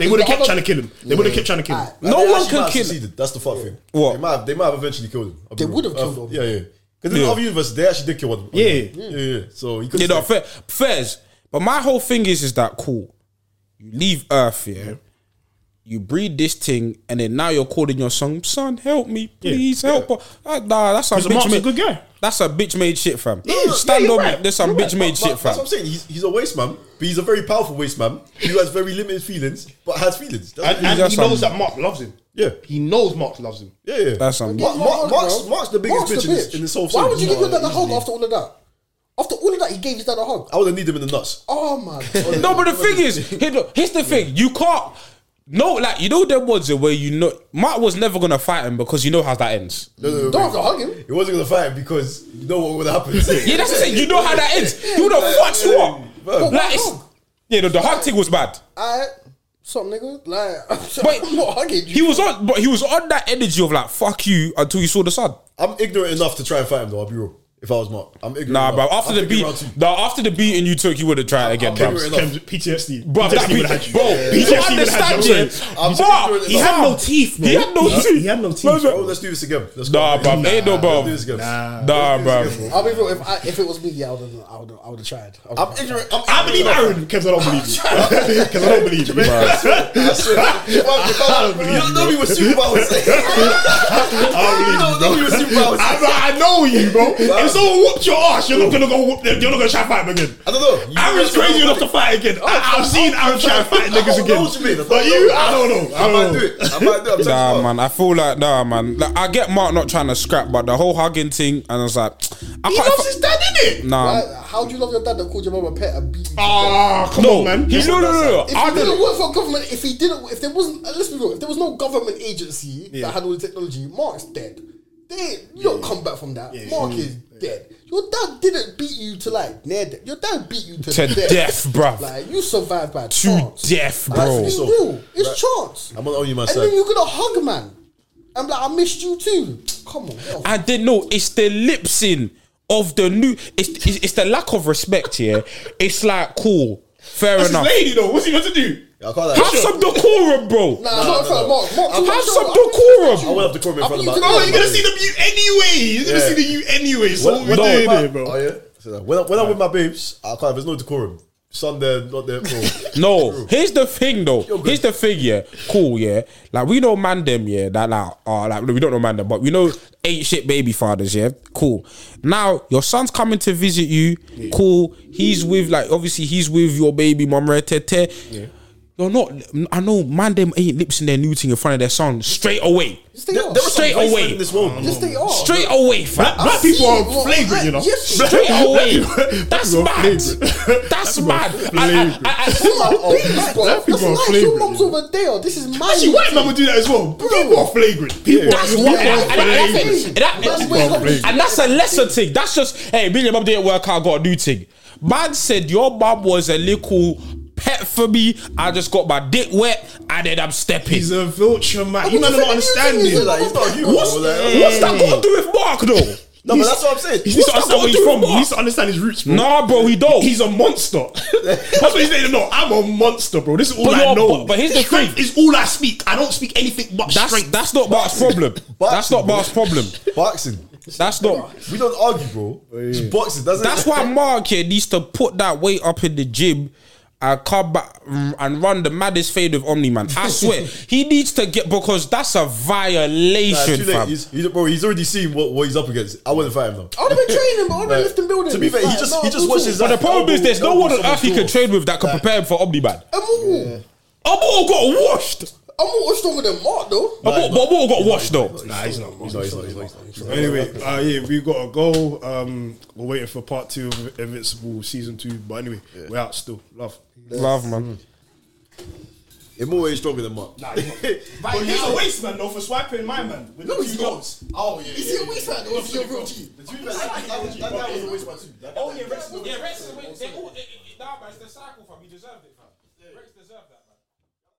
Speaker 4: They would have kept trying to kill him. They would have kept trying to kill him.
Speaker 5: Alright.
Speaker 1: No
Speaker 2: They
Speaker 1: one
Speaker 2: actually
Speaker 1: can
Speaker 2: might have
Speaker 1: kill-
Speaker 2: Succeeded. That's the fuck thing.
Speaker 1: What?
Speaker 2: They might have, they might have eventually killed him. I'll be
Speaker 5: They
Speaker 2: real.
Speaker 5: would have
Speaker 2: Uh,
Speaker 5: killed him.
Speaker 2: Yeah, yeah. Because in
Speaker 1: Yeah.
Speaker 2: the other universe, they actually did kill one.
Speaker 4: Yeah.
Speaker 2: yeah, yeah. So he could.
Speaker 1: Yeah, no, fair, fairs. But my whole thing is, is that cool? You leave Earth, yeah. You breed this thing, and then now you're calling your son, son, help me, please help. her." Ah, nah, that's some
Speaker 4: Because
Speaker 1: bitch
Speaker 4: Mark's a
Speaker 1: made.
Speaker 4: good guy.
Speaker 1: That's a bitch made shit, fam.
Speaker 4: Yeah,
Speaker 1: Stand
Speaker 4: yeah,
Speaker 1: on
Speaker 4: you're
Speaker 1: me.
Speaker 4: right.
Speaker 1: There's some
Speaker 4: You're
Speaker 1: bitch made shit,
Speaker 2: That's what
Speaker 1: fam.
Speaker 2: I'm saying. He's, he's a waste man, but he's a very powerful waste man who has very limited feelings, but has feelings. That's
Speaker 4: And,
Speaker 2: what it
Speaker 4: and
Speaker 2: is.
Speaker 1: got
Speaker 4: he knows
Speaker 1: some-
Speaker 4: that Mark loves him.
Speaker 2: Yeah.
Speaker 4: he knows Mark loves him.
Speaker 2: yeah, yeah.
Speaker 1: That's some.
Speaker 2: Mark, Mark, Mark's, Mark's the biggest
Speaker 5: Mark's
Speaker 2: bitch, in this- in this whole
Speaker 5: Why would you give
Speaker 2: him
Speaker 5: your dad a hug after all of that? After all of that, he gave his dad a hug.
Speaker 2: <laughs> I would have need him in the nuts.
Speaker 5: Oh my
Speaker 4: <laughs>
Speaker 5: god.
Speaker 1: No, but the thing is, here- look, here's the thing. You can't. No, like you know them ones where you know Mark was never gonna fight him because you know how that ends.
Speaker 5: Don't have to hug him.
Speaker 2: He wasn't gonna fight him because you know what would happen.
Speaker 1: <laughs> Yeah, that's the thing. You know how that
Speaker 4: <laughs>
Speaker 1: ends. He would have fucked you up.
Speaker 2: Bro.
Speaker 1: Like, it's, yeah, no, the hug thing was bad.
Speaker 5: I some nigga like <laughs>
Speaker 1: But-
Speaker 5: I'm not hugging
Speaker 1: He
Speaker 5: you.
Speaker 1: was on, but he was on that energy of like fuck you until you saw the sun.
Speaker 2: I'm ignorant enough to try and fight him though. I'll be real. If I was Mark, I'm ignorant.
Speaker 1: Nah,
Speaker 2: enough.
Speaker 1: bro. After
Speaker 2: I'm
Speaker 1: the
Speaker 2: thinking
Speaker 1: beat,
Speaker 2: round two.
Speaker 1: nah, after the beating you took, you would have tried again,
Speaker 2: Okay,
Speaker 1: bro.
Speaker 2: we're
Speaker 4: Cam- PTSD.
Speaker 1: Bro, that
Speaker 4: PTSD
Speaker 1: people,
Speaker 4: would have had you.
Speaker 1: bro, you
Speaker 4: PTSD would have had
Speaker 1: understand
Speaker 4: you.
Speaker 1: it.
Speaker 2: I'm
Speaker 1: Bro,
Speaker 2: ignorant
Speaker 1: he
Speaker 2: enough.
Speaker 1: had no
Speaker 4: teeth,
Speaker 1: He had no teeth.
Speaker 4: He had no teeth.
Speaker 2: Oh, let's do this again. Let's go.
Speaker 1: Nah, bro.
Speaker 2: Let's
Speaker 1: Ain't no, bro.
Speaker 2: do this again.
Speaker 4: Nah.
Speaker 1: Nah, bro.
Speaker 5: I'll be real. If I, if it was me, yeah, I would have. I would. I would have tried. I would've
Speaker 2: I'm
Speaker 5: tried.
Speaker 2: ignorant.
Speaker 4: I
Speaker 2: I'm
Speaker 4: believe
Speaker 2: ignorant enough.
Speaker 4: Aaron because I don't believe you. Because I don't believe you.
Speaker 2: I swear. If I- if I-
Speaker 4: don't believe
Speaker 2: You don't know me with superpowers. <laughs> You
Speaker 4: I
Speaker 2: don't know me with
Speaker 4: don't believe you.
Speaker 2: superpowers.
Speaker 4: I, I know you, bro. If someone whooped your ass, you're not gonna go whoop them. You're not gonna try to fight them again.
Speaker 2: I don't know. You guys
Speaker 4: Aaron's
Speaker 2: are
Speaker 4: crazy
Speaker 2: all
Speaker 4: enough to fight again. I, I've seen Aaron try and fight
Speaker 2: I don't
Speaker 4: niggas
Speaker 2: know
Speaker 4: again.
Speaker 2: what you mean. I don't
Speaker 4: But
Speaker 2: know.
Speaker 4: you, I don't know. I
Speaker 2: I might
Speaker 4: don't
Speaker 2: do
Speaker 4: know.
Speaker 2: it. I might do it. I'm
Speaker 1: Nah,
Speaker 2: telling you.
Speaker 1: man. I feel like nah, man. Like, I get Mark not trying to scrap, but the whole hugging thing, and I was like, I
Speaker 4: He
Speaker 1: can't.
Speaker 4: loves his dad, innit?
Speaker 1: nah.
Speaker 5: Like, how do you love your dad that called your mum a pet and beat you?
Speaker 4: Ah, come
Speaker 1: no,
Speaker 4: on, man.
Speaker 1: He, no, no, no, no.
Speaker 5: If
Speaker 1: Oh, I
Speaker 5: he didn't
Speaker 1: didn't.
Speaker 5: work for government, if he didn't, if there wasn't, uh, let's be real, if there was no government agency that had all the technology, Mark's dead. They, you don't come back from that. Mark is dead. Your dad didn't beat you to like near death. Your dad beat you to,
Speaker 1: To death, bruv.
Speaker 5: Like you survived by
Speaker 1: To
Speaker 5: chance.
Speaker 1: death,
Speaker 5: Like,
Speaker 1: bro.
Speaker 5: Let's be real. It's chance.
Speaker 2: I'm gonna own you my
Speaker 5: and
Speaker 2: side.
Speaker 5: then you're gonna hug man. I'm like, I missed you too. Come on. get off.
Speaker 1: I didn't know. It's the lipsing of the new. It's, it's it's the lack of respect here. It's like cool, fair
Speaker 4: That's his
Speaker 1: enough.
Speaker 4: lady, though. What's he meant to do?
Speaker 2: I can't
Speaker 1: Have
Speaker 2: like.
Speaker 1: some decorum, bro.
Speaker 5: Nah, I'm not in front of Mark. Mark,
Speaker 1: Have
Speaker 5: Mark-
Speaker 1: some
Speaker 5: Mark-
Speaker 2: I
Speaker 1: decorum.
Speaker 2: went up to Corbin in
Speaker 5: I
Speaker 2: front of
Speaker 5: mean, you
Speaker 2: my-
Speaker 5: can
Speaker 4: Oh, you're gonna see the you anyway. You're gonna
Speaker 2: Yeah.
Speaker 4: see the you anyway. So
Speaker 2: When-
Speaker 4: what we're
Speaker 2: when I'm
Speaker 4: doing
Speaker 2: with
Speaker 4: here,
Speaker 2: my-
Speaker 4: bro.
Speaker 2: Oh, yeah? So, like, When I- when I'm with my babes, I can't. There's no decorum. Some there, not
Speaker 1: <laughs>
Speaker 2: there. bro.
Speaker 1: No, here's the thing though. Here's the thing, yeah. Cool, yeah. Like we know man them, yeah. That like, uh, like we don't know man them, but we know ain't shit baby fathers, yeah. Cool. Now your son's coming to visit you. Cool. He's with like obviously he's with your baby mom, right? Tete. You're not. I know man them ain't lips in their new thing in front of their son straight away.
Speaker 5: Just stay off.
Speaker 2: There were some
Speaker 1: Straight
Speaker 2: great
Speaker 1: away.
Speaker 2: men in this world.
Speaker 5: Just stay off.
Speaker 1: Straight away, fam.
Speaker 4: Black people
Speaker 5: see
Speaker 4: are
Speaker 5: it, well,
Speaker 4: flagrant,
Speaker 5: I-
Speaker 4: you know.
Speaker 5: yes,
Speaker 4: Black-
Speaker 1: Straight away.
Speaker 4: black people-
Speaker 1: That's
Speaker 4: black
Speaker 1: mad.
Speaker 4: people are flagrant.
Speaker 1: That's
Speaker 4: people are
Speaker 1: mad. I- I- I- I-
Speaker 4: Black
Speaker 5: That's
Speaker 4: people are
Speaker 5: nice. Your
Speaker 4: flagrant,
Speaker 5: mum's
Speaker 4: you know.
Speaker 5: over there. This is my.
Speaker 4: Actually, white man would do that as well. People are flagrant. People
Speaker 1: That's
Speaker 4: people
Speaker 1: what,
Speaker 4: are
Speaker 1: and, and- and that's
Speaker 4: flagrant.
Speaker 1: it. And that-
Speaker 5: That's
Speaker 1: and-
Speaker 5: what it comes
Speaker 1: and that's a lesser thing. That's just hey, me and your mum didn't work out. I Got a new thing. Man said your mum was a little pet for me. I just got my dick wet, and then I'm stepping.
Speaker 4: He's a vulture man. You
Speaker 5: what
Speaker 4: man
Speaker 5: the
Speaker 4: are not
Speaker 5: fuck are you
Speaker 4: understanding.
Speaker 5: doing?
Speaker 2: Like, it's not you.
Speaker 1: What's,
Speaker 2: bro, like,
Speaker 1: what's that got to do with Mark though?
Speaker 2: No, but that's what I'm saying.
Speaker 4: He needs
Speaker 1: What's
Speaker 4: to
Speaker 1: that
Speaker 4: understand
Speaker 1: got
Speaker 4: where
Speaker 1: to
Speaker 4: he's
Speaker 1: do
Speaker 4: from.
Speaker 1: with
Speaker 4: He needs to
Speaker 1: Mark?
Speaker 4: understand his roots, bro.
Speaker 1: Nah, bro, he don't.
Speaker 4: He's a monster. That's what he's saying. No, I'm a monster, bro. This is all
Speaker 1: But
Speaker 4: I
Speaker 1: you're-
Speaker 4: know.
Speaker 1: but- but here's the
Speaker 4: Strength
Speaker 1: thing.
Speaker 4: is all I speak. I don't speak anything but
Speaker 1: that's
Speaker 4: strength.
Speaker 1: that's not Mark's problem. That's not Mark's problem.
Speaker 2: Boxing.
Speaker 1: That's not.
Speaker 2: We don't argue, bro. It's boxing. That's,
Speaker 1: That's why Mark here needs to put that weight up in the gym and come back mm, and run the maddest fade with Omni Man.
Speaker 4: <laughs>
Speaker 1: I swear he needs to get because that's a violation, fam.
Speaker 2: He's, he's, bro, he's already seen what, what he's up against. I wouldn't fight him though.
Speaker 5: I would have been training, but I would have been lifting buildings.
Speaker 2: To be fair, he
Speaker 5: Like,
Speaker 2: just
Speaker 5: no,
Speaker 2: he just
Speaker 5: I'm
Speaker 2: watches.
Speaker 5: cool.
Speaker 1: But the problem is, there's no one on earth he can train with that can prepare him for Omni Man.
Speaker 5: I'm all,
Speaker 1: Abu got washed.
Speaker 5: I'm all stronger than Mark, though.
Speaker 1: Abu but Abu got washed though.
Speaker 4: Nah, he's not.
Speaker 2: No, he's not. He's not. He's not. He's not.
Speaker 4: Anyway, uh, yeah, we gotta go. Um, we're waiting for part two of Invincible season two. But anyway, we're out still. Love.
Speaker 1: Love
Speaker 4: Mm.
Speaker 1: man.
Speaker 2: In more ways, stronger than Mark. Nah,
Speaker 4: But he's a waste man though for swiping my man. With no,
Speaker 5: he's
Speaker 4: goals.
Speaker 2: oh yeah.
Speaker 5: Is he a waste man or is he a real G?
Speaker 2: That guy was a waste man too. That guy-
Speaker 1: yeah, Rex is. They all. Nah, but it's the cycle, fam. He deserved it, fam. Rex deserved that.